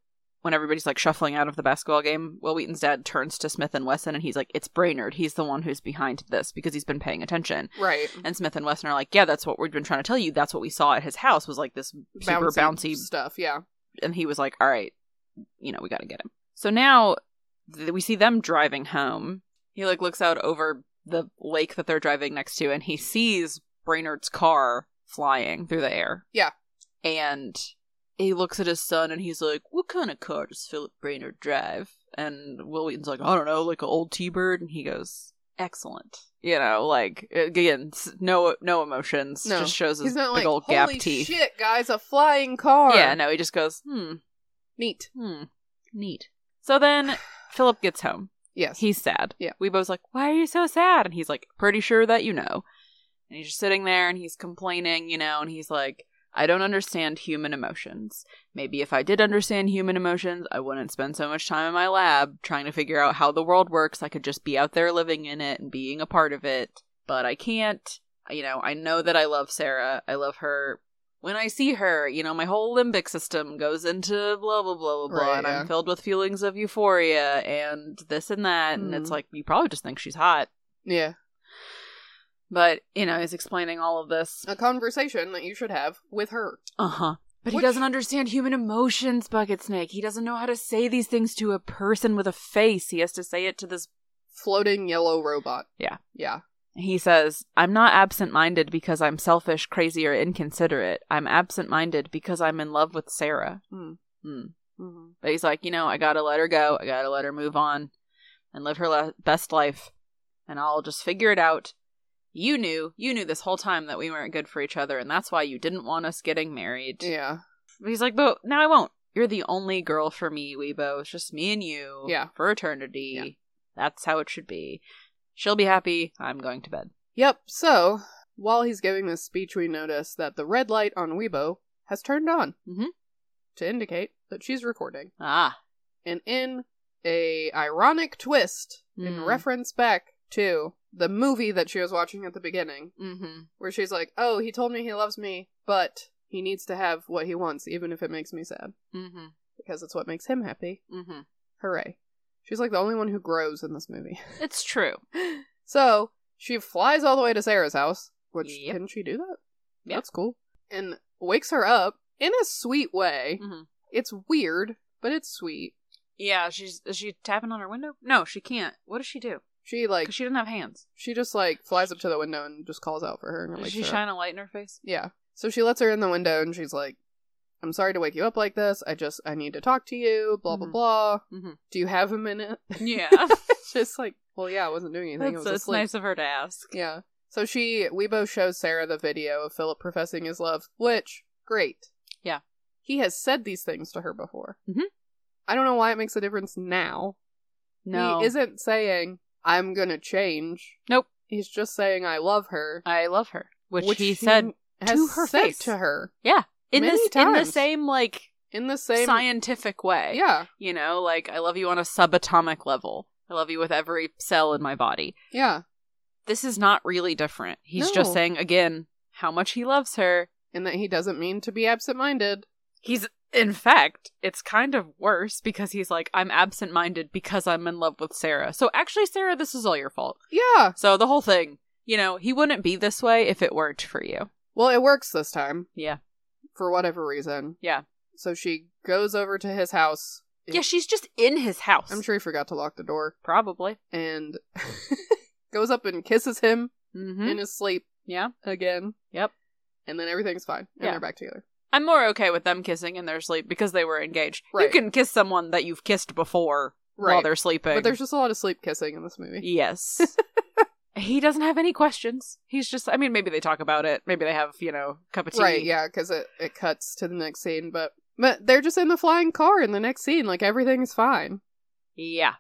Speaker 2: when everybody's like shuffling out of the basketball game, Will Wheaton's dad turns to Smith and Wesson and he's like, It's Brainerd. He's the one who's behind this because he's been paying attention.
Speaker 1: right.
Speaker 2: And Smith and Wesson are like, Yeah, that's what we've been trying to tell you. That's what we saw at his house was like this super bouncy
Speaker 1: stuff, yeah.
Speaker 2: and he was like, "All right, you know, we got to get him." So now th- we see them driving home. He like looks out over the lake that they're driving next to, and he sees Brainerd's car flying through the air.
Speaker 1: Yeah.
Speaker 2: and he looks at his son, and he's like, "What kind of car does Philip Brainerd drive?" And Will Wheaton's like, "I don't know, like an old T-bird," and he goes. Excellent, you know, like again, s- no, no emotions.
Speaker 1: No.
Speaker 2: just shows his
Speaker 1: He's not
Speaker 2: big
Speaker 1: like
Speaker 2: old
Speaker 1: holy
Speaker 2: gap teeth.
Speaker 1: shit, guys, a flying car.
Speaker 2: Yeah, no, he just goes, hmm,
Speaker 1: Neat.
Speaker 2: Hmm. Neat. So then Philip gets home.
Speaker 1: Yes.
Speaker 2: He's sad.
Speaker 1: Yeah.
Speaker 2: Weebo's like, Why are you so sad? And he's like, Pretty sure that you know. And he's just sitting there and he's complaining, you know, and he's like, I don't understand human emotions. Maybe if I did understand human emotions, I wouldn't spend so much time in my lab trying to figure out how the world works. I could just be out there living in it and being a part of it. But I can't. You know, I know that I love Sarah. I love her. When I see her, you know, my whole limbic system goes into blah, blah, blah, blah, blah.
Speaker 1: Right,
Speaker 2: and
Speaker 1: yeah.
Speaker 2: I'm filled with feelings of euphoria and this and that. And it's
Speaker 1: Mhm.
Speaker 2: like, you probably just think she's hot.
Speaker 1: yeah.
Speaker 2: But, you know, he's explaining all of this.
Speaker 1: A conversation that you should have with her.
Speaker 2: Uh huh. But
Speaker 1: Which-
Speaker 2: he doesn't understand human emotions, Bucket Snake. He doesn't know how to say these things to a person with a face. He has to say it to this.
Speaker 1: Floating yellow robot.
Speaker 2: Yeah.
Speaker 1: Yeah.
Speaker 2: He says, I'm not absent minded because I'm selfish, crazy, or inconsiderate. I'm absent minded because I'm in love with Sarah.
Speaker 1: Mm.
Speaker 2: Hmm.
Speaker 1: Mhm.
Speaker 2: But he's like, you know, I gotta let her go. I gotta let her move on and live her le- best life. And I'll just figure it out. You knew, you knew this whole time that we weren't good for each other, and that's why you didn't want us getting married.
Speaker 1: Yeah.
Speaker 2: But He's like, but now I won't. You're the only girl for me, Weibo. It's just me and you.
Speaker 1: Yeah.
Speaker 2: For eternity.
Speaker 1: Yeah.
Speaker 2: That's how it should be. She'll be happy. I'm going to bed.
Speaker 1: Yep, so while he's giving this speech, we notice that the red light on Weibo has turned on
Speaker 2: Mhm.
Speaker 1: to indicate that she's recording.
Speaker 2: Ah.
Speaker 1: And in a ironic twist, in
Speaker 2: Mm.
Speaker 1: reference back to the movie that she was watching at the beginning,
Speaker 2: Mm-hmm.
Speaker 1: where she's like, "Oh, he told me he loves me, but he needs to have what he wants, even if it makes me sad,
Speaker 2: Mm-hmm.
Speaker 1: because it's what makes him happy."
Speaker 2: Mm-hmm.
Speaker 1: Hooray! She's like the only one who grows in this movie.
Speaker 2: It's true.
Speaker 1: So she flies all the way to Sarah's house, which
Speaker 2: Yep.
Speaker 1: can she do that?
Speaker 2: Yep.
Speaker 1: That's cool. And wakes her up in a sweet way.
Speaker 2: Mm-hmm.
Speaker 1: It's weird, but it's sweet.
Speaker 2: Yeah, she's is she tapping on her window? No, she can't. What does she do?
Speaker 1: She like
Speaker 2: Because she doesn't have hands.
Speaker 1: she just like flies up to the window and just calls out for her and
Speaker 2: Does
Speaker 1: wakes
Speaker 2: she
Speaker 1: her up.
Speaker 2: shine a light in her face?
Speaker 1: Yeah. So she lets her in the window and she's like, I'm sorry to wake you up like this. I just I need to talk to you, blah blah
Speaker 2: Mhm.
Speaker 1: blah.
Speaker 2: Mm-hmm.
Speaker 1: Do you have a minute?
Speaker 2: Yeah.
Speaker 1: It's just like, well yeah, I wasn't doing anything. I
Speaker 2: That's,
Speaker 1: was
Speaker 2: that's
Speaker 1: asleep.
Speaker 2: nice of her to ask.
Speaker 1: Yeah. So she Weibo shows Sarah the video of Philip professing his love, which great.
Speaker 2: Yeah.
Speaker 1: He has said these things to her before.
Speaker 2: Mhm.
Speaker 1: I don't know why it makes a difference now.
Speaker 2: No.
Speaker 1: He isn't saying I'm gonna change.
Speaker 2: Nope.
Speaker 1: He's just saying I love her,
Speaker 2: I love her. Which, he,
Speaker 1: he
Speaker 2: said
Speaker 1: has
Speaker 2: to her
Speaker 1: said
Speaker 2: face.
Speaker 1: to her
Speaker 2: Yeah. In
Speaker 1: many
Speaker 2: this in the
Speaker 1: times.
Speaker 2: same like
Speaker 1: in the same
Speaker 2: scientific way.
Speaker 1: Yeah,
Speaker 2: You know, like I love you on a subatomic level. I love you with every cell in my body.
Speaker 1: yeah.
Speaker 2: This is not really different. He's
Speaker 1: No.
Speaker 2: just saying again how much he loves her.
Speaker 1: And that he doesn't mean to be absent-minded.
Speaker 2: He's in fact, it's kind of worse because he's like I'm absent-minded because I'm in love with Sarah. So actually Sarah, this is all your fault.
Speaker 1: Yeah.
Speaker 2: So the whole thing, you know, he wouldn't be this way if it worked for you.
Speaker 1: Well, it works this time
Speaker 2: Yeah.
Speaker 1: for whatever reason.
Speaker 2: Yeah.
Speaker 1: So she goes over to his house.
Speaker 2: Yeah, she's just in his house.
Speaker 1: I'm sure he forgot to lock the door.
Speaker 2: probably.
Speaker 1: and goes up and kisses him
Speaker 2: Mhm.
Speaker 1: in his sleep
Speaker 2: Yeah.
Speaker 1: again,
Speaker 2: Yep.
Speaker 1: and then everything's fine, and
Speaker 2: Yeah.
Speaker 1: they're back together.
Speaker 2: I'm more okay with them kissing in their sleep because they were engaged.
Speaker 1: Right.
Speaker 2: You can kiss someone that you've kissed before while
Speaker 1: Right.
Speaker 2: they're sleeping.
Speaker 1: But there's just a lot of sleep kissing in this movie.
Speaker 2: yes. he doesn't have any questions. He's just I mean maybe they talk about it. Maybe they have, you know, cup of tea.
Speaker 1: Right? Yeah, because it it cuts to the next scene, but but they're just in the flying car in the next scene, like everything's fine.
Speaker 2: Yeah.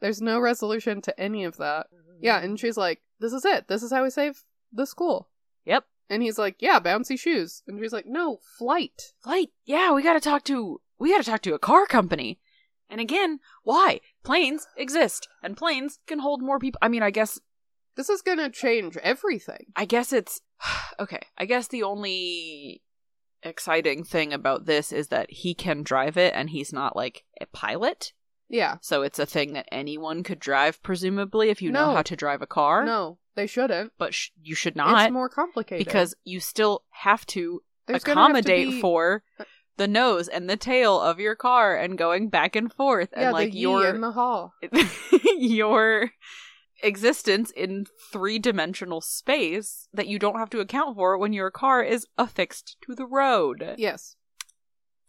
Speaker 1: There's no resolution to any of that.
Speaker 2: Mm-hmm.
Speaker 1: Yeah, and she's like, This is it. This is how we save the school.
Speaker 2: Yep.
Speaker 1: And he's like, Yeah, bouncy shoes. And she's like, No, flight.
Speaker 2: Like, yeah, we gotta talk to we gotta talk to a car company. And again, why? Planes exist, and planes can hold more people. I mean, I guess
Speaker 1: This is gonna change everything.
Speaker 2: I guess it's okay. I guess the only exciting thing about this is that he can drive it and he's not like a pilot.
Speaker 1: Yeah.
Speaker 2: So it's a thing that anyone could drive, presumably, if you know
Speaker 1: No.
Speaker 2: how to drive a car.
Speaker 1: No, they shouldn't.
Speaker 2: But sh- you should not
Speaker 1: it's more complicated.
Speaker 2: because you still have to
Speaker 1: There's gonna have to
Speaker 2: accommodate
Speaker 1: be-
Speaker 2: for the nose and the tail of your car and going back and forth
Speaker 1: yeah,
Speaker 2: and uh, like
Speaker 1: the
Speaker 2: your
Speaker 1: ye in the hall.
Speaker 2: your existence in three-dimensional space that you don't have to account for when your car is affixed to the road.
Speaker 1: Yes.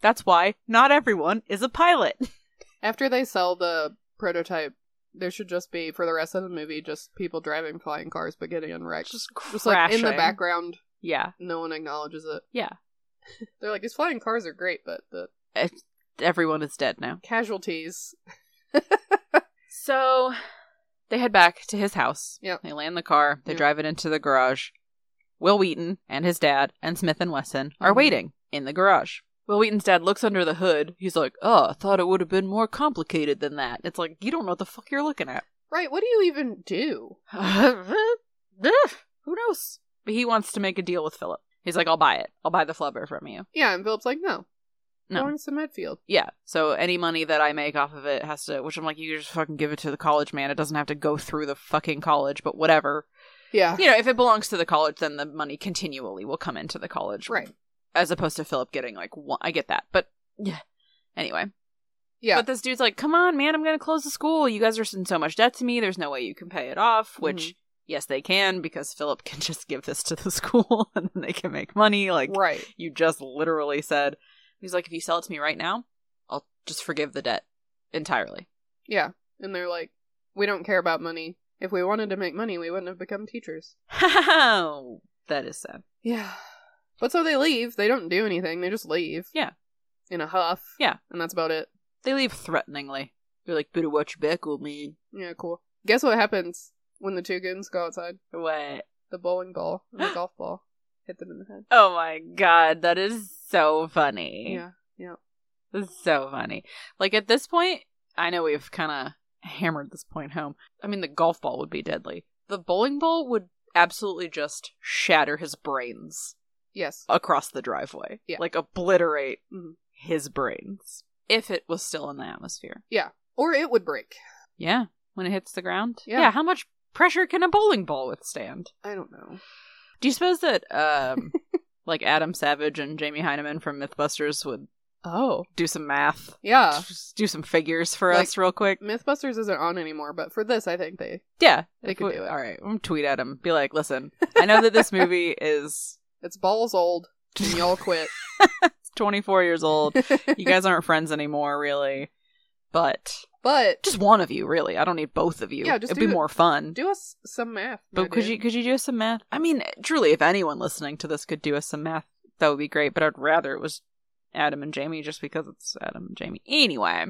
Speaker 2: That's why not everyone is a pilot.
Speaker 1: After they sell the prototype, there should just be for the rest of the movie just people driving flying cars but getting in wrecks.
Speaker 2: Just
Speaker 1: like in the
Speaker 2: crashing.
Speaker 1: background,
Speaker 2: Yeah.
Speaker 1: no one acknowledges it.
Speaker 2: Yeah.
Speaker 1: They're like, these flying cars are great, but the
Speaker 2: It- everyone is dead now.
Speaker 1: casualties.
Speaker 2: So they head back to his house.
Speaker 1: Yep.
Speaker 2: They land the car. They
Speaker 1: Yep.
Speaker 2: drive it into the garage. Will Wheaton and his dad and Smith and Wesson are
Speaker 1: Mhm.
Speaker 2: waiting in the garage. Will Wheaton's dad looks under the hood. He's like, "Oh, I thought it would have been more complicated than that." It's like you don't know what the fuck you're looking at.
Speaker 1: Right, what do you even do?
Speaker 2: Who knows? But he wants to make a deal with Philip. He's like, "I'll buy it. I'll buy the flubber from you."
Speaker 1: Yeah, and Philip's like, no.
Speaker 2: No.
Speaker 1: Going to Medfield.
Speaker 2: Yeah. So any money that I make off of it has to, which I'm like, you just fucking give it to the college man. It doesn't have to go through the fucking college, but whatever.
Speaker 1: Yeah.
Speaker 2: you know, if it belongs to the college, then the money continually will come into the college,
Speaker 1: Right.
Speaker 2: As opposed to Philip getting like one. I get that, but yeah. Anyway,
Speaker 1: Yeah.
Speaker 2: But this dude's like, "Come on, man! I'm going to close the school. You guys are in so much debt to me. There's no way you can pay it off."
Speaker 1: Mm-hmm.
Speaker 2: Which, yes, they can because Philip can just give this to the school and then they can make money. Like
Speaker 1: right.
Speaker 2: you just literally said, he's like, "If you sell it to me right now, I'll just forgive the debt entirely."
Speaker 1: Yeah. And they're like, we don't care about money. If we wanted to make money, we wouldn't have become teachers.
Speaker 2: that is sad.
Speaker 1: Yeah. But so they leave. They don't do anything. They just leave.
Speaker 2: Yeah.
Speaker 1: In a huff.
Speaker 2: Yeah.
Speaker 1: And that's about it.
Speaker 2: They leave threateningly. They're like, "Better watch your back, old man."
Speaker 1: Yeah, cool. Guess what happens when the two goons go outside?
Speaker 2: What?
Speaker 1: The bowling ball and the golf ball hit them in the head.
Speaker 2: Oh my god, that is so funny.
Speaker 1: Yeah.
Speaker 2: This is so funny. Like at this point, I know we've kind of hammered this point home. I mean, the golf ball would be deadly. The bowling ball would absolutely just shatter his brains
Speaker 1: Yes.
Speaker 2: across the driveway.
Speaker 1: Yeah.
Speaker 2: Like obliterate
Speaker 1: Mhm.
Speaker 2: his brains if it was still in the atmosphere.
Speaker 1: Or it would break.
Speaker 2: Yeah, when it hits the ground.
Speaker 1: Yeah.
Speaker 2: yeah how much pressure can a bowling ball withstand?
Speaker 1: I don't know.
Speaker 2: Do you suppose that um like Adam Savage and Jamie Heineman from Mythbusters would
Speaker 1: Oh.
Speaker 2: do some math?
Speaker 1: Yeah.
Speaker 2: Just do some figures for
Speaker 1: Like-
Speaker 2: us real quick.
Speaker 1: Mythbusters isn't on anymore, but for this, I think they
Speaker 2: Yeah.
Speaker 1: They
Speaker 2: If
Speaker 1: could
Speaker 2: we-
Speaker 1: do it.
Speaker 2: All right. I'm gonna tweet at him. Be like, listen, I know that this movie is
Speaker 1: it's balls old and y'all quit.
Speaker 2: 24 years old. You guys aren't friends anymore, really. But
Speaker 1: but
Speaker 2: just one of you, really. I don't need both of you.
Speaker 1: Yeah, just
Speaker 2: It'd
Speaker 1: do
Speaker 2: be
Speaker 1: it.
Speaker 2: more fun.
Speaker 1: do us some math. my
Speaker 2: but could
Speaker 1: dude.
Speaker 2: you could you do us some math? I mean, truly, if anyone listening to this could do us some math, that would be great. But I'd rather it was Adam and Jamie, just because it's Adam and Jamie. Anyway,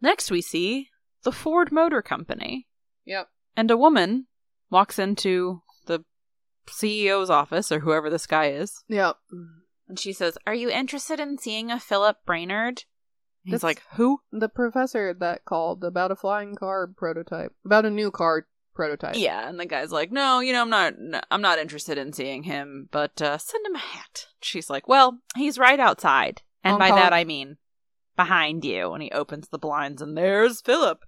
Speaker 2: next we see the Ford Motor Company,
Speaker 1: Yep.
Speaker 2: and a woman walks into the CEO's office or whoever this guy is,
Speaker 1: Yep.
Speaker 2: and she says, "Are you interested in seeing a Philip Brainerd?" And He's
Speaker 1: That's-
Speaker 2: like, "Who?"
Speaker 1: The professor that called about a flying car prototype, about a new car prototype.
Speaker 2: Yeah, and the guy's like, "No, you know, I'm not, no, I'm not interested in seeing him, but uh, send him a hat." She's like, "Well, he's right outside, and
Speaker 1: On
Speaker 2: by
Speaker 1: call.
Speaker 2: that I mean behind you." And he opens the blinds, and there's Philip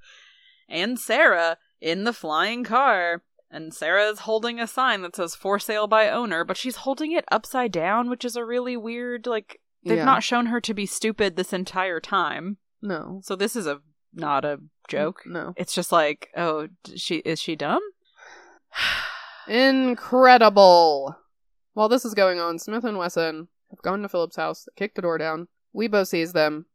Speaker 2: and Sarah in the flying car. And Sarah is holding a sign that says "For sale by owner," but she's holding it upside down, which is a really weird. Like they've
Speaker 1: Yeah.
Speaker 2: not shown her to be stupid this entire time,
Speaker 1: No.
Speaker 2: so this is a not a joke.
Speaker 1: No.
Speaker 2: It's just like, oh, d- she is she dumb?
Speaker 1: Incredible. While this is going on, Smith and Wesson have gone to Philip's house, kick the door down. Weibo sees them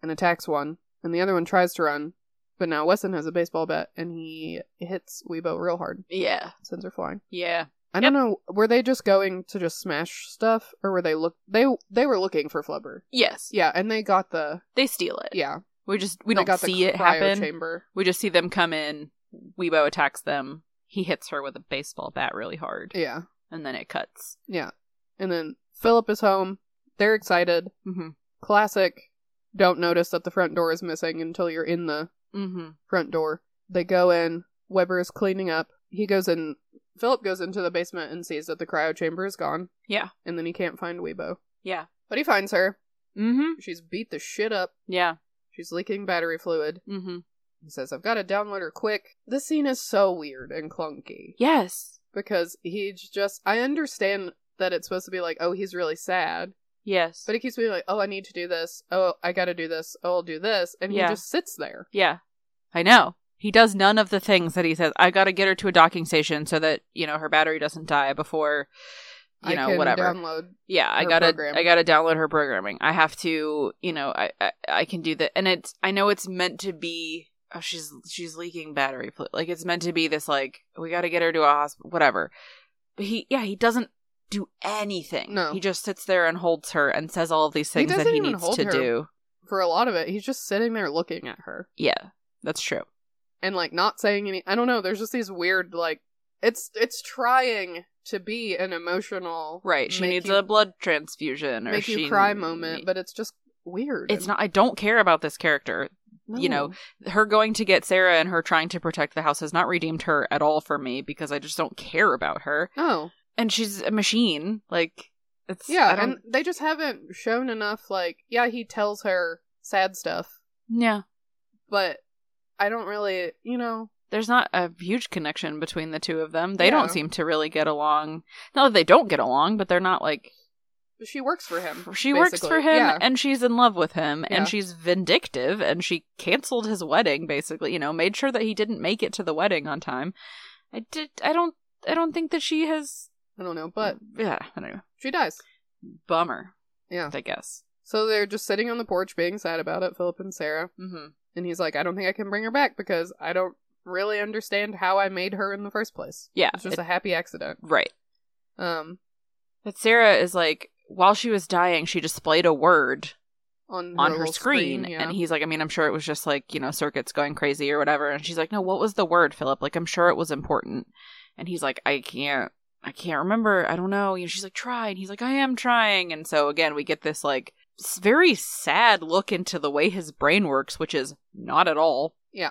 Speaker 1: and attacks one, and the other one tries to run. But now Wesson has a baseball bat and he hits Weibo real hard.
Speaker 2: Yeah,
Speaker 1: Sends her flying.
Speaker 2: yeah.
Speaker 1: I don't know. Were they just going to just smash stuff, or were they look they they were looking for Flubber?
Speaker 2: Yes,
Speaker 1: Yeah, and they got the
Speaker 2: they steal it.
Speaker 1: yeah.
Speaker 2: We just we
Speaker 1: They
Speaker 2: don't
Speaker 1: got the
Speaker 2: see it
Speaker 1: cryo
Speaker 2: happen.
Speaker 1: Chamber.
Speaker 2: We just see them come in. Weibo attacks them. He hits her with a baseball bat really hard,
Speaker 1: Yeah,
Speaker 2: and then it cuts.
Speaker 1: yeah. And then Philip is home. They're excited.
Speaker 2: Mm-hmm.
Speaker 1: Classic. Don't notice that the front door is missing until you're in the
Speaker 2: Mm-hmm.
Speaker 1: front door. They go in. Weber is cleaning up. He goes in. Philip goes into the basement and sees that the cryo chamber is gone,
Speaker 2: Yeah.
Speaker 1: and then he can't find Weibo.
Speaker 2: Yeah.
Speaker 1: But he finds her.
Speaker 2: Mm-hmm.
Speaker 1: She's beat the shit up.
Speaker 2: Yeah.
Speaker 1: She's leaking battery fluid.
Speaker 2: Mm-hmm.
Speaker 1: He says, I've got to download her quick. This scene is so weird and clunky
Speaker 2: Yes.
Speaker 1: because he's just. I understand that it's supposed to be like, oh, he's really sad,
Speaker 2: Yes.
Speaker 1: but he keeps being like, oh, I need to do this. Oh, I got to do this. Oh, I'll do this. And
Speaker 2: Yeah.
Speaker 1: he just sits there.
Speaker 2: yeah. I know. He does none of the things that he says. I got to get her to a docking station so that you know her battery doesn't die before you
Speaker 1: I
Speaker 2: know
Speaker 1: can
Speaker 2: whatever.
Speaker 1: download.
Speaker 2: yeah i
Speaker 1: her
Speaker 2: gotta
Speaker 1: program.
Speaker 2: i gotta download her programming i have to you know I, I i can do that and it's i know it's meant to be oh she's she's leaking battery fluid like it's meant to be this like we gotta get her to a hospital whatever but he yeah he doesn't do anything
Speaker 1: No.
Speaker 2: he just sits there and holds her and says all of these
Speaker 1: He
Speaker 2: things that
Speaker 1: doesn't
Speaker 2: he
Speaker 1: even
Speaker 2: needs
Speaker 1: hold
Speaker 2: to
Speaker 1: her.
Speaker 2: do
Speaker 1: For a lot of it, he's just sitting there looking at her
Speaker 2: yeah that's true
Speaker 1: and like not saying any. I don't know. There's just these weird like. It's it's trying to be an emotional
Speaker 2: right she
Speaker 1: make
Speaker 2: needs
Speaker 1: you-
Speaker 2: a blood transfusion or
Speaker 1: make
Speaker 2: she
Speaker 1: you cry moment, but it's just weird.
Speaker 2: it's
Speaker 1: and-
Speaker 2: not i don't care about this character you know,
Speaker 1: No.
Speaker 2: her going to get Sarah and her trying to protect the house has not redeemed her at all for me because I just don't care about her.
Speaker 1: No.
Speaker 2: And she's a machine. Like it's I
Speaker 1: Yeah,
Speaker 2: don't,
Speaker 1: and they just haven't shown enough. Like, yeah, he tells her sad stuff,
Speaker 2: yeah.
Speaker 1: but I don't really, you know.
Speaker 2: There's not a huge connection between the two of them. They
Speaker 1: Yeah.
Speaker 2: don't seem to really get along. No, they don't get along, but they're not like
Speaker 1: She works for him.
Speaker 2: she works for
Speaker 1: basically.
Speaker 2: him
Speaker 1: Yeah.
Speaker 2: and she's in love with him
Speaker 1: Yeah.
Speaker 2: and she's vindictive and she canceled his wedding basically, you know, made sure that he didn't make it to the wedding on time. I did I don't I don't think that she has
Speaker 1: I don't know, but
Speaker 2: yeah, I don't know.
Speaker 1: she dies.
Speaker 2: Bummer.
Speaker 1: Yeah.
Speaker 2: I guess.
Speaker 1: So they're just sitting on the porch being sad about it, Philip and Sarah.
Speaker 2: Mm-hmm.
Speaker 1: And he's like, I don't think I can bring her back because I don't really understand how I made her in the first place.
Speaker 2: Yeah,
Speaker 1: It's just
Speaker 2: it-
Speaker 1: a happy accident.
Speaker 2: Right.
Speaker 1: Um,
Speaker 2: But Sarah is like, while she was dying, she displayed a word
Speaker 1: on her,
Speaker 2: on her
Speaker 1: little
Speaker 2: screen.
Speaker 1: yeah.
Speaker 2: And he's like, I mean, I'm sure it was just like, you know, circuits going crazy or whatever. And she's like, no, what was the word, Philip? Like, I'm sure it was important. And he's like, I can't, I can't remember. I don't know. You know, she's like, try. And he's like, I am trying. And so again, we get this like s- very sad look into the way his brain works, which is not at all.
Speaker 1: Yeah.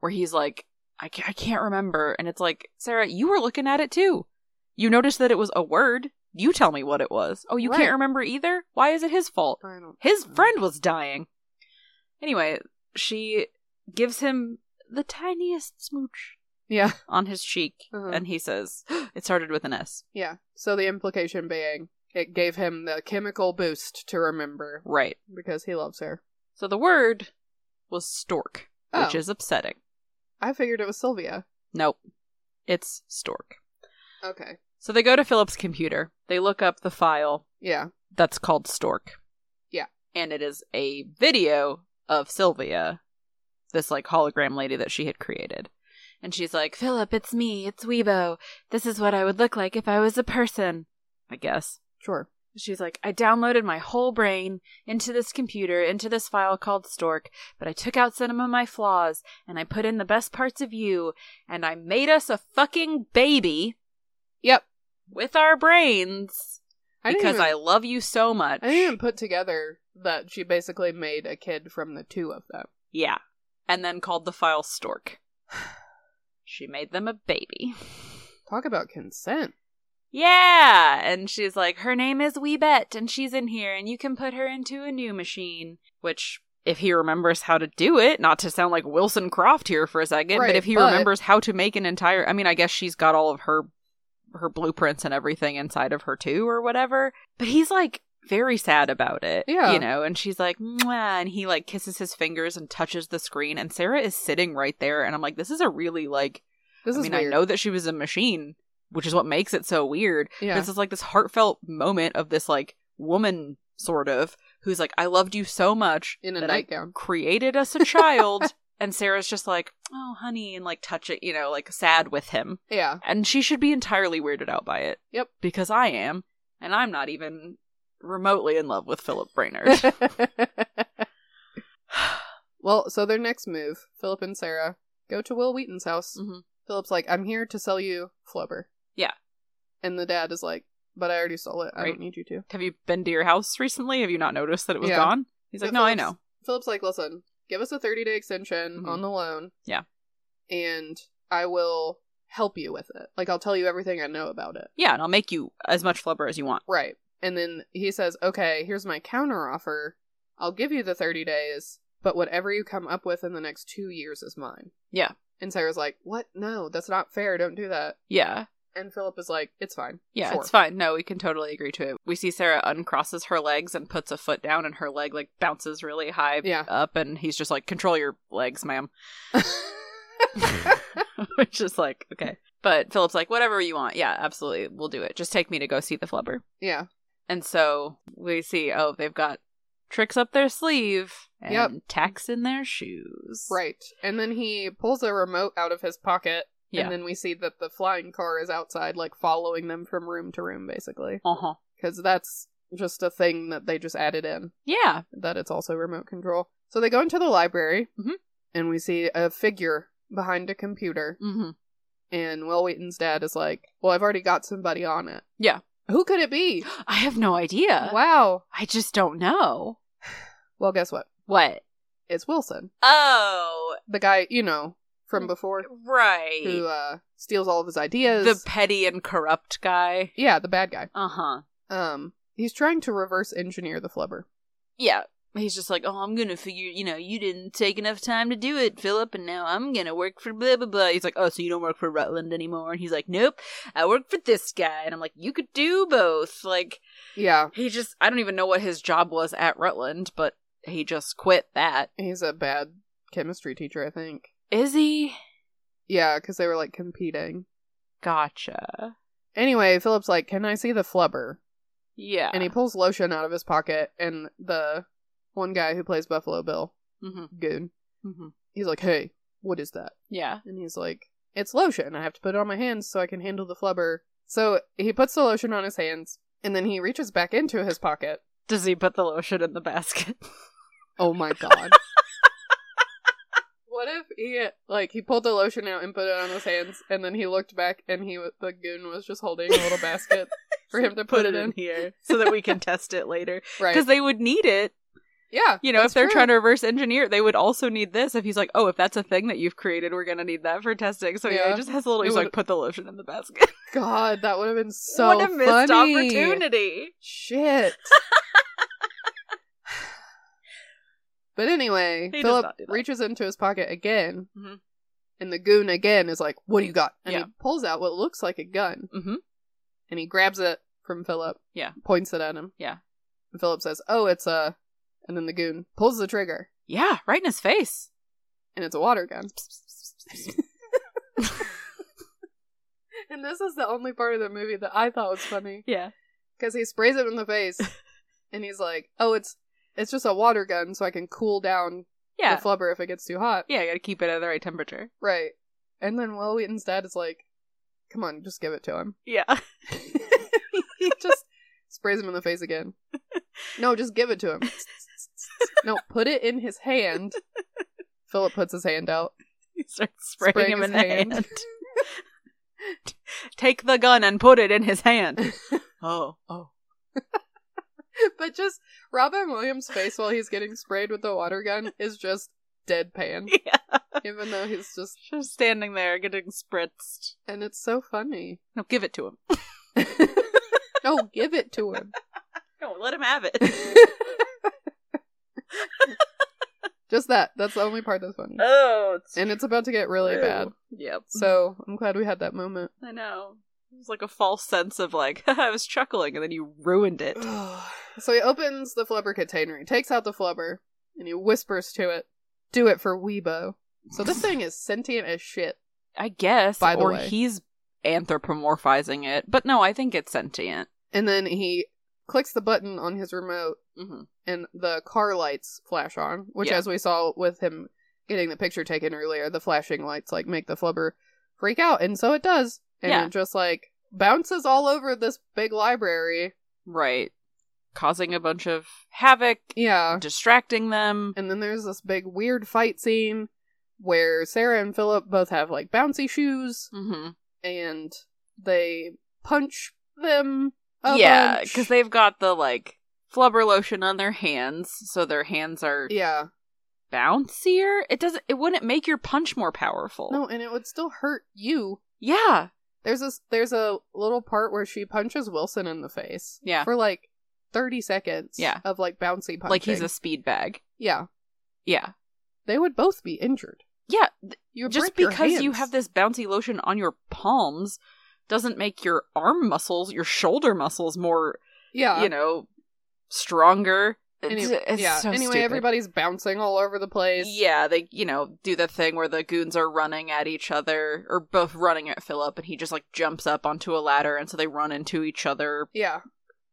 Speaker 2: Where he's like, I can't, I can't remember. And it's like, Sarah, you were looking at it too. You noticed that it was a word. You tell me what it was. Oh, you
Speaker 1: Right.
Speaker 2: can't remember either? Why is it his fault?
Speaker 1: I don't,
Speaker 2: His friend was dying. Anyway, she gives him the tiniest smooch
Speaker 1: Yeah.
Speaker 2: on his cheek,
Speaker 1: Uh-huh.
Speaker 2: and he says, It started with an S.
Speaker 1: Yeah. So the implication being it gave him the chemical boost to remember
Speaker 2: Right.
Speaker 1: because he loves her.
Speaker 2: So the word was stork, which
Speaker 1: Oh.
Speaker 2: is upsetting.
Speaker 1: I figured it was Sylvia.
Speaker 2: Nope. It's stork.
Speaker 1: Okay.
Speaker 2: So they go to Philip's computer. They look up the file
Speaker 1: Yeah.
Speaker 2: that's called Stork.
Speaker 1: Yeah.
Speaker 2: And it is a video of Sylvia, this like hologram lady that she had created. And she's like, Philip, it's me, it's Weibo. This is what I would look like if I was a person, I guess.
Speaker 1: Sure.
Speaker 2: She's like, I downloaded my whole brain into this computer, into this file called Stork, but I took out some of my flaws and I put in the best parts of you, and I made us a fucking baby
Speaker 1: Yep.
Speaker 2: with our brains
Speaker 1: I didn't
Speaker 2: because
Speaker 1: even,
Speaker 2: I love you so much.
Speaker 1: I didn't even put together that she basically made a kid from the two of them.
Speaker 2: Yeah. And then called the file Stork. She made them a baby.
Speaker 1: Talk about consent.
Speaker 2: Yeah. And she's like, her name is Weebet, and she's in here, and you can put her into a new machine. Which, if he remembers how to do it, not to sound like Wilson Croft here for a second,
Speaker 1: Right,
Speaker 2: but if he
Speaker 1: but-
Speaker 2: remembers how to make an entire I mean, I guess she's got all of her her blueprints and everything inside of her too or whatever. But he's like very sad about it.
Speaker 1: Yeah.
Speaker 2: You know, and she's like, Mwah, and he like kisses his fingers and touches the screen and Sarah is sitting right there and I'm like, this is a really like
Speaker 1: This
Speaker 2: I
Speaker 1: is
Speaker 2: mean,
Speaker 1: weird.
Speaker 2: I know that she was a machine, which is what makes it so weird.
Speaker 1: Yeah.
Speaker 2: This is like this heartfelt moment of this like woman sort of who's like, I loved you so much
Speaker 1: In a
Speaker 2: that I
Speaker 1: nightgown.
Speaker 2: created us a child. and Sarah's just like, oh, honey, and like touch it, you know, like sad with him.
Speaker 1: yeah.
Speaker 2: And she should be entirely weirded out by it.
Speaker 1: Yep.
Speaker 2: Because I am, and I'm not even remotely in love with Philip Brainerd.
Speaker 1: Well, so their next move, Philip and Sarah go to Will Wheaton's house.
Speaker 2: Mhm.
Speaker 1: Philip's like, I'm here to sell you Flubber.
Speaker 2: Yeah.
Speaker 1: And the dad is like, But I already sold it. I
Speaker 2: Right.
Speaker 1: don't need you to.
Speaker 2: Have you been to your house recently? Have you not noticed that it was
Speaker 1: Yeah.
Speaker 2: gone? He's like,
Speaker 1: But
Speaker 2: no, I
Speaker 1: Philip's-
Speaker 2: know.
Speaker 1: Philip's like, Listen, give us a 30 day extension
Speaker 2: Mhm.
Speaker 1: on the loan.
Speaker 2: Yeah.
Speaker 1: And I will help you with it. Like, I'll tell you everything I know about it.
Speaker 2: Yeah, and I'll make you as much flubber as you want.
Speaker 1: Right. And then he says, Okay, here's my counter offer. I'll give you the 30 days, but whatever you come up with in the next two years is mine.
Speaker 2: Yeah.
Speaker 1: And Sarah's like, What? No, that's not fair. Don't do that.
Speaker 2: Yeah.
Speaker 1: And Philip is like, It's fine.
Speaker 2: Yeah,
Speaker 1: Sure."
Speaker 2: it's fine. No, we can totally agree to it. We see Sarah uncrosses her legs and puts a foot down, and her leg like bounces really high
Speaker 1: Yeah.
Speaker 2: up, and he's just like, "Control your legs, ma'am," which is like, okay. But Philip's like, "Whatever you want, yeah, absolutely, we'll do it. Just take me to go see the flubber."
Speaker 1: yeah.
Speaker 2: And so we see, oh, they've got tricks up their sleeve and
Speaker 1: Yep.
Speaker 2: tacks in their shoes,
Speaker 1: Right. And then he pulls a remote out of his pocket.
Speaker 2: Yeah.
Speaker 1: And then we see that the flying car is outside, like following them from room to room, basically.
Speaker 2: Uh huh.
Speaker 1: Because that's just a thing that they just added in,
Speaker 2: Yeah.
Speaker 1: that it's also remote control. So they go into the library,
Speaker 2: Mhm.
Speaker 1: and we see a figure behind a computer.
Speaker 2: Mm-hmm.
Speaker 1: And Will Wheaton's dad is like, Well, I've already got somebody on it.
Speaker 2: Yeah.
Speaker 1: Who could it be?
Speaker 2: I have no idea.
Speaker 1: wow.
Speaker 2: I just don't know.
Speaker 1: Well, guess what?
Speaker 2: What?
Speaker 1: It's Wilson.
Speaker 2: Oh,
Speaker 1: The guy, you know,
Speaker 2: Mm.
Speaker 1: from before
Speaker 2: right.
Speaker 1: who uh, steals all of his ideas.
Speaker 2: the petty and corrupt guy.
Speaker 1: Yeah, the bad guy.
Speaker 2: Uh huh.
Speaker 1: Um, he's trying to reverse engineer the flubber.
Speaker 2: Yeah. He's just like, oh, I'm gonna figure. You know, you didn't take enough time to do it, Philip, and now I'm gonna work for blah blah blah. He's like, oh, so you don't work for Rutland anymore? And he's like, nope, I work for this guy. And I'm like, you could do both. Like,
Speaker 1: Yeah,
Speaker 2: he just, I don't even know what his job was at Rutland, but he just quit that.
Speaker 1: he's a bad chemistry teacher, I think.
Speaker 2: Is he?
Speaker 1: Yeah, because they were like competing.
Speaker 2: Gotcha.
Speaker 1: Anyway, Philip's like, "Can I see the flubber?"
Speaker 2: Yeah.
Speaker 1: And he pulls lotion out of his pocket, and the one guy who plays Buffalo Bill,
Speaker 2: Mm-hmm.
Speaker 1: goon,
Speaker 2: Mm-hmm.
Speaker 1: he's like, "Hey, what is that?"
Speaker 2: Yeah.
Speaker 1: And he's like, "It's lotion. I have to put it on my hands so I can handle the flubber." So he puts the lotion on his hands, and then he reaches back into his pocket.
Speaker 2: Does he put the lotion in the basket?
Speaker 1: Oh my god. what if he like he pulled the lotion out and put it on his hands, and then he looked back and he wa- the goon was just holding a little basket for him to put, it in.
Speaker 2: here so that we can test it later
Speaker 1: Right?
Speaker 2: because they would need it.
Speaker 1: yeah.
Speaker 2: You know,
Speaker 1: that's
Speaker 2: if they're
Speaker 1: true.
Speaker 2: trying to reverse engineer, they would also need this. If he's like, oh, if that's a thing that you've created, we're gonna need that for testing. So yeah,
Speaker 1: Yeah.
Speaker 2: he just has a little.
Speaker 1: It
Speaker 2: He's
Speaker 1: would-
Speaker 2: like, put the lotion in the basket.
Speaker 1: God, that would have been so
Speaker 2: what a missed
Speaker 1: funny.
Speaker 2: opportunity.
Speaker 1: Shit. but anyway,
Speaker 2: He does
Speaker 1: Philip
Speaker 2: not do that.
Speaker 1: reaches into his pocket again,
Speaker 2: Mhm.
Speaker 1: and the goon again is like, "What do you got?" And he
Speaker 2: Yeah.
Speaker 1: pulls out what looks like a gun.
Speaker 2: Mm-hmm.
Speaker 1: and he grabs it from Philip.
Speaker 2: Yeah.
Speaker 1: Points it at him.
Speaker 2: Yeah.
Speaker 1: And Philip says, "Oh, it's a," and then the goon pulls the trigger,
Speaker 2: Yeah, right in his face.
Speaker 1: and it's a water gun. and this is the only part of the movie that I thought was funny
Speaker 2: Yeah.
Speaker 1: because he sprays it in the face, and he's like, "Oh, it's it's just a water gun, so I can cool down
Speaker 2: Yeah.
Speaker 1: the flubber if it gets too hot."
Speaker 2: yeah, you gotta keep it at the right temperature.
Speaker 1: Right. And then Will Wheaton's dad is like, "Come on, just give it to him."
Speaker 2: Yeah.
Speaker 1: he just sprays him in the face again. No, just give it to him. No, put it in his hand. Philip puts his hand out.
Speaker 2: he starts spraying,
Speaker 1: Spraying
Speaker 2: him in the
Speaker 1: his hand.
Speaker 2: hand. Take the gun and put it in his hand. oh. Oh.
Speaker 1: But just Robin Williams' face while he's getting sprayed with the water gun is just deadpan,
Speaker 2: Yeah.
Speaker 1: even though he's just,
Speaker 2: Just standing there getting spritzed.
Speaker 1: and it's so funny.
Speaker 2: No, give it to him.
Speaker 1: No, give it to him.
Speaker 2: No, let him have it.
Speaker 1: Just that. That's the only part that's funny.
Speaker 2: oh, it's
Speaker 1: And it's about to get really
Speaker 2: true.
Speaker 1: bad.
Speaker 2: Yep.
Speaker 1: So I'm glad we had that moment.
Speaker 2: I know. It was like a false sense of like I was chuckling, and then you ruined it.
Speaker 1: so he opens the flubber container, he takes out the flubber, and he whispers to it, Do it for Weebo. So this thing is sentient as shit.
Speaker 2: I guess.
Speaker 1: By the
Speaker 2: or
Speaker 1: way.
Speaker 2: he's anthropomorphizing it, but no, I think it's sentient.
Speaker 1: And then he clicks the button on his remote,
Speaker 2: Mm-hmm.
Speaker 1: and the car lights flash on, which,
Speaker 2: Yeah.
Speaker 1: as we saw with him getting the picture taken earlier, the flashing lights like make the flubber freak out, and so it does. And
Speaker 2: Yeah.
Speaker 1: it just like bounces all over this big library.
Speaker 2: Right. causing a bunch of havoc,
Speaker 1: Yeah.
Speaker 2: distracting them.
Speaker 1: And then there's this big weird fight scene where Sarah and Philip both have like bouncy shoes
Speaker 2: Mm-hmm.
Speaker 1: and they punch them. A
Speaker 2: Yeah,
Speaker 1: bunch.
Speaker 2: because they've got the like flubber lotion on their hands, so their hands are
Speaker 1: Yeah.
Speaker 2: bouncier. It doesn't. It wouldn't make your punch more powerful.
Speaker 1: No, and it would still hurt you.
Speaker 2: Yeah.
Speaker 1: There's this there's a little part where she punches Wilson in the face.
Speaker 2: Yeah.
Speaker 1: For like thirty seconds
Speaker 2: Yeah.
Speaker 1: of like bouncy punching.
Speaker 2: Like he's a speed bag.
Speaker 1: Yeah.
Speaker 2: Yeah.
Speaker 1: They would both be injured.
Speaker 2: Yeah.
Speaker 1: You would
Speaker 2: Just
Speaker 1: break your
Speaker 2: because you
Speaker 1: hands.
Speaker 2: have this bouncy lotion on your palms doesn't make your arm muscles, your shoulder muscles more,
Speaker 1: Yeah.
Speaker 2: you know, stronger.
Speaker 1: Any-
Speaker 2: It's, it's
Speaker 1: yeah.
Speaker 2: so
Speaker 1: anyway,
Speaker 2: stupid.
Speaker 1: everybody's bouncing all over the place.
Speaker 2: Yeah, they, you know, do the thing where the goons are running at each other, or both running at Philip, and he just, like, jumps up onto a ladder, and so they run into each other.
Speaker 1: Yeah.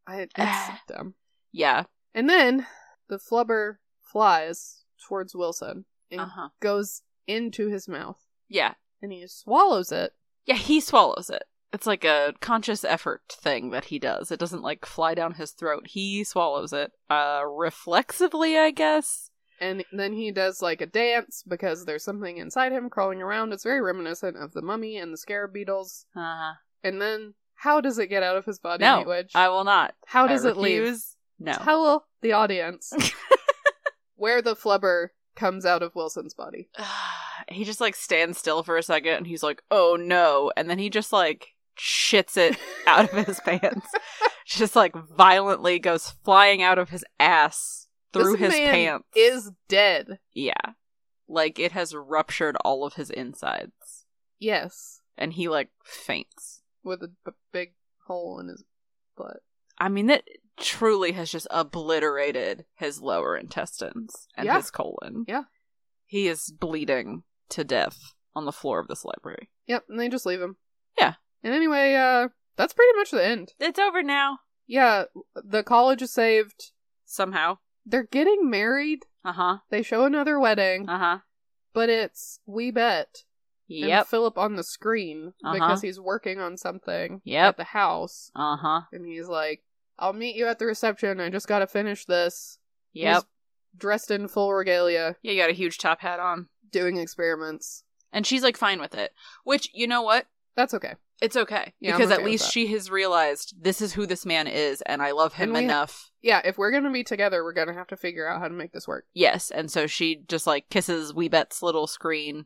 Speaker 1: I, it's dumb.
Speaker 2: Yeah.
Speaker 1: And then the flubber flies towards Wilson and
Speaker 2: Uh huh.
Speaker 1: goes into his mouth
Speaker 2: Yeah.
Speaker 1: and he swallows it.
Speaker 2: Yeah, he swallows it. It's like a conscious effort thing that he does. It doesn't, like, fly down his throat. He swallows it, uh, reflexively, I guess.
Speaker 1: And then he does like a dance because there's something inside him crawling around. It's very reminiscent of the mummy and the scarab beetles.
Speaker 2: Uh,
Speaker 1: And then how does it get out of his body
Speaker 2: no,
Speaker 1: language?
Speaker 2: I will not.
Speaker 1: how does
Speaker 2: I
Speaker 1: it leave?
Speaker 2: refuse. No.
Speaker 1: Tell the audience where the flubber comes out of Wilson's body.
Speaker 2: he just like stands still for a second and he's like, oh no. And then he just like shits it out of his pants. Just like violently goes flying out of his ass through
Speaker 1: This
Speaker 2: his
Speaker 1: man
Speaker 2: pants.
Speaker 1: Is dead.
Speaker 2: yeah. Like it has ruptured all of his insides.
Speaker 1: Yes.
Speaker 2: And he like faints.
Speaker 1: With a b- big hole in his butt.
Speaker 2: I mean, that truly has just obliterated his lower intestines and
Speaker 1: Yeah.
Speaker 2: his colon.
Speaker 1: Yeah.
Speaker 2: He is bleeding to death on the floor of this library.
Speaker 1: Yep, and they just leave him.
Speaker 2: Yeah.
Speaker 1: And anyway, uh, that's pretty much the end.
Speaker 2: It's over now.
Speaker 1: Yeah, the college is saved.
Speaker 2: Somehow.
Speaker 1: They're getting married.
Speaker 2: Uh huh.
Speaker 1: They show another wedding,
Speaker 2: Uh huh.
Speaker 1: but it's we bet and
Speaker 2: Yep.
Speaker 1: Philip on the screen
Speaker 2: Uh-huh.
Speaker 1: because he's working on something
Speaker 2: Yep.
Speaker 1: at the house,
Speaker 2: Uh huh.
Speaker 1: and he's like, "I'll meet you at the reception. I just gotta finish this."
Speaker 2: Yep.
Speaker 1: He's dressed in full regalia,
Speaker 2: Yeah, you got a huge top hat on.
Speaker 1: doing experiments.
Speaker 2: And she's like fine with it. Which, you know what?
Speaker 1: That's okay.
Speaker 2: It's okay.
Speaker 1: Yeah, I'm
Speaker 2: because
Speaker 1: okay
Speaker 2: at
Speaker 1: with
Speaker 2: least
Speaker 1: that.
Speaker 2: she has realized this is who this man is and I love him
Speaker 1: And we-
Speaker 2: enough.
Speaker 1: Yeah, if we're gonna be together, we're gonna have to figure out how to make this work.
Speaker 2: Yes. And so she just like kisses Weebet's little screen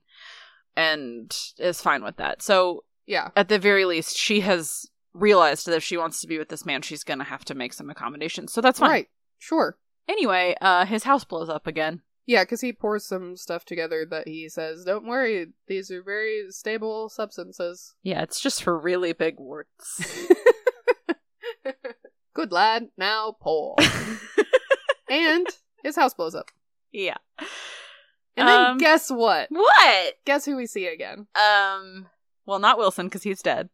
Speaker 2: and is fine with that. So
Speaker 1: Yeah,
Speaker 2: at the very least, she has realized that if she wants to be with this man, she's going to have to make some accommodations. So that's fine.
Speaker 1: right. Sure.
Speaker 2: Anyway, uh, his house blows up again.
Speaker 1: Yeah, because he pours some stuff together that he says, "Don't worry, these are very stable substances."
Speaker 2: Yeah, it's just for really big warts.
Speaker 1: Good lad, now pour. and his house blows up.
Speaker 2: yeah.
Speaker 1: And then
Speaker 2: Um,
Speaker 1: guess what?
Speaker 2: What?
Speaker 1: Guess who we see again?
Speaker 2: Um. Well, not Wilson because he's dead.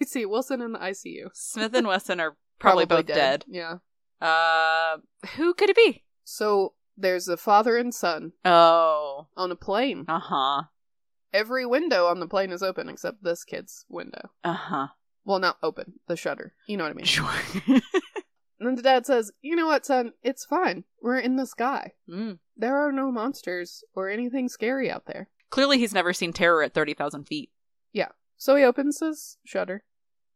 Speaker 1: We see Wilson in the ICU.
Speaker 2: Smith and Wesson are probably, both dead.
Speaker 1: Yeah.
Speaker 2: Uh, who could it be?
Speaker 1: So there's a father and son
Speaker 2: Oh.
Speaker 1: on a plane.
Speaker 2: Uh huh.
Speaker 1: Every window on the plane is open except this kid's window.
Speaker 2: Uh huh.
Speaker 1: Well, not open, the shutter. You know what I mean.
Speaker 2: Sure.
Speaker 1: And then the dad says, "You know what, son? It's fine. We're in the sky."
Speaker 2: mm.
Speaker 1: There are no monsters or anything scary out there.
Speaker 2: Clearly, he's never seen terror at thirty thousand feet.
Speaker 1: So he opens his shutter.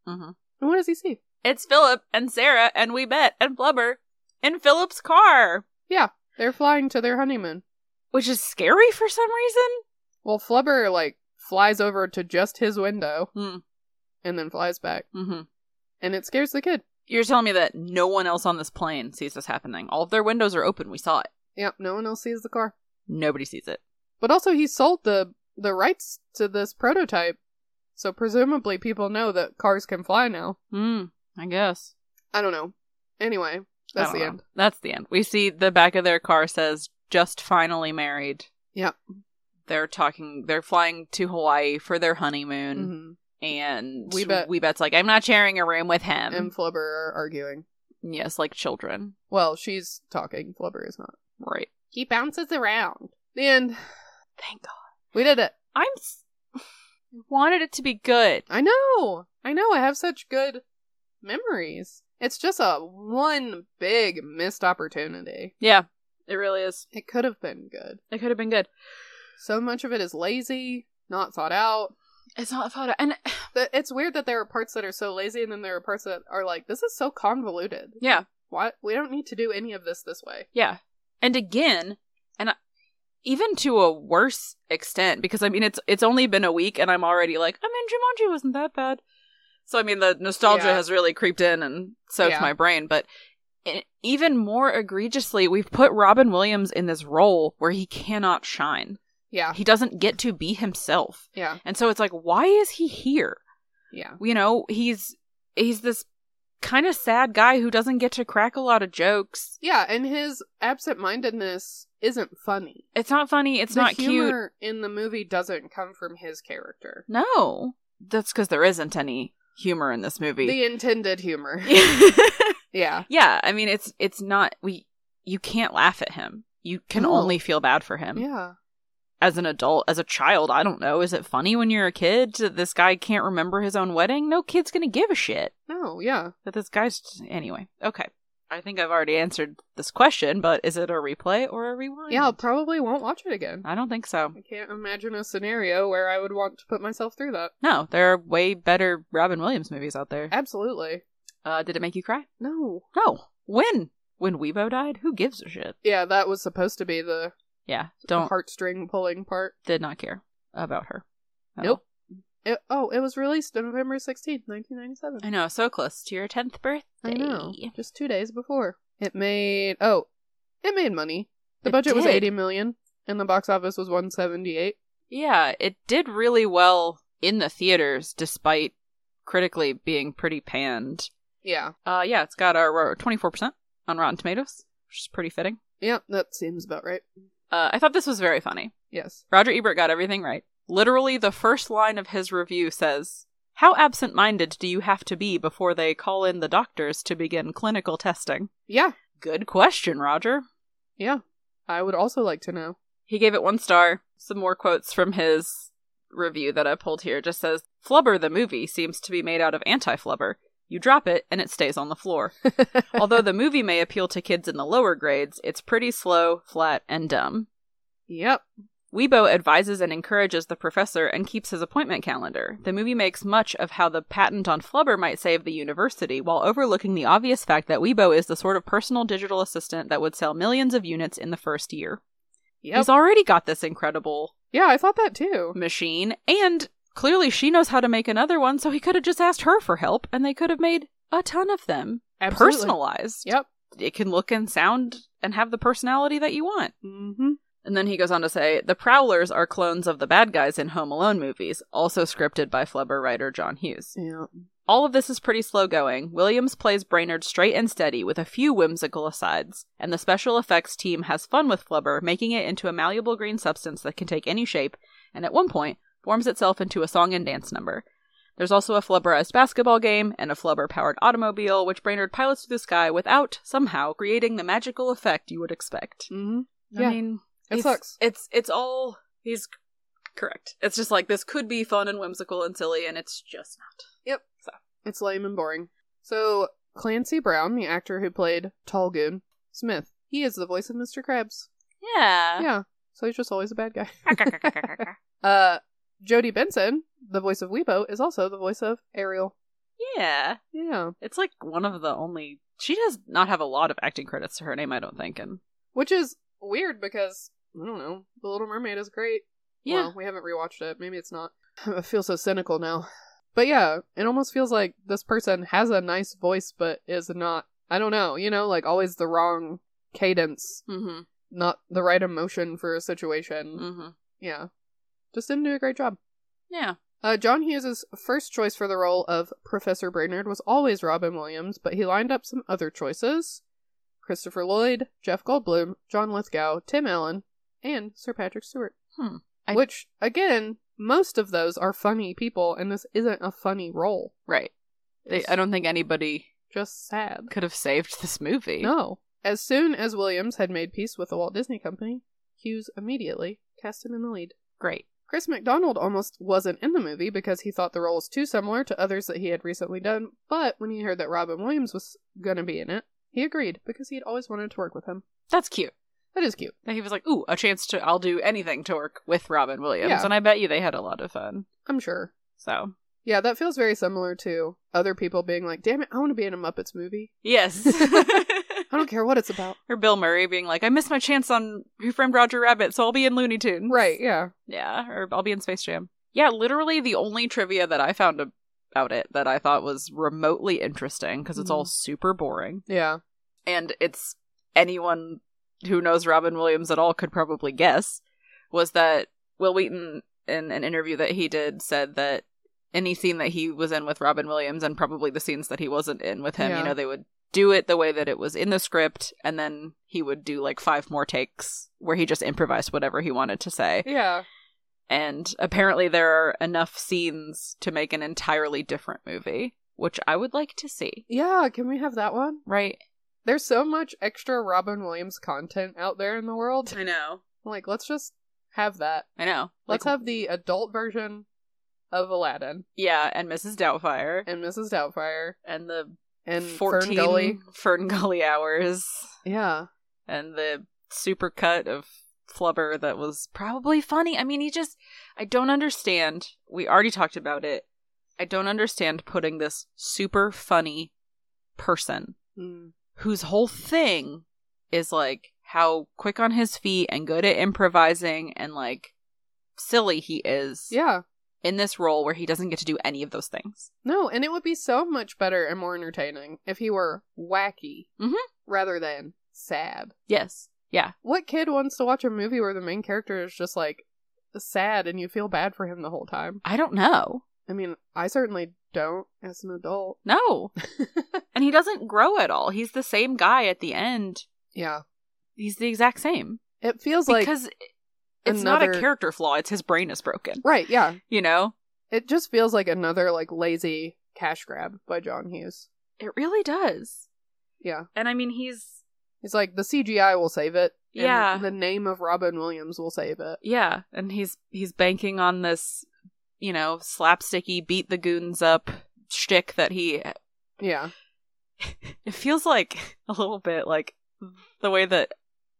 Speaker 2: Mm-hmm.
Speaker 1: And what does he see?
Speaker 2: It's Philip and Sarah and we bet and Blubber in Philip's car,
Speaker 1: Yeah, they're flying to their honeymoon.
Speaker 2: which is scary for some reason.
Speaker 1: Well, Flubber, like, flies over to just his window
Speaker 2: Hmm.
Speaker 1: and then flies back.
Speaker 2: Mm-hmm.
Speaker 1: And it scares the kid.
Speaker 2: You're telling me that no one else on this plane sees this happening. All of their windows are open. We saw it.
Speaker 1: Yep, no one else sees the car.
Speaker 2: Nobody sees it.
Speaker 1: But also, he sold the, the rights to this prototype. So presumably, people know that cars can fly now.
Speaker 2: Hmm. I guess.
Speaker 1: I don't know. Anyway,
Speaker 2: I
Speaker 1: that's
Speaker 2: don't
Speaker 1: the
Speaker 2: know.
Speaker 1: end.
Speaker 2: That's the end. We see the back of their car says just finally married.
Speaker 1: Yeah.
Speaker 2: They're talking they're flying to Hawaii for their honeymoon
Speaker 1: Mhm.
Speaker 2: and
Speaker 1: We bet-
Speaker 2: we bet's like, I'm not sharing a room with him.
Speaker 1: And Flubber are arguing.
Speaker 2: yes, like children.
Speaker 1: Well, she's talking. Flubber is not.
Speaker 2: Right.
Speaker 1: He bounces around. The end.
Speaker 2: Thank God.
Speaker 1: We did it.
Speaker 2: I'm s- wanted it to be good.
Speaker 1: I know. I know. I have such good memories. It's just a one big missed opportunity.
Speaker 2: Yeah, it really is.
Speaker 1: It could have been good.
Speaker 2: It could have been good.
Speaker 1: So much of it is lazy, not thought out.
Speaker 2: It's not thought out. And
Speaker 1: Th- It's weird that there are parts that are so lazy and then there are parts that are like, this is so convoluted.
Speaker 2: yeah,
Speaker 1: Why we don't need to do any of this this way.
Speaker 2: yeah. And again, and I, even to a worse extent, because I mean, it's it's only been a week, and I'm already like, I mean, Jumanji wasn't that bad. So I mean, the nostalgia
Speaker 1: Yeah.
Speaker 2: has really creeped in and soaked
Speaker 1: Yeah.
Speaker 2: my brain. But e- even more egregiously, we've put Robin Williams in this role where he cannot shine.
Speaker 1: Yeah.
Speaker 2: He doesn't get to be himself.
Speaker 1: Yeah.
Speaker 2: And so it's like, why is he here?
Speaker 1: Yeah.
Speaker 2: you know he's he's this kind of sad guy who doesn't get to crack a lot of jokes
Speaker 1: Yeah, and his absent mindedness isn't funny.
Speaker 2: it's not funny it's
Speaker 1: the
Speaker 2: not cute
Speaker 1: humor in the movie doesn't come from his character.
Speaker 2: no that's because there isn't any humor in this movie
Speaker 1: The intended humor. yeah.
Speaker 2: yeah i mean it's it's not we you can't laugh at him you can
Speaker 1: No.
Speaker 2: only feel bad for him
Speaker 1: Yeah.
Speaker 2: as an adult as a child i don't know is it funny when you're a kid that this guy can't remember his own wedding no kid's gonna give a shit
Speaker 1: No, yeah.
Speaker 2: that this guy's anyway okay i think i've already answered this question but is it a replay or a rewind
Speaker 1: Yeah, I'll probably won't watch it again.
Speaker 2: I don't think so.
Speaker 1: I can't imagine a scenario where I would want to put myself through that.
Speaker 2: No, there are way better Robin Williams movies out there.
Speaker 1: Absolutely.
Speaker 2: Uh, did it make you cry?
Speaker 1: No.
Speaker 2: No. When? When Weibo died? Who gives a shit?
Speaker 1: Yeah, that was supposed to be the
Speaker 2: Yeah, don't.
Speaker 1: heartstring pulling part.
Speaker 2: Did not care about her. at
Speaker 1: Nope. It, oh, it was released November 16th, 1997.
Speaker 2: all. I know, so close to your 10th birthday.
Speaker 1: I know. Just two days before. It made oh, it made money. The
Speaker 2: It
Speaker 1: budget was
Speaker 2: did.
Speaker 1: eighty million, and the box office was one seventy eight.
Speaker 2: Yeah, it did really well in the theaters despite critically being pretty panned.
Speaker 1: Yeah.
Speaker 2: Uh, yeah, it's got our 24% on Rotten Tomatoes, which is pretty fitting.
Speaker 1: Yep, that seems about right.
Speaker 2: Uh, I thought this was very funny.
Speaker 1: Yes.
Speaker 2: Roger Ebert got everything right. Literally, the first line of his review says, How absent minded do you have to be before they call in the doctors to begin clinical testing?
Speaker 1: Yeah.
Speaker 2: Good question, Roger.
Speaker 1: Yeah. I would also like to know.
Speaker 2: He gave it one star. Some more quotes from his review that I pulled here just says, Flubber the movie seems to be made out of anti flubber. You drop it and it stays on the floor. Although the movie may appeal to kids in the lower grades, it's pretty slow, flat, and dumb.
Speaker 1: Yep.
Speaker 2: Weibo advises and encourages the professor and keeps his appointment calendar. The movie makes much of how the patent on Flubber might save the university while overlooking the obvious fact that Weibo is the sort of personal digital assistant that would sell millions of units in the first year.
Speaker 1: Yep.
Speaker 2: He's already got this incredible
Speaker 1: yeah, I thought that too.
Speaker 2: machine, and clearly she knows how to make another one, so he could have just asked her for help and they could have made a ton of them
Speaker 1: Absolutely.
Speaker 2: personalized.
Speaker 1: Yep.
Speaker 2: It can look and sound and have the personality that you want.
Speaker 1: Mm-hmm.
Speaker 2: And then he goes on to say, the Prowlers are clones of the bad guys in Home Alone movies, also scripted by Flubber writer John Hughes.
Speaker 1: Yeah.
Speaker 2: All of this is pretty slow going. Williams plays Brainerd straight and steady with a few whimsical asides, and the special effects team has fun with Flubber, making it into a malleable green substance that can take any shape, and at one point forms itself into a song and dance number. There's also a flubberized basketball game and a flubber powered automobile, which Brainerd pilots through the sky without, somehow, creating the magical effect you would expect.
Speaker 1: Mm-hmm.
Speaker 2: I
Speaker 1: Yeah.
Speaker 2: mean,
Speaker 1: It
Speaker 2: it's,
Speaker 1: sucks.
Speaker 2: It's it's all he's c- correct. It's just like this could be fun and whimsical and silly, and it's just not.
Speaker 1: Yep. It's lame and boring. So Clancy Brown, the actor who played Talgoon Smith, he is the voice of Mr. Krabs.
Speaker 2: Yeah.
Speaker 1: Yeah. So he's just always a bad guy. Uh, Jodie Benson, the voice of Weibo, is also the voice of Ariel.
Speaker 2: yeah.
Speaker 1: Yeah,
Speaker 2: It's like one of the only. She does not have a lot of acting credits to her name, I don't think. And
Speaker 1: which is weird because I don't know. The Little Mermaid is great.
Speaker 2: yeah,
Speaker 1: well, we haven't rewatched it. Maybe it's not. I feel so cynical now. But yeah, it almost feels like this person has a nice voice, but is not. I don't know. You know, like always the wrong cadence,
Speaker 2: hmm
Speaker 1: not the right emotion for a situation.
Speaker 2: hmm
Speaker 1: Yeah, just didn't do a great job.
Speaker 2: yeah.
Speaker 1: Uh, John Hughes' first choice for the role of Professor Brainerd was always Robin Williams, but he lined up some other choices Christopher Lloyd, Jeff Goldblum, John Lithgow, Tim Allen, and Sir Patrick Stewart.
Speaker 2: Hmm. I-
Speaker 1: Which, again, most of those are funny people, and this isn't a funny role.
Speaker 2: Right. They, I don't think anybody
Speaker 1: Just sad.
Speaker 2: could have saved this movie.
Speaker 1: No. As soon as Williams had made peace with the Walt Disney Company, Hughes immediately cast him in the lead.
Speaker 2: Great.
Speaker 1: Chris McDonald almost wasn't in the movie because he thought the role was too similar to others that he had recently done, but when he heard that Robin Williams was going to be in it, he agreed because he had always wanted to work with him.
Speaker 2: That's cute.
Speaker 1: That is cute.
Speaker 2: That he was like, ooh, a chance to, I'll do anything to work with Robin Williams.
Speaker 1: Yeah.
Speaker 2: And I bet you they had a lot of fun.
Speaker 1: I'm sure.
Speaker 2: So,
Speaker 1: Yeah, that feels very similar to other people being like, damn it, I want to be in a Muppets movie.
Speaker 2: yes.
Speaker 1: I don't care what it's about.
Speaker 2: or Bill Murray being like, I missed my chance on Who Framed Roger Rabbit, so I'll be in Looney Tunes.
Speaker 1: Right, yeah.
Speaker 2: Yeah, or I'll be in Space Jam. Yeah, literally the only trivia that I found about it that I thought was remotely interesting because it's all super boring
Speaker 1: Yeah.
Speaker 2: and it's anyone who knows Robin Williams at all could probably guess was that Will Wheaton in an interview that he did said that any scene that he was in with Robin Williams and probably the scenes that he wasn't in with him,
Speaker 1: Yeah.
Speaker 2: you know, they would do it the way that it was in the script and then he would do like five more takes where he just improvised whatever he wanted to say
Speaker 1: Yeah.
Speaker 2: and apparently there are enough scenes to make an entirely different movie, which I would like to see.
Speaker 1: Yeah, can we have that one?
Speaker 2: Right?
Speaker 1: There's so much extra Robin Williams content out there in the world.
Speaker 2: I know.
Speaker 1: Like, let's just have that.
Speaker 2: I know.
Speaker 1: Let's have the adult version of Aladdin
Speaker 2: yeah, and Mrs. Doubtfire
Speaker 1: and Mrs. Doubtfire
Speaker 2: and the
Speaker 1: and
Speaker 2: fourteen
Speaker 1: Fern Gully.
Speaker 2: Fern Gully hours
Speaker 1: Yeah.
Speaker 2: and the super cut of Flubber that was probably funny. I mean, he just I don't understand. We already talked about it. I don't understand putting this super funny person
Speaker 1: Mm.
Speaker 2: whose whole thing is like how quick on his feet and good at improvising and like silly he is
Speaker 1: Yeah.
Speaker 2: in this role where he doesn't get to do any of those things.
Speaker 1: No, and it would be so much better and more entertaining if he were wacky
Speaker 2: Mhm.
Speaker 1: rather than sad.
Speaker 2: Yes. Yeah.
Speaker 1: What kid wants to watch a movie where the main character is just like sad and you feel bad for him the whole time?
Speaker 2: I don't know.
Speaker 1: I mean, I certainly don't as an adult.
Speaker 2: No. and he doesn't grow at all. He's the same guy at the end.
Speaker 1: Yeah.
Speaker 2: He's the exact same.
Speaker 1: It feels like
Speaker 2: Because it's not
Speaker 1: another-
Speaker 2: a character flaw, it's his brain is broken.
Speaker 1: Right, yeah.
Speaker 2: You know?
Speaker 1: It just feels like another like lazy cash grab by John Hughes.
Speaker 2: It really does.
Speaker 1: Yeah.
Speaker 2: And I mean he's
Speaker 1: He's like the CGI will save it. and
Speaker 2: Yeah.
Speaker 1: The name of Robin Williams will save it.
Speaker 2: Yeah, and he's he's banking on this, you know, slapsticky beat the goons up shtick that he.
Speaker 1: Yeah.
Speaker 2: It feels like a little bit like the way that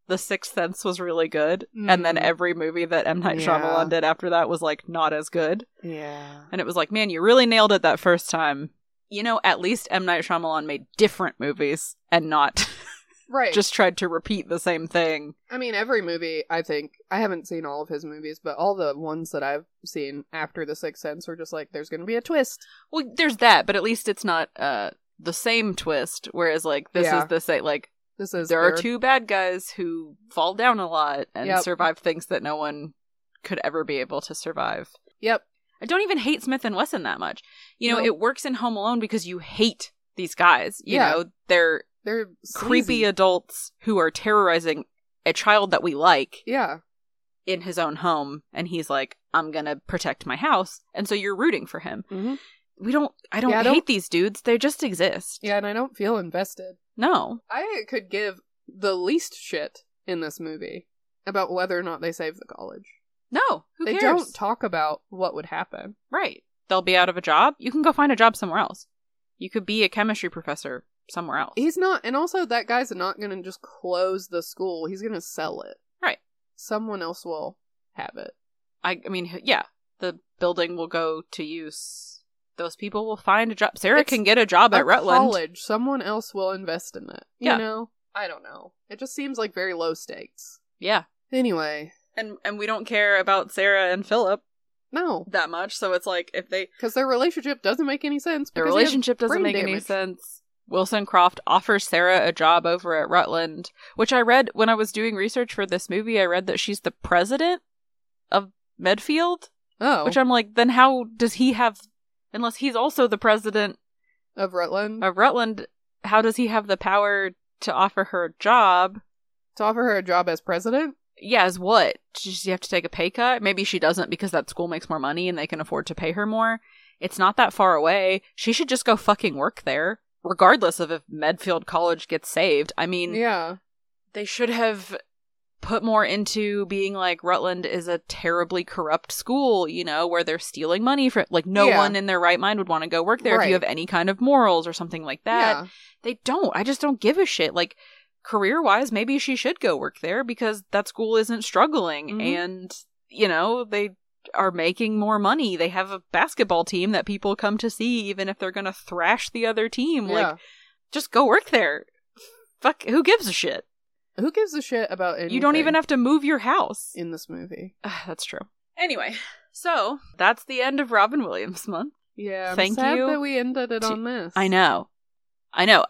Speaker 2: the Sixth Sense was really good, and then
Speaker 1: Mm.
Speaker 2: every movie that M Night
Speaker 1: Yeah.
Speaker 2: Shyamalan did after that was like not as good,
Speaker 1: Yeah.
Speaker 2: and it was like, man, you really nailed it that first time. You know, at least M Night Shyamalan made different movies and not
Speaker 1: Right.
Speaker 2: just tried to repeat the same thing.
Speaker 1: I mean, every movie, I think, I haven't seen all of his movies, but all the ones that I've seen after The Sixth Sense were just like, there's going to be a twist.
Speaker 2: Well, there's that, but at least it's not uh the same twist. Whereas like this
Speaker 1: Yeah.
Speaker 2: is the same like
Speaker 1: This is.
Speaker 2: there are
Speaker 1: their-
Speaker 2: two bad guys who fall down a lot and
Speaker 1: Yep.
Speaker 2: survive things that no one could ever be able to survive.
Speaker 1: Yep.
Speaker 2: I don't even hate Smith and Wesson that much. You know,
Speaker 1: No.
Speaker 2: it works in Home Alone because you hate these guys. You
Speaker 1: Yeah.
Speaker 2: know, they're
Speaker 1: They're
Speaker 2: creepy
Speaker 1: sleazy.
Speaker 2: adults who are terrorizing a child that we like
Speaker 1: Yeah.
Speaker 2: in his own home and he's like I'm going to protect my house and so you're rooting for him.
Speaker 1: Mm-hmm.
Speaker 2: We don't I don't
Speaker 1: Yeah, I
Speaker 2: hate
Speaker 1: don't-
Speaker 2: these dudes. They just exist.
Speaker 1: Yeah, and I don't feel invested.
Speaker 2: No.
Speaker 1: I could give the least shit in this movie about whether or not they save the college.
Speaker 2: No. Who
Speaker 1: they
Speaker 2: cares?
Speaker 1: don't talk about what would happen.
Speaker 2: Right. They'll be out of a job. You can go find a job somewhere else. You could be a chemistry professor somewhere else.
Speaker 1: He's not, and also that guy's not going to just close the school. He's going to sell it.
Speaker 2: Right.
Speaker 1: Someone else will have it.
Speaker 2: I, I mean, h- yeah, the building will go to use. Those people will find a job. Sarah
Speaker 1: It's
Speaker 2: can get a job
Speaker 1: a
Speaker 2: at Rutland.
Speaker 1: college, someone else will invest in it. You
Speaker 2: Yeah.
Speaker 1: know? I don't know. It just seems like very low stakes.
Speaker 2: Yeah.
Speaker 1: Anyway,
Speaker 2: And and we don't care about Sarah and Philip
Speaker 1: no.
Speaker 2: that much, so it's like if they
Speaker 1: Because their relationship doesn't make any sense.
Speaker 2: their
Speaker 1: because he has
Speaker 2: relationship
Speaker 1: brain
Speaker 2: doesn't make any
Speaker 1: damage.
Speaker 2: sense. Wilson Croft offers Sarah a job over at Rutland, which I read when I was doing research for this movie. I read that she's the president of Medfield,
Speaker 1: Oh.
Speaker 2: Which I'm like, then how does he have, unless he's also the president
Speaker 1: of Rutland.
Speaker 2: of Rutland, how does he have the power to offer her a job?
Speaker 1: to offer her a job as president?
Speaker 2: Yeah, as what? Does she have to take a pay cut? Maybe she doesn't because that school makes more money and they can afford to pay her more. It's not that far away. She should just go fucking work there, regardless of if Medfield College gets saved. I mean,
Speaker 1: Yeah.
Speaker 2: they should have put more into being like Rutland is a terribly corrupt school, you know, where they're stealing money from like no
Speaker 1: Yeah.
Speaker 2: one in their right mind would want to go work there if
Speaker 1: Right.
Speaker 2: you have any kind of morals or something like that.
Speaker 1: yeah.
Speaker 2: They don't. I just don't give a shit. Like career wise, maybe she should go work there because that school isn't struggling
Speaker 1: Mhm.
Speaker 2: and you know, they are making more money. They have a basketball team that people come to see even if they're going to thrash the other team.
Speaker 1: yeah.
Speaker 2: Like just go work there. Fuck, who gives a shit?
Speaker 1: Who gives a shit about anything?
Speaker 2: You don't even have to move your house.
Speaker 1: in this movie.
Speaker 2: Ah, that's true. Anyway, so that's the end of Robin Williams month.
Speaker 1: Yeah, I'm
Speaker 2: Thank
Speaker 1: sad
Speaker 2: you
Speaker 1: that we ended it
Speaker 2: to-
Speaker 1: on this.
Speaker 2: I know. I know.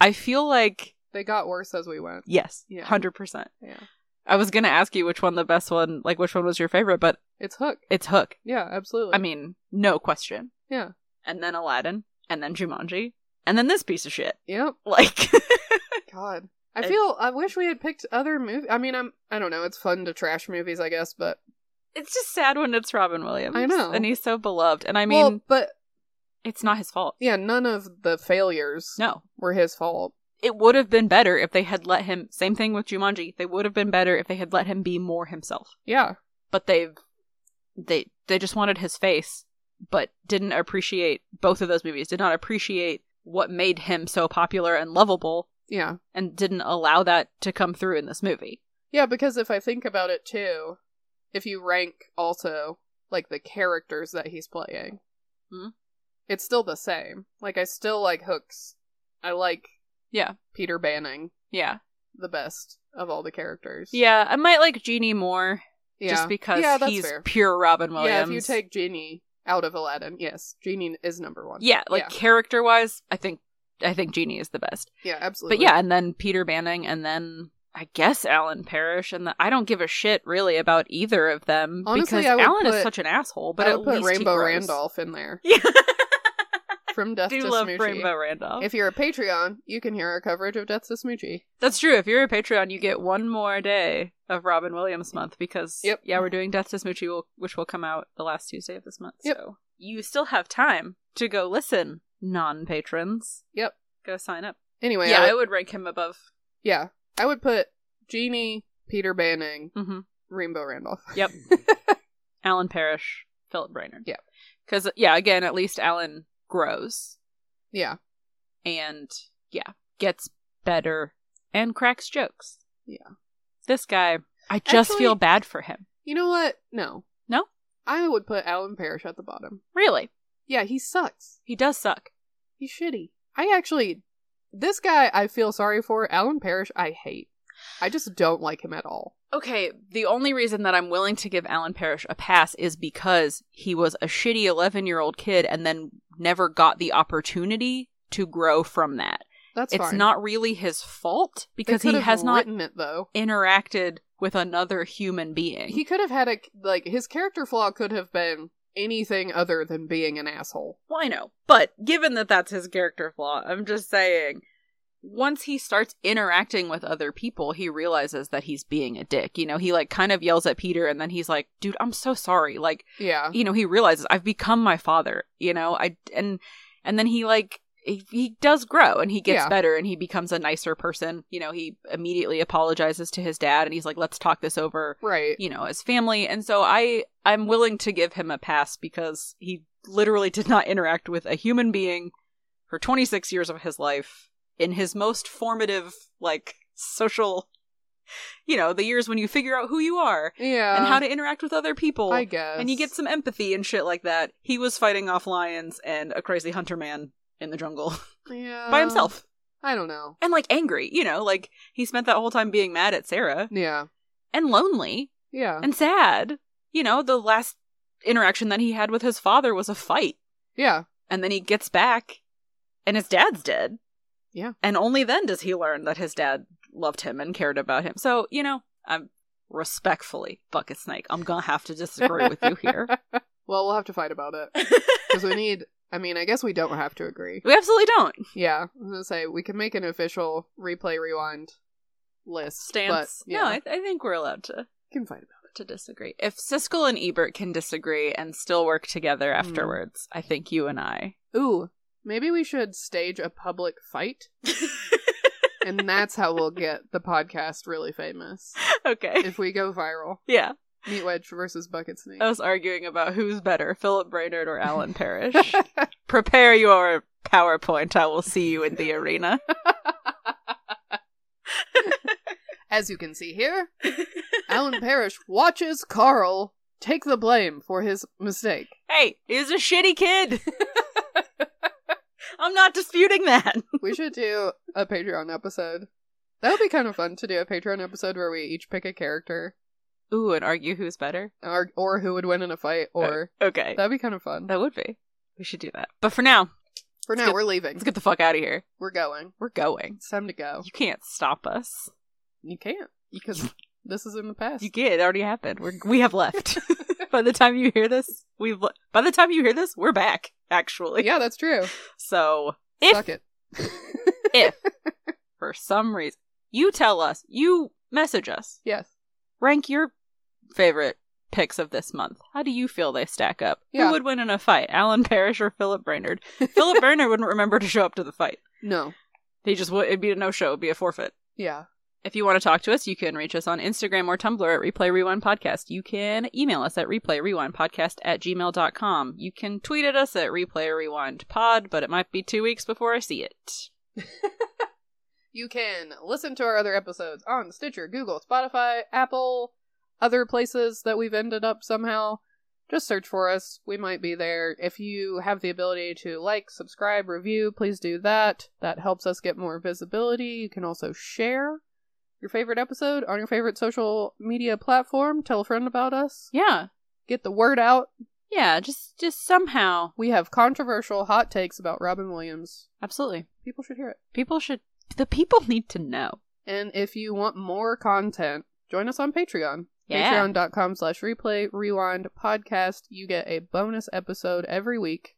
Speaker 2: I feel like
Speaker 1: they got worse as we went.
Speaker 2: yes,
Speaker 1: Yeah.
Speaker 2: 100%.
Speaker 1: Yeah,
Speaker 2: I was going to ask you which one the best one, like which one was your favorite, but
Speaker 1: it's Hook.
Speaker 2: it's Hook.
Speaker 1: Yeah, absolutely.
Speaker 2: I mean, no question.
Speaker 1: yeah,
Speaker 2: And then Aladdin, and then Jumanji, and then this piece of shit.
Speaker 1: yep.
Speaker 2: Like
Speaker 1: God, I
Speaker 2: It-
Speaker 1: feel I wish we had picked other movies. I mean, I'm I don't know. It's fun to trash movies, I guess, but
Speaker 2: it's just sad when it's Robin Williams.
Speaker 1: I know.
Speaker 2: And he's so beloved. And I mean,
Speaker 1: well, but
Speaker 2: it's not his fault.
Speaker 1: yeah, none of the failures
Speaker 2: No.
Speaker 1: were his fault.
Speaker 2: it would have been better if they had let him same thing with Jumanji. They would have been better if they had let him be more himself.
Speaker 1: Yeah,
Speaker 2: But they've they they just wanted his face, but didn't appreciate both of those movies. Did not appreciate what made him so popular and lovable
Speaker 1: yeah,
Speaker 2: and didn't allow that to come through in this movie.
Speaker 1: yeah. Because if I think about it too, if you rank also like the characters that he's playing,
Speaker 2: Hmm.
Speaker 1: it's still the same. Like I still like Hooks. I like
Speaker 2: Yeah.
Speaker 1: Peter Banning.
Speaker 2: Yeah.
Speaker 1: the best of all the characters.
Speaker 2: Yeah, I might like Genie more
Speaker 1: yeah.
Speaker 2: just because
Speaker 1: yeah, that's
Speaker 2: he's
Speaker 1: fair.
Speaker 2: pure Robin Williams.
Speaker 1: Yeah, if you take Genie out of Aladdin, yes, Genie is number one.
Speaker 2: Yeah, like character-wise, I think I think Genie is the best.
Speaker 1: yeah, yeah, absolutely.
Speaker 2: But yeah, and then Peter Banning, and then I guess Alan Parrish, and the, I don't give a shit really about either of them
Speaker 1: Honestly,
Speaker 2: because
Speaker 1: I would
Speaker 2: Alan is
Speaker 1: put-
Speaker 2: such an asshole.
Speaker 1: but
Speaker 2: But
Speaker 1: I
Speaker 2: at
Speaker 1: would put
Speaker 2: least he
Speaker 1: Rainbow
Speaker 2: grows.
Speaker 1: Randolph in there
Speaker 2: Yeah,
Speaker 1: from
Speaker 2: I
Speaker 1: Death
Speaker 2: do
Speaker 1: to
Speaker 2: love
Speaker 1: Smoochie.
Speaker 2: Rainbow Randolph.
Speaker 1: If you're a Patreon, you can hear our coverage of Death to Smoochie.
Speaker 2: That's true. If you're a Patreon, you get one more day of Robin Williams month because
Speaker 1: Yep.
Speaker 2: yeah, we're doing Death to Smoochie, will- which will come out the last Tuesday of this month.
Speaker 1: Yep.
Speaker 2: So you still have time to go listen, non patrons.
Speaker 1: Yep.
Speaker 2: Go sign up.
Speaker 1: Anyway,
Speaker 2: yeah,
Speaker 1: I would,
Speaker 2: I would rank him above.
Speaker 1: yeah, I would put Genie, Peter Banning,
Speaker 2: Mm-hmm.
Speaker 1: Rainbow Randolph.
Speaker 2: Yep. Alan Parrish, Philip Brainerd.
Speaker 1: Yeah.
Speaker 2: Because, yeah, again, at least Alan grows
Speaker 1: yeah,
Speaker 2: and, yeah, gets better and cracks jokes.
Speaker 1: Yeah.
Speaker 2: This guy, I just
Speaker 1: Actually-
Speaker 2: feel bad for him.
Speaker 1: you know what? No,
Speaker 2: No?
Speaker 1: I would put Alan Parrish at the bottom.
Speaker 2: Really.
Speaker 1: Yeah, he sucks.
Speaker 2: He does suck.
Speaker 1: He's shitty. I actually, this guy I feel sorry for. Alan Parrish, I hate. I just don't like him at all.
Speaker 2: Okay, the only reason that I'm willing to give Alan Parrish a pass is because he was a shitty 11 year old kid and then never got the opportunity to grow from that.
Speaker 1: That's
Speaker 2: it's
Speaker 1: fine.
Speaker 2: not really his fault
Speaker 1: They
Speaker 2: because
Speaker 1: could
Speaker 2: he
Speaker 1: have
Speaker 2: has not
Speaker 1: written it though.
Speaker 2: interacted with another human being.
Speaker 1: He could have had a like his character flaw could have been anything other than being an asshole.
Speaker 2: well, I know, but given that that's his character flaw, I'm just saying once he starts interacting with other people, he realizes that he's being a dick. You know, he like kind of yells at Peter and then he's like, "Dude, I'm so sorry." Like,
Speaker 1: Yeah,
Speaker 2: you know, he realizes I've become my father, you know. I and and then he like he, he does grow and he gets
Speaker 1: Yeah.
Speaker 2: better and he becomes a nicer person. You know, he immediately apologizes to his dad and he's like, "Let's talk this over."
Speaker 1: right.
Speaker 2: you know, as family. And so I I'm willing to give him a pass because he literally did not interact with a human being for 26 years of his life in his most formative like social you know, the years when you figure out who you are
Speaker 1: Yeah,
Speaker 2: and how to interact with other people.
Speaker 1: I guess.
Speaker 2: And you get some empathy and shit like that. He was fighting off lions and a crazy hunter man in the jungle
Speaker 1: yeah.
Speaker 2: by himself
Speaker 1: I don't know.
Speaker 2: and like angry, you know, like he spent that whole time being mad at Sarah
Speaker 1: Yeah,
Speaker 2: and lonely
Speaker 1: yeah,
Speaker 2: and sad. You know, the last interaction that he had with his father was a fight,
Speaker 1: yeah,
Speaker 2: and then he gets back, and his dad's dead.
Speaker 1: Yeah.
Speaker 2: and only then does he learn that his dad loved him and cared about him. So you know, I'm respectfully bucket snake. I'm gonna have to disagree with you here.
Speaker 1: Well, we'll have to fight about it because we need. I mean, I guess we don't have to agree.
Speaker 2: we absolutely don't
Speaker 1: Yeah, I was gonna say we can make an official replay rewind list.
Speaker 2: stance.
Speaker 1: but, yeah,
Speaker 2: No, I, I think we're allowed to
Speaker 1: we can fight about
Speaker 2: to disagree. If Siskel and Ebert can disagree and still work together
Speaker 1: Hmm.
Speaker 2: afterwards, I think you and I
Speaker 1: it. Ooh, maybe we should stage a public fight and that's how we'll get the podcast really famous
Speaker 2: okay.
Speaker 1: if we go viral.
Speaker 2: yeah.
Speaker 1: Meat Wedge versus Bucket Snake.
Speaker 2: I was arguing about who's better, Philip Brainerd or Alan Parrish. Prepare your PowerPoint. I will see you in the arena.
Speaker 1: As you can see here, Alan Parrish watches Carl take the blame for his mistake.
Speaker 2: Hey, he's a shitty kid. I'm not disputing that.
Speaker 1: We should do a Patreon episode. That would be kind of fun to do a Patreon episode where we each pick a character
Speaker 2: Ooh, and argue who's better.
Speaker 1: or, or who would win in a fight,
Speaker 2: Uh,
Speaker 1: or
Speaker 2: Okay.
Speaker 1: that'd be kind of fun.
Speaker 2: That would be. We should do that. But for now,
Speaker 1: For now,
Speaker 2: Oh, good.
Speaker 1: we're leaving.
Speaker 2: let's get the fuck out of here.
Speaker 1: We're going.
Speaker 2: We're going.
Speaker 1: It's time to go.
Speaker 2: You can't stop us.
Speaker 1: You can't because this is in the past.
Speaker 2: You get it already happened. We're, we have left. by the time you hear this, we've le- by the time you hear this, we're back actually.
Speaker 1: yeah, that's true.
Speaker 2: So, if
Speaker 1: Suck it.
Speaker 2: if for some reason you tell us, you message us,
Speaker 1: yes.
Speaker 2: rank your favorite picks of this month. How do you feel they stack up?
Speaker 1: Yeah.
Speaker 2: Who would win in a fight, Alan Parrish or Philip Brainerd? Philip Brainerd wouldn't remember to show up to the fight.
Speaker 1: No.
Speaker 2: He just would. It'd be a no show. It'd be a forfeit.
Speaker 1: Yeah.
Speaker 2: If you want to talk to us, you can reach us on Instagram or Tumblr at Replay Rewind Podcast. You can email us at replayrewindpodcast at gmail.com. You can tweet at us at Replay Rewind Pod, but it might be two weeks before I see it.
Speaker 1: You can listen to our other episodes on Stitcher, Google, Spotify, Apple, other places that we've ended up somehow. Just search for us. We might be there. If you have the ability to like, subscribe, review, please do that. That helps us get more visibility. You can also share your favorite episode on your favorite social media platform. Tell a friend about us.
Speaker 2: Yeah.
Speaker 1: Get the word out.
Speaker 2: Yeah, just just somehow.
Speaker 1: We have controversial hot takes about Robin Williams.
Speaker 2: Absolutely.
Speaker 1: People should hear it.
Speaker 2: People should the people need to know.
Speaker 1: And if you want more content, join us on Patreon.
Speaker 2: Yeah.
Speaker 1: Patreon.com slash replay rewind podcast. You get a bonus episode every week,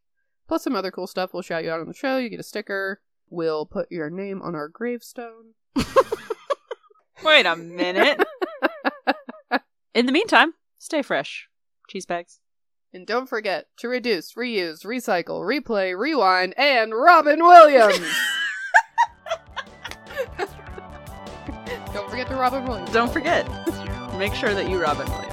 Speaker 1: plus some other cool stuff. We'll shout you out on the show. You get a sticker. We'll put your name on our gravestone.
Speaker 2: Wait a minute. In the meantime, stay fresh. Cheese bags.
Speaker 1: And don't forget to reduce, reuse, recycle, replay, rewind, and Robin Williams. don't forget to Robin Williams.
Speaker 2: Don't forget. Make sure that you Robin Williams.